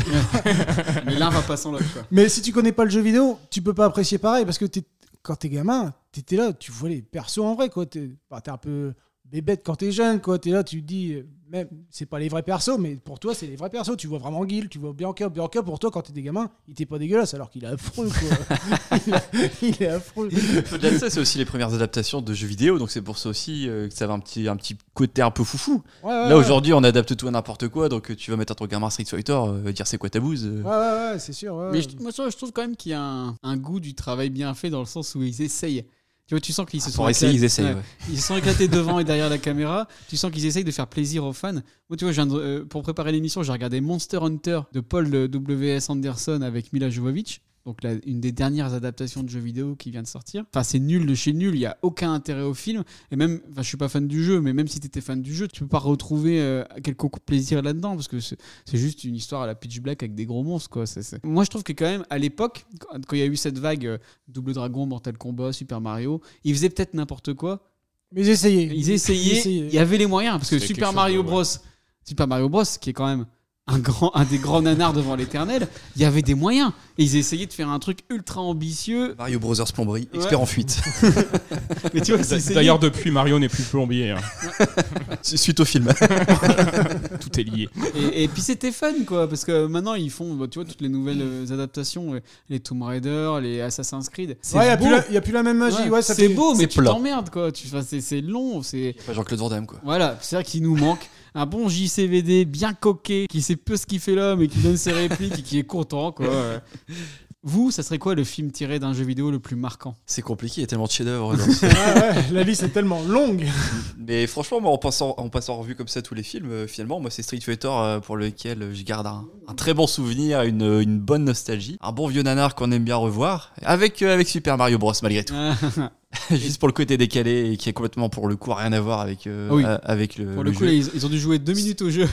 S2: Mais l'un va pas sans l'autre. quoi.
S4: Mais si tu connais pas le jeu vidéo, tu peux pas apprécier pareil parce que t'es- quand t'es gamin, t'étais là, tu vois les persos en vrai quoi. T'es bah, t'es un peu bébête quand t'es jeune quoi. T'es là, tu te dis euh, même c'est pas les vrais persos, mais pour toi c'est les vrais persos. Tu vois vraiment Gil, tu vois Bianca, Bianca pour toi quand t'étais gamin, il était pas dégueulasse alors qu'il est affreux quoi. il, est- il est affreux.
S7: Au-delà de ça, c'est aussi les premières adaptations de jeux vidéo, donc c'est pour ça aussi euh, que ça avait un petit, un petit côté un peu foufou.
S4: Ouais, ouais,
S7: Là,
S4: ouais.
S7: aujourd'hui, on adapte tout à n'importe quoi, donc euh, tu vas mettre un ton gamin Street Fighter, euh, dire c'est quoi ta bouse euh.
S4: Ouais ouais ouais, c'est sûr. ouais.
S2: Mais je, moi, je trouve- je trouve quand même qu'il y a un, un goût du travail bien fait dans le sens où ils essayent. Tu vois, tu sens qu'ils se sont
S7: Ah, Pour essayer, ils
S2: éclatés-
S7: essayent.
S2: ouais.
S7: ouais.
S2: Ils se sont éclatés devant et derrière la caméra. Tu sens qu'ils essayent de faire plaisir aux fans. Moi, tu vois, je viens de- euh, pour préparer l'émission, j'ai regardé Monster Hunter de Paul W.S. Anderson avec Mila Jovovich. Donc, la- une des dernières adaptations de jeux vidéo qui vient de sortir. Enfin, c'est nul de chez nul. Il n'y a aucun intérêt au film. Et même, enfin, je suis pas fan du jeu, mais même si tu étais fan du jeu, tu peux pas retrouver euh, quelque plaisir là-dedans parce que c'est c'est juste une histoire à la Pitch Black avec des gros monstres, quoi. C'est- c'est- Moi, je trouve que quand même, à l'époque, quand quand il y a eu cette vague euh, Double Dragon, Mortal Kombat, Super Mario, ils faisaient peut-être n'importe quoi,
S4: Mais ils essayaient.
S2: ils essayaient, il y avait les moyens parce que
S5: C'était quelque
S2: Super
S5: chose
S2: Mario
S5: de-
S2: Bros, Super Mario Bros qui est quand même un grand un des grands nanars devant l'éternel, il y avait des moyens et ils essayaient de faire un truc ultra ambitieux.
S7: Mario Brothers plomberie,
S2: Ouais.
S7: expert en fuite.
S2: Mais tu vois, ils essayaient.
S5: D'ailleurs, depuis, Mario n'est plus plombier. hein.
S7: Suite au film.
S5: Tout est lié.
S2: et, et puis c'était fun quoi parce que maintenant ils font bah, tu vois toutes les nouvelles euh, adaptations euh, les Tomb Raider, les Assassin's Creed. C'est
S4: Ouais, il y a
S2: beau.
S4: plus la- il y a plus la même magie.
S2: Ouais,
S4: Ouais, ça
S2: c'est
S4: fait-
S2: beau mais
S7: c'est
S2: tu
S7: plat.
S2: t'emmerdes quoi, tu enfin, c'est c'est long, c'est
S7: Pas Jean-Claude Van Damme, quoi.
S2: Voilà, c'est vrai qu'il nous manque un bon JCVD bien coquet, qui sait peu ce qu'il fait l'homme et qui donne ses répliques et qui est content, quoi. ouais. Vous, ça serait quoi le film tiré d'un jeu vidéo le plus marquant
S7: C'est compliqué, il y a tellement de chefs-d'œuvre. euh, dans
S4: Ouais, ouais, la liste est tellement longue.
S7: Mais franchement, moi, en passant, en passant en revue comme ça tous les films, euh, finalement, moi, c'est Street Fighter euh, pour lequel euh, je garde un, un très bon souvenir, une, euh, une bonne nostalgie, un bon vieux nanar qu'on aime bien revoir, avec, euh, avec Super Mario Bros, malgré tout.
S2: Ah,
S7: Juste pour le côté décalé et qui est complètement, pour le coup, rien à voir avec, euh,
S2: Ah oui.
S7: a- avec le,
S2: Pour le
S7: le
S2: coup,
S7: jeu.
S2: là, ils, ils ont dû jouer deux minutes au jeu.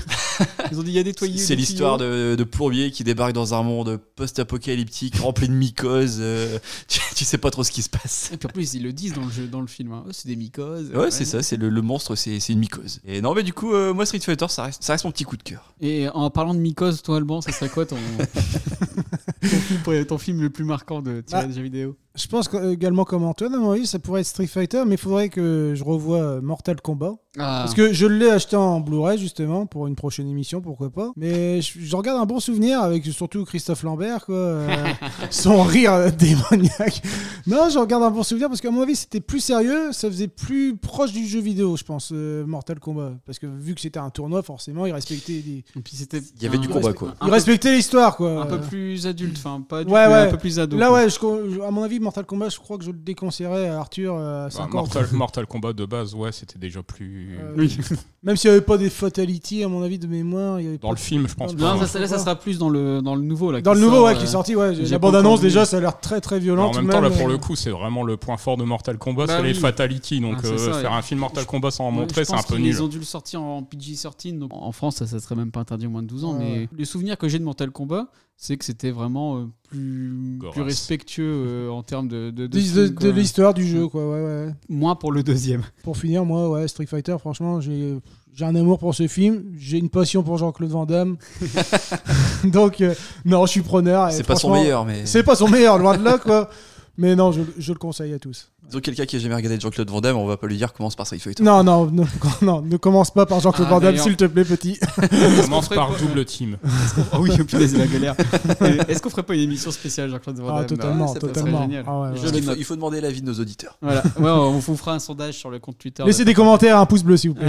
S2: Ils ont dit, il y a des toyers.
S7: C'est l'histoire de, de plombier qui débarque dans un monde post-apocalyptique rempli de mycoses. euh, tu, tu sais pas trop ce qui se passe.
S2: Et puis en plus, ils le disent dans le, jeu, dans le film. hein. Oh, c'est des mycoses.
S7: Ouais, c'est ça, c'est le, le monstre, c'est c'est une mycose. Et non, mais du coup, euh, moi, Street Fighter, ça reste, ça reste mon petit coup de cœur.
S2: Et en parlant de mycoses, toi, Alban, ça serait quoi ton, ton, film, ton film le plus marquant de tiré
S4: Bah,
S2: de jeu vidéo
S4: Je pense que- également comme Antoine, à mon avis, ça pourrait être Street Fighter, mais il faudrait que je revoie euh, Mortal Kombat.
S2: Ah.
S4: Parce que je l'ai acheté en Blu-ray, justement, pour une prochaine émission, pourquoi pas. Mais je, je regarde un bon souvenir avec surtout Christophe Lambert, quoi. euh, son rire euh, démoniaque. Non, je regarde un bon souvenir parce qu'à mon avis, c'était plus sérieux, ça faisait plus proche du jeu vidéo, je pense, euh, Mortal Kombat. Parce que vu que c'était un tournoi, forcément, il respectait, les-
S2: Et puis, c'était
S7: Il y avait du
S2: un-
S7: combat, quoi.
S2: un
S4: il
S2: peu-
S4: respectait l'histoire, quoi.
S2: un peu plus adulte, enfin pas adulte,
S4: Ouais,
S2: mais
S4: ouais.
S2: un peu plus ado.
S4: Là,
S2: quoi.
S4: ouais, je- à mon avis, Mortal Kombat, je crois que je le déconseillerais à Arthur euh, à
S5: Bah,
S4: 50.
S5: Mortal, Mortal Kombat de base, ouais, c'était déjà plus.
S4: Euh,
S2: Oui.
S4: Même s'il n'y avait pas des fatalities, à mon avis, de mémoire. Il y avait
S5: Dans
S4: pas-
S5: le film, je pense
S4: Non,
S5: pas.
S2: Non,
S5: ouais.
S2: ça, ça- là, ça sera plus dans le, dans le nouveau. Là,
S4: Dans le nouveau,
S2: sort,
S4: ouais, qui
S2: euh,
S4: est sorti, ouais.
S2: j'ai
S4: La
S2: pas
S4: bande-annonce,
S2: encore vu.
S4: déjà, ça a l'air très très
S5: Mais
S4: violent.
S5: en même temps, là, pour le coup, c'est vraiment le point fort de Mortal Kombat,
S2: Bah
S5: c'est les
S2: oui.
S5: fatalities. Donc,
S2: Ah, c'est
S5: euh,
S2: ça,
S5: faire
S2: ouais.
S5: un film Mortal Kombat sans en
S2: ouais,
S5: montrer,
S2: je
S5: c'est un
S2: pense
S5: peu
S2: qu'ils
S5: nul.
S2: Ils ont dû le sortir en PG-13. Donc en France, ça, ça serait même pas interdit au moins de 12 ans.
S4: Ouais,
S2: mais
S4: ouais.
S2: le souvenir que j'ai de Mortal Kombat, c'est que c'était vraiment euh, plus,
S5: Gorace.
S2: plus respectueux euh, en termes de, de, de
S4: De,
S2: film,
S4: de
S2: quoi.
S4: l'histoire du jeu, quoi, ouais, ouais.
S2: Moins pour le deuxième.
S4: Pour finir, moi, ouais, Street Fighter, franchement, j'ai j'ai un amour pour ce film. J'ai une passion pour Jean-Claude Van Damme. Donc, euh, non, je suis preneur. et
S7: C'est pas son
S4: franchement,
S7: meilleur, mais.
S4: C'est pas son meilleur, loin de là, quoi. Mais non, je, je le conseille à tous.
S7: Donc quelqu'un qui a jamais regardé Jean-Claude Van Damme, on va pas lui dire commence par Street Fighter.
S4: Non, non, non, non, ne commence pas par Jean-Claude
S2: Ah,
S4: Van Damme,
S2: d'ailleurs.
S4: s'il te plaît, petit.
S5: Commence
S2: ferait
S5: par
S2: pas-
S5: double team.
S2: Oh oui, punaise, c'est la galère. Et Est-ce qu'on ferait pas une émission spéciale, Jean-Claude Van
S4: Ah,
S2: Damme
S4: totalement,
S7: ça peut- ça serait
S4: totalement.
S2: génial.
S4: Ah, ouais, ouais.
S2: Je
S7: Parce
S2: le
S7: qu'il faut-
S2: note.
S7: il faut demander l'avis de nos auditeurs.
S2: Voilà, ouais, on vous fera un sondage sur le compte Twitter.
S4: Laissez des commentaires, un pouce bleu, s'il vous plaît.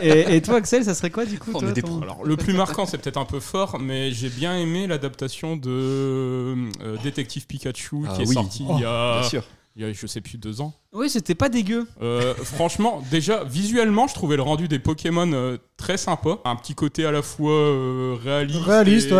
S2: Et, et toi, Axel, ça serait quoi du coup
S7: On
S2: toi,
S7: est des
S2: ton-
S7: pros,
S5: Alors, le plus marquant, c'est peut-être un peu fort, mais j'ai bien aimé l'adaptation de euh, Détective Pikachu
S7: Ah
S5: qui est
S7: oui. Oh,
S5: sorti il y a.
S7: sûr.
S5: il il y a, je sais plus, deux ans.
S2: Oui, c'était pas dégueu.
S5: Euh, franchement, déjà, visuellement, je trouvais le rendu des Pokémon euh, très sympa. Un petit côté à la fois euh, réaliste.
S4: Réaliste,
S5: et...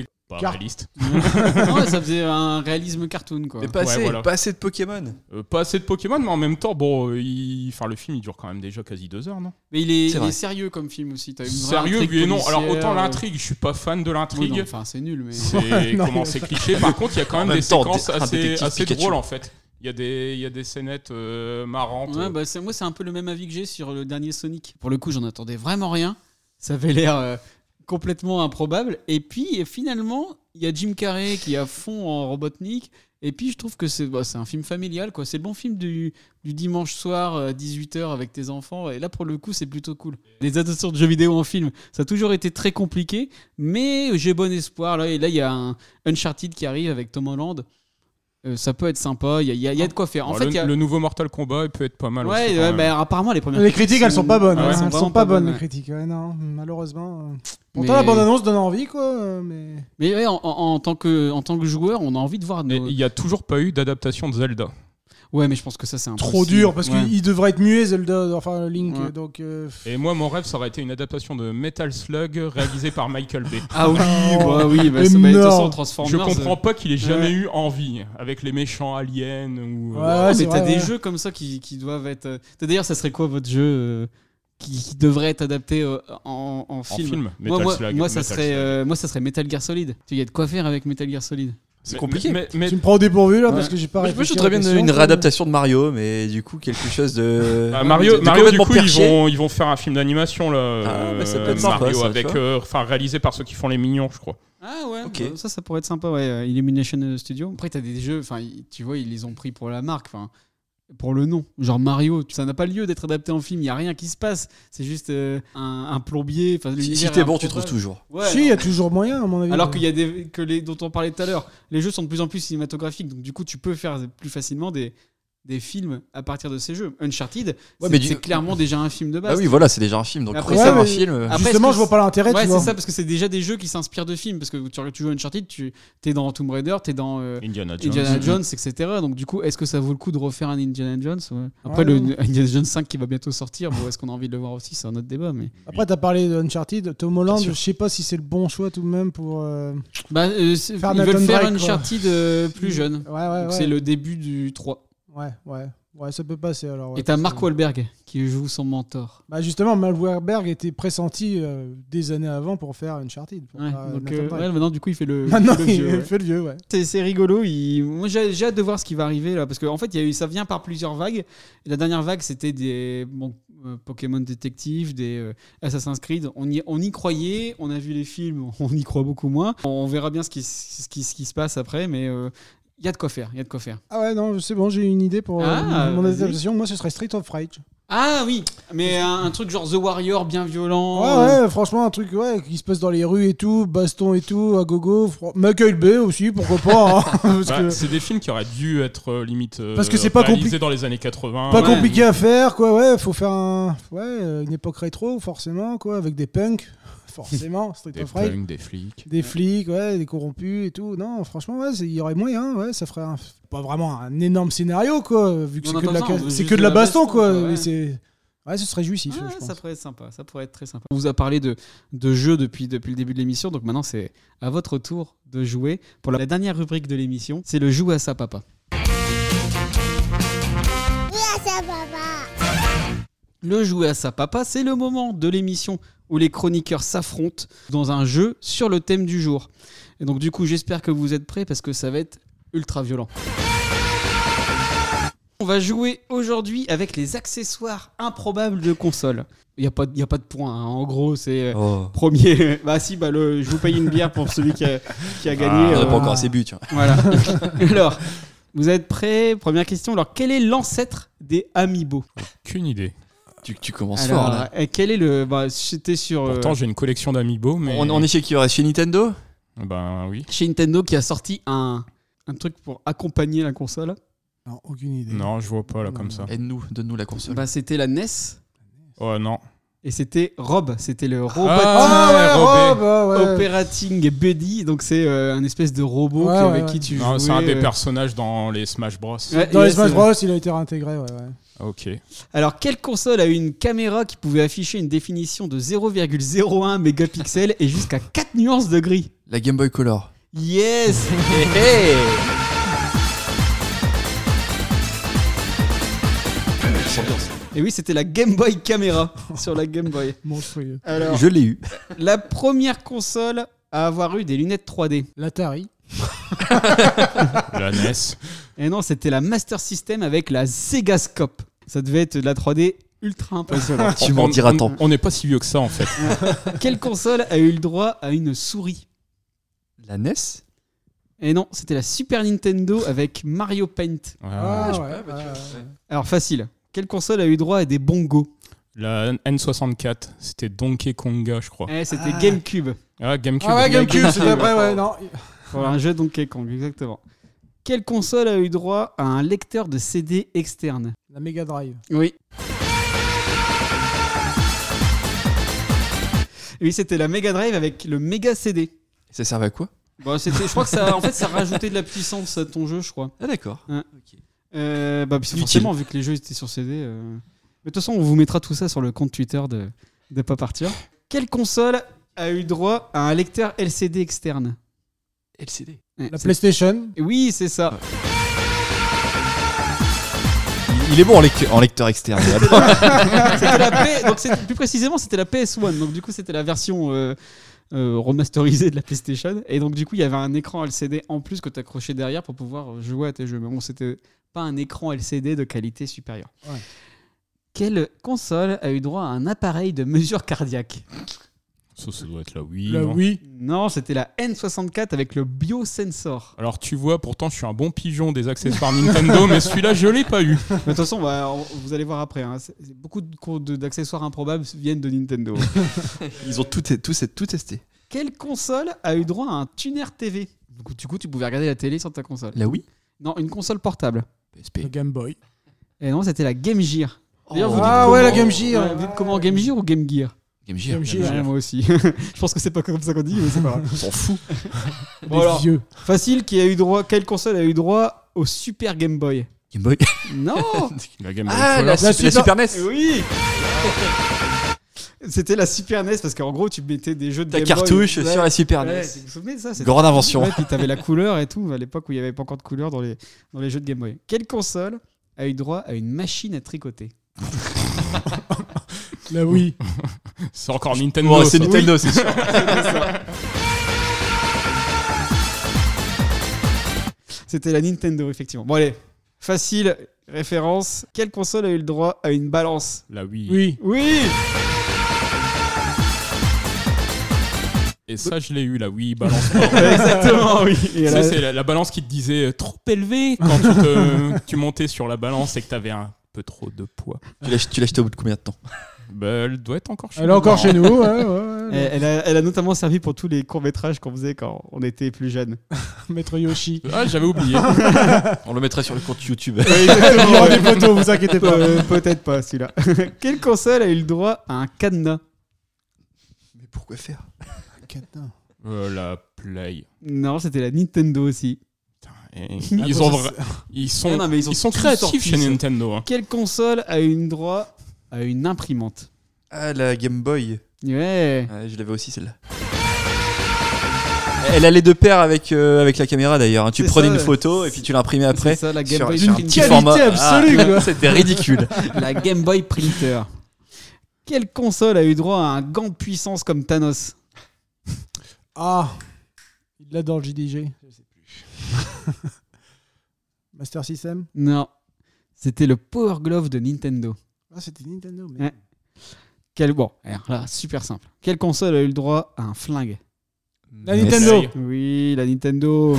S4: ouais.
S5: Pas
S4: Car-
S5: réaliste.
S2: non, ouais, ça faisait un réalisme cartoon, quoi.
S7: Mais pas
S5: Ouais,
S7: assez,
S5: voilà.
S7: pas assez de Pokémon.
S5: Euh, pas assez de Pokémon, mais en même temps, bon, euh, il... enfin, le film, il dure quand même déjà quasi deux heures, non
S2: Mais il est,
S7: C'est
S2: il
S7: vrai.
S2: est sérieux comme film aussi. T'as une vraie
S5: Sérieux,
S2: intrigue
S5: oui et non. Alors,
S2: policière,
S5: autant
S2: euh,
S5: l'intrigue, je suis pas fan de
S2: oui, non,
S5: l'intrigue.
S2: Enfin, c'est nul, mais.
S5: C'est
S4: Non,
S5: comment
S4: mais
S5: c'est cliché. Par contre, il y a quand
S7: En
S5: même
S7: même
S5: des
S7: temps,
S5: séquences
S7: un dé- un
S5: assez,
S7: détective
S5: assez
S7: Pikachu.
S5: drôles en fait. Il y a des, il y a des scénettes euh, marrantes.
S2: Ouais, bah, c'est- moi, c'est un peu le même avis que j'ai sur le dernier Sonic. Pour le coup, j'en attendais vraiment rien. Ça avait l'air euh, complètement improbable. Et puis, et finalement, il y a Jim Carrey qui est à fond en Robotnik. Et puis, je trouve que c'est bah, c'est un film familial. quoi. C'est le bon film du, du dimanche soir à 18h avec tes enfants. Et là, pour le coup, c'est plutôt cool. Les adaptations de jeux vidéo en film, ça a toujours été très compliqué. Mais j'ai bon espoir. Là, et là, il y a un Uncharted qui arrive avec Tom Holland. Euh, ça peut être sympa. Il y a, il y a- il y a de quoi faire. En
S5: Bon,
S2: fait,
S5: le,
S2: il y a-
S5: le nouveau Mortal Kombat il peut être pas mal.
S2: Ouais,
S5: aussi, quand
S2: ouais,
S5: même.
S2: bah, apparemment les premières
S4: Les critiques, elles sont pas bonnes.
S5: Ah ouais,
S4: hein.
S5: elles sont
S4: Elles sont
S2: vraiment
S4: pas
S2: pas
S4: bonnes,
S2: bonnes,
S4: les
S2: ouais.
S4: critiques. Ouais, non, malheureusement. euh.
S2: Mais-
S4: Pourtant, la bande-annonce donne envie, quoi. euh, Mais...
S2: Mais ouais, en, en- en tant que, en tant que joueur, on a envie de voir.
S5: Et
S2: Nos...
S5: Il y a toujours pas eu d'adaptation de Zelda.
S2: Ouais, mais je pense que ça c'est un
S4: Trop dur, parce
S2: ouais.
S4: qu'il devrait être muet, Zelda, enfin Link.
S2: Ouais.
S4: Donc, euh, pff,
S5: Et moi, mon rêve, ça aurait été une adaptation de Metal Slug réalisée par Michael Bay.
S2: Ah oui,
S4: Oh,
S2: bah oui, bah, ça- bah, de toute
S4: énorme.
S2: façon
S5: Je
S2: Transformers.
S5: comprends
S2: euh,
S5: pas qu'il ait jamais eu envie avec les méchants aliens ou.
S4: Ah Ouais,
S5: euh,
S2: non,
S4: c'est
S2: mais t'as
S4: vrai,
S2: des
S4: ouais.
S2: jeux comme ça qui, qui doivent être. euh, D'ailleurs, ça serait quoi votre jeu euh, qui, qui devrait être adapté euh, en, en
S5: En
S2: film,
S5: film,
S2: Moi,
S5: Metal
S2: moi,
S5: Slug,
S2: moi, ça
S5: Metal
S2: serait,
S5: Slug.
S2: euh, moi, ça serait Metal Gear Solid. Tu- Il y a de quoi faire avec Metal Gear Solid.
S7: C'est
S5: Mais-
S7: compliqué.
S5: mais- mais-
S4: Tu me prends au dépourvu, là,
S2: Ouais.
S4: parce que j'ai pas
S7: Moi, je
S4: réfléchi. à
S7: veux très
S4: la
S7: bien
S4: question,
S7: une
S4: quoi.
S7: réadaptation de Mario, mais du coup, quelque chose de.
S5: Ah, Mario,
S7: de
S5: Mario du
S7: complètement
S5: coup, ils
S7: perché.
S5: vont, ils vont faire un film d'animation là.
S7: Ah, bah, ça peut
S5: euh,
S7: être sympa,
S5: Mario
S7: ça, tu
S5: avec,
S7: vois.
S5: euh, enfin, réalisé par ceux qui font les mignons, je crois.
S2: Ah ouais,
S7: Ok.
S2: bah, ça, ça pourrait être sympa, ouais. euh, Illumination euh, Studio. Après, t'as des jeux, enfin, y- tu vois, ils les ont pris pour la marque, enfin, pour le nom. Genre Mario, tu- ça n'a pas lieu d'être adapté en film, il n'y a rien qui se passe. C'est juste euh, un, un plombier. enfin,
S7: Si,
S2: l'univers
S7: si
S2: est
S7: t'es bon, tu trouves
S2: improbable.
S7: toujours.
S2: Ouais,
S4: Si, il y a toujours moyen, à mon avis.
S2: alors qu'il y a des que les dont on parlait tout à l'heure, les jeux sont de plus en plus cinématographiques, donc du coup tu peux faire plus facilement des, des films à partir de ces jeux. Uncharted, c'est
S7: mais du-
S2: c'est clairement déjà un film de
S7: Ah
S2: base.
S7: oui, voilà, c'est déjà un film. Donc,
S2: Bah Après,
S7: refaire
S4: ouais,
S7: un
S4: mais-
S7: film. euh,
S2: Ah, après,
S4: Justement,
S2: est-ce
S4: je
S2: que
S4: vois pas l'intérêt,
S2: Ouais,
S4: tu
S2: c'est
S4: vois.
S2: ça, parce que c'est déjà des jeux qui s'inspirent de films. Parce que tu, tu joues à Uncharted, tu es dans Tomb Raider, tu es dans euh,
S5: Indiana Jones.
S2: Indiana Jones, etc. Donc, du coup, est-ce que ça vaut le coup de refaire un Indiana Jones Ouais. Après,
S4: Ouais,
S2: le
S4: non.
S2: Indiana Jones 5 qui va bientôt sortir, bon, est-ce qu'on a envie de le voir aussi C'est un autre débat. Mais...
S4: Après, t'as parlé de Uncharted. Tom Holland,
S7: Bien
S4: je
S7: sûr.
S4: sais pas si c'est le bon choix tout de même pour. euh,
S2: Bah, euh, c'est- ils
S4: Faire
S2: veulent
S4: Nathan
S2: faire
S4: Drake, quoi.
S2: Uncharted euh, plus jeune.
S4: Ouais, ouais,
S2: Donc,
S4: ouais.
S2: c'est le début du 3.
S4: Ouais, ouais. Ouais, ça peut passer alors. ouais.
S2: Et t'as Mark Wahlberg qui joue son mentor.
S4: Bah justement, Malwareberg était pressenti euh, des années avant pour faire Uncharted. Pour
S2: Ouais,
S4: faire, euh,
S2: donc,
S4: Nathan
S2: euh,
S4: Drake.
S2: ouais, maintenant, du coup, il fait le,
S4: Maintenant,
S2: le
S4: il
S2: vieux, ouais.
S4: fait le vieux, ouais.
S2: C'est c'est rigolo. il- Moi, j'ai j'ai hâte de voir ce qui va arriver là, parce que en fait, il y a eu, ça vient par plusieurs vagues. Et la dernière vague, c'était des bon, euh, Pokémon détective, des euh, Assassin's Creed. On y, on y croyait, on a vu les films, on y croit beaucoup moins. On verra bien ce qui, ce qui, ce qui se passe après, mais euh, il y a de quoi faire. Il y a de quoi faire.
S4: Ah ouais, non, c'est bon, j'ai une idée pour euh,
S2: Ah,
S4: mon
S2: vas-y.
S4: adaptation. Moi, ce serait Street of Rage.
S2: Ah oui, mais un, un truc genre The Warrior, bien violent.
S4: Ouais, ouais, franchement, un truc ouais, qui se passe dans les rues et tout, baston et tout, à gogo. fro- Michael Bay aussi, pourquoi pas. hein, parce
S5: Bah,
S4: que
S5: C'est des films qui auraient dû être euh, limite euh,
S4: Parce que c'est pas
S5: réalisés
S4: compli-
S5: dans les années 80.
S4: pas
S2: ouais.
S4: compliqué à faire, quoi. Ouais, faut faire un, ouais, euh, une époque rétro, forcément, quoi, avec des punks, forcément, Street
S5: Des
S4: of Rage.
S5: punks, des flics.
S4: Des flics, ouais, des corrompus et tout. Non, franchement, ouais, c'est- il y aurait moyen, ouais, ça ferait un- pas vraiment un énorme scénario, quoi, vu que
S2: On
S4: c'est que de la,
S2: entend ça, on veut
S4: c'est
S2: juste
S4: que de la baston, quoi.
S2: ouais.
S4: mais c'est, ouais, ce serait jouissif,
S2: Ouais,
S4: je pense.
S2: Ah, ça pourrait être sympa, ça pourrait être très sympa. On vous a parlé de, de jeux depuis, depuis le début de l'émission, donc maintenant c'est à votre tour de jouer. Pour la dernière rubrique de l'émission, c'est le joue à sa papa.
S1: à ça, papa.
S2: Le jouer à sa papa, c'est le moment de l'émission où les chroniqueurs s'affrontent dans un jeu sur le thème du jour. Et donc du coup, j'espère que vous êtes prêts parce que ça va être ultra violent. On va jouer aujourd'hui avec les accessoires improbables de console. Il n'y a, pas de- il y a pas de points, hein. en gros, c'est... euh,
S7: Oh.
S2: Premier, bah si, bah le, je vous paye une bière pour celui qui a, qui a gagné.
S7: Ah, On
S2: euh,
S7: n'a pas encore assez bu, tu vois.
S2: voilà. Alors, vous êtes prêts Première question. Alors, quel est l'ancêtre des Amiibo
S5: Qu'une idée.
S7: Tu, tu commences
S2: Alors,
S7: fort, là.
S2: euh, quel est le bah, C'était sur euh,
S5: Pourtant, j'ai une collection d'amiibo, mais.
S7: On, on est chez qui reste Chez Nintendo
S5: Ben oui.
S2: chez Nintendo qui a sorti un, un truc pour accompagner la console.
S4: Non, aucune idée.
S5: Non, je vois pas là comme ça.
S2: E
S7: Aide-nous, donne-nous la console.
S2: Bah, c'était la NES.
S5: Oh non.
S2: Et c'était Rob, c'était le robot
S5: Ah, ouais, Robé.
S2: Operating Buddy, donc c'est euh, un espèce de robot
S4: Ouais,
S2: qui- avec
S4: ouais,
S2: qui tu
S5: Non,
S2: jouais.
S5: Ah, C'est un des
S2: euh,
S5: personnages dans les Smash Bros.
S2: ouais,
S4: Dans
S2: ouais,
S4: les Smash
S2: c'est vrai.
S4: Bros, il a été réintégré. ouais, ouais.
S5: Ok.
S2: Alors, quelle console a eu une caméra qui pouvait afficher une définition de 0,01 mégapixels et jusqu'à 4 nuances de gris
S7: La Game Boy Color.
S2: Yes Et oui, c'était la Game Boy Camera sur la Game Boy.
S4: Monstrueux.
S2: Alors,
S7: Je l'ai eu.
S2: la première console à avoir eu des lunettes 3D.
S4: L'Atari.
S5: La E NES.
S2: Et non, c'était la Master System avec la Zegascope. Ça devait être de la 3D ultra impressionnante.
S7: Tu m'en
S5: On-
S7: diras
S5: on-
S7: tant.
S5: On n'est pas si vieux que ça en fait.
S2: Quelle console a eu le droit à une souris
S7: La E NES
S2: Et non, c'était la Super Nintendo avec Mario Paint.
S5: Ah,
S4: ouais, ouais, ouais.
S2: Alors facile. Quelle console a eu droit à des bongos
S5: La N64, c'était Donkey Konga, je crois.
S2: Eh, c'était GameCube.
S5: Ah, GameCube.
S4: Ah ouais, GameCube,
S2: GameCube,
S4: c'est après, ouais, non.
S2: Pour un jeu Donkey Kong, exactement. Quelle console a eu droit à un lecteur de CD externe
S4: La Mega Drive.
S2: Oui. Oui, c'était la Mega Drive avec le Mega CD.
S7: Ça servait à quoi
S2: Bon, Bah, c'était, je crois que ça, en fait, ça rajoutait de la puissance à ton jeu, je crois.
S7: Ah d'accord.
S2: Euh, bah, puis
S7: Utile.
S2: forcément, vu que les jeux étaient sur CD. euh. Mais de toute façon, on vous mettra tout ça sur le compte Twitter de, de Pas Partir. Quelle console a eu droit à un lecteur LCD externe
S7: LCD.
S2: Ouais,
S4: La
S2: c'est-
S4: PlayStation.
S2: Oui, c'est ça.
S7: Il est bon en, lec- en lecteur externe.
S2: C'était la P- donc c'est- plus précisément, c'était la PS1. Donc du coup, c'était la version euh, euh, remasterisée de la PlayStation. Et donc du coup, il y avait un écran LCD en plus que tu accrochais derrière pour pouvoir jouer à tes jeux. Mais bon, c'était pas un écran LCD de qualité supérieure.
S4: Ouais.
S2: Quelle console a eu droit à un appareil de mesure cardiaque
S5: Ça, ça doit être la Wii.
S4: La
S5: non
S4: Wii.
S2: Non, c'était la N64 avec le biosensor.
S5: Alors tu vois, pourtant je suis un bon pigeon des accessoires Nintendo, mais celui-là je l'ai pas eu.
S2: Mais De toute façon, on va- on- vous allez voir après. hein. C'est- c'est- Beaucoup de co- de- d'accessoires improbables viennent de Nintendo.
S7: Ils ont tout, tout, tout testé.
S2: Quelle console a eu droit à un tuner TV Donc, Du coup, tu pouvais regarder la télé sur ta console.
S7: La Wii
S2: Non, une console portable.
S7: PSP.
S4: Le Game Boy.
S2: Et non, c'était la Game Gear. D'ailleurs,
S7: Oh.
S2: vous dites
S4: Ah
S2: comment-
S4: ouais, la Game Gear.
S2: Ouais, vous dites comment Game Gear ou Game Gear
S7: Game Gear.
S4: Game
S5: Gear.
S4: Gear.
S2: Ouais, Moi aussi. Je pense que c'est pas comme ça qu'on dit, mais c'est pas grave.
S7: On s'en fout.
S2: Bon,
S4: Les
S2: alors,
S4: vieux.
S2: facile, qui a eu droit Quelle console a eu droit au Super Game Boy
S7: Game Boy.
S2: Non
S5: La Game Boy
S7: Ah,
S5: Color.
S7: la,
S4: La
S7: Super- la Super NES.
S2: E Oui C'était la Super NES parce qu'en gros tu mettais des jeux de
S7: Ta
S2: Game
S7: cartouche
S2: Boy.
S7: sur la Super E
S2: Ouais,
S7: NES.
S2: Vous vous souvenez de ça C'était-
S7: Grande invention.
S2: Ouais, puis t'avais la couleur et tout, à l'époque où il n'y avait pas encore de couleur dans les, dans les jeux de Game Boy. Quelle console a eu droit à une machine à tricoter
S4: La Wii.
S5: C'est encore Nintendo.
S7: Ouais, c'est
S5: ça.
S7: Nintendo, c'est sûr.
S2: C'était la Nintendo, effectivement. Bon, allez, facile, référence. Quelle console a eu le droit à une balance
S5: La Wii.
S4: Oui.
S2: Oui
S5: Et ça je l'ai eu, la Wii Balance.
S2: Exactement, oui Et
S5: Tu
S2: elle a-
S5: sais, c'est la, la balance qui te disait euh, trop élevé quand tu, te- tu montais sur la balance et que t'avais un peu trop de poids.
S7: Tu l'as ach- tu l'as acheté au bout de combien de temps
S5: Bah, elle doit être encore chez
S4: Elle est
S5: nous.
S4: encore
S5: Non.
S4: chez nous. ouais, ouais, ouais.
S2: elle a, elle a notamment servi pour tous les courts-métrages qu'on faisait quand on était plus jeune.
S4: Maître Yoshi.
S5: Ah, j'avais oublié.
S7: On le mettrait sur le compte YouTube.
S4: Il y aura des photos, vous inquiétez pas.
S2: Euh, Peut-être pas celui-là. Quelle console a eu le droit à un cadenas
S7: Mais pourquoi faire
S5: Euh, la Play.
S2: Non, c'était la Nintendo aussi.
S5: Et ils, ont vra- ils sont,
S2: Ah non, mais ils
S5: ils
S2: ont
S5: sont
S2: tous
S5: créatifs
S2: sorti,
S5: chez
S2: ça.
S5: Nintendo. hein.
S2: Quelle console a eu le droit à une imprimante
S7: Ah, la Game Boy.
S2: Ouais.
S7: Ouais, je l'avais aussi celle-là. Elle allait de pair avec, euh, avec la caméra d'ailleurs. hein. Tu
S2: C'est
S7: prenais
S2: ça,
S7: une
S2: ouais.
S7: photo et puis tu l'imprimais après.
S2: C'est ça, la Game
S7: sur-
S2: Boy
S7: sur un
S2: Print-
S7: petit
S4: Qualité
S7: format.
S4: absolue,
S7: Ah,
S4: quoi.
S7: C'était ridicule.
S2: La Game Boy Printer. Quelle console a eu droit à un gant de puissance comme Thanos
S4: Ah. Il l'a dans le JDG. Je sais plus. Master System.
S2: Non. C'était le Power Glove de Nintendo.
S4: Ah, c'était Nintendo.
S2: Ouais. Quel... Bon, alors là, super simple. Quelle console a eu le droit à un flingue
S4: La Nintendo.
S5: Play.
S2: Oui, la Nintendo.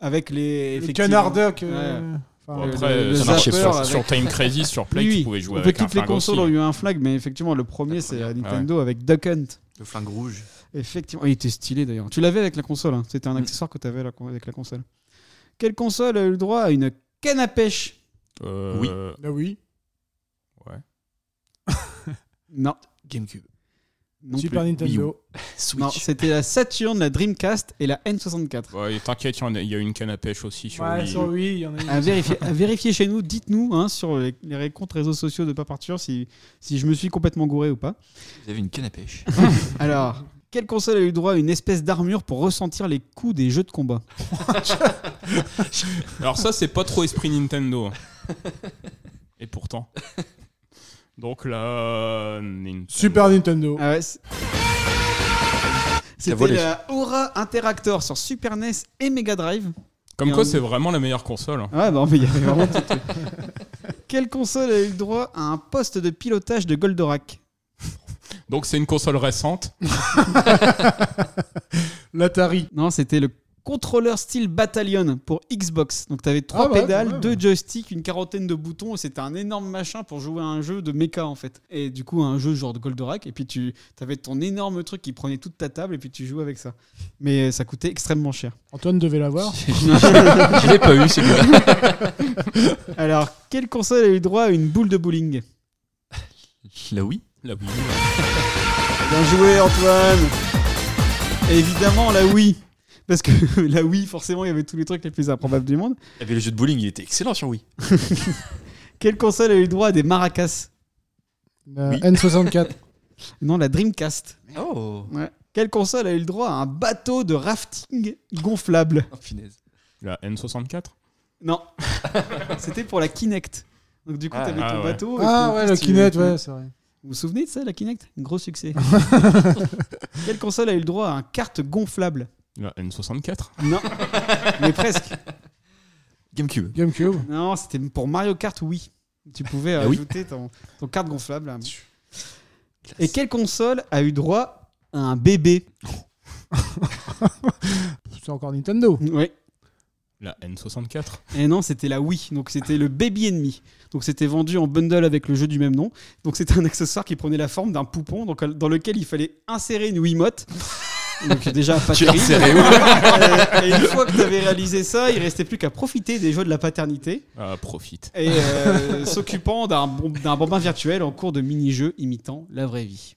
S2: Avec les.
S4: Le
S2: effectivement.
S4: canard duck.
S2: Ouais.
S4: euh,
S5: Bon,
S4: enfin,
S5: après,
S2: le- le
S5: ça marchait
S2: zapper
S5: sur,
S2: avec-
S5: sur Time Crazy, sur Play,
S2: Oui, oui.
S5: tu pouvais jouer
S2: On
S5: avec
S2: peut
S5: un
S2: toutes les
S5: flingue
S2: consoles ont
S5: aussi.
S2: eu un flingue, mais effectivement, le premier, c'est la Nintendo avec Duck Hunt.
S7: Le flingue rouge.
S2: Effectivement, il était stylé d'ailleurs. Tu l'avais avec la console, hein. c'était un accessoire que tu avais avec la console. Quelle console a eu le droit à une canne à pêche
S5: Euh,
S7: Oui.
S4: La Wii.
S5: Ouais.
S2: Non.
S4: GameCube.
S2: non
S4: Super
S2: plus.
S4: Nintendo.
S2: Non, c'était la Saturn, la Dreamcast et la N64.
S5: Ouais, et T'inquiète, il y en a- il y, a une canne à pêche aussi sur
S4: Ouais,
S5: Wii.
S4: sur Wii, il y en a
S2: À
S4: une.
S2: vérifier, à vérifier chez nous, dites-nous hein, sur les, les comptes réseaux sociaux de Paparture si, si je me suis complètement gouré ou pas.
S7: Vous avez une canne à pêche.
S2: Alors, quelle console a eu droit à une espèce d'armure pour ressentir les coups des jeux de combat
S5: Alors ça, c'est pas trop esprit Nintendo. Et pourtant. Donc là, Nintendo.
S4: Super Nintendo.
S2: Ah ouais, c'est- C'était
S7: volé.
S2: la Aura Interactor sur Super NES et Mega Drive.
S5: Comme quoi, c'est vraiment la meilleure console. hein.
S2: Ouais, Ah, non, mais il y avait vraiment tout. Quelle console a eu le droit à un poste de pilotage de Goldorak
S5: Donc c'est une console récente.
S4: L'Atari.
S2: Non, c'était le contrôleur Steel Battalion pour Xbox. Donc t'avais trois
S4: Ah ouais,
S2: pédales,
S4: quand même.
S2: deux joysticks, une quarantaine de boutons et c'était un énorme machin pour jouer à un jeu de méca en fait. Et du coup un jeu genre de Goldorak et puis tu avais ton énorme truc qui prenait toute ta table et puis tu jouais avec ça. Mais euh, ça coûtait extrêmement cher.
S4: Antoine devait l'avoir.
S7: Je l'ai pas eu celui-là.
S2: Alors, quelle console a eu droit à une boule de bowling
S7: La Wii
S5: La Wii.
S2: Bien joué Antoine Évidemment la Wii parce que la Wii, forcément, il y avait tous les trucs les plus improbables du monde.
S7: Il y avait le jeu de bowling, il était excellent sur Wii.
S2: Quelle console a eu droit à des maracas
S4: La
S7: Oui.
S4: N64.
S2: Non, la Dreamcast.
S7: Oh,
S2: Ouais. Quelle console a eu le droit à un bateau de rafting gonflable
S7: oh finesse.
S5: La N64.
S2: Non. C'était pour la Kinect. Donc du coup,
S7: Ah,
S2: t'avais
S5: ah
S2: ton
S5: ouais.
S2: bateau. et
S4: Ah
S2: ton-
S4: ouais, le
S2: tu-
S4: Kinect, ouais, c'est vrai.
S2: Vous vous souvenez de ça, la Kinect Un gros succès. Quelle console a eu le droit à un carte gonflable
S5: La N64.
S2: Non. Mais presque.
S7: GameCube.
S4: GameCube.
S2: Non, c'était pour Mario Kart oui. Tu pouvais
S7: Ah oui.
S2: ajouter ton, ton carte gonflable. là. Et quelle console a eu droit à un bébé
S4: C'est encore Nintendo.
S2: Oui.
S5: La N64.
S2: Et non, c'était la Wii. Donc c'était le Baby Enemy. Donc c'était vendu en bundle avec le jeu du même nom. Donc c'était un accessoire qui prenait la forme d'un poupon donc, euh, dans lequel il fallait insérer une Wiimote. Donc déjà pas
S7: Tu l'as
S2: terrible.
S7: inséré
S2: et une fois que tu avais réalisé ça, il restait plus qu'à profiter des jeux de la paternité
S5: Ah, profite.
S2: et euh, s'occupant d'un bon- d'un bambin virtuel en cours de mini-jeu imitant la vraie vie.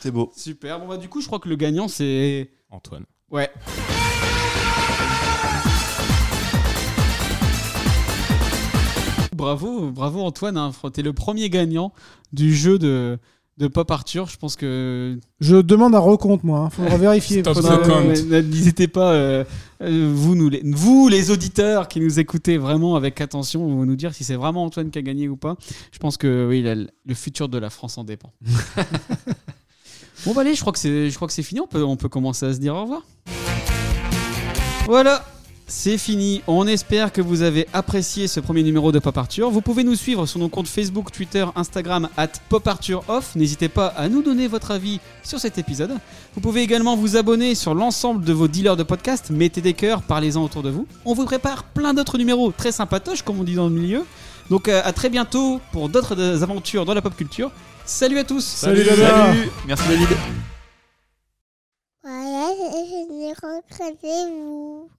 S7: C'est beau.
S2: Super. Bon bah du coup, je crois que le gagnant c'est
S5: Antoine.
S2: ouais. Bravo, bravo Antoine, hein. Fr- t'es le premier gagnant du jeu de, de Pop Arthur. Je pense que
S4: Je demande un recompte, moi. hein. Faudra vérifier.
S5: Stop
S4: Faudra-
S5: the count.
S2: Ouais, ouais, n'hésitez pas, euh, euh, vous, nous, les, vous les auditeurs qui nous écoutez vraiment avec attention, vous nous dire si c'est vraiment Antoine qui a gagné ou pas. Je pense que oui, la- le futur de la France en dépend. bon bah allez, je crois que c'est, je crois que c'est fini. On peut, on peut commencer à se dire au revoir. Voilà. C'est fini. On espère que vous avez apprécié ce premier numéro de Pop Arthur. Vous pouvez nous suivre sur nos comptes Facebook, Twitter, Instagram, at Pop Arthur Off. N'hésitez pas à nous donner votre avis sur cet épisode. Vous pouvez également vous abonner sur l'ensemble de vos dealers de podcasts. Mettez des cœurs, parlez-en autour de vous. On vous prépare plein d'autres numéros très sympatoches, comme on dit dans le milieu. Donc euh, à très bientôt pour d'autres euh, aventures dans la pop culture. Salut à tous
S4: Salut, Dada.
S7: Merci David.
S1: Voilà, je, je l'ai recréé, vous.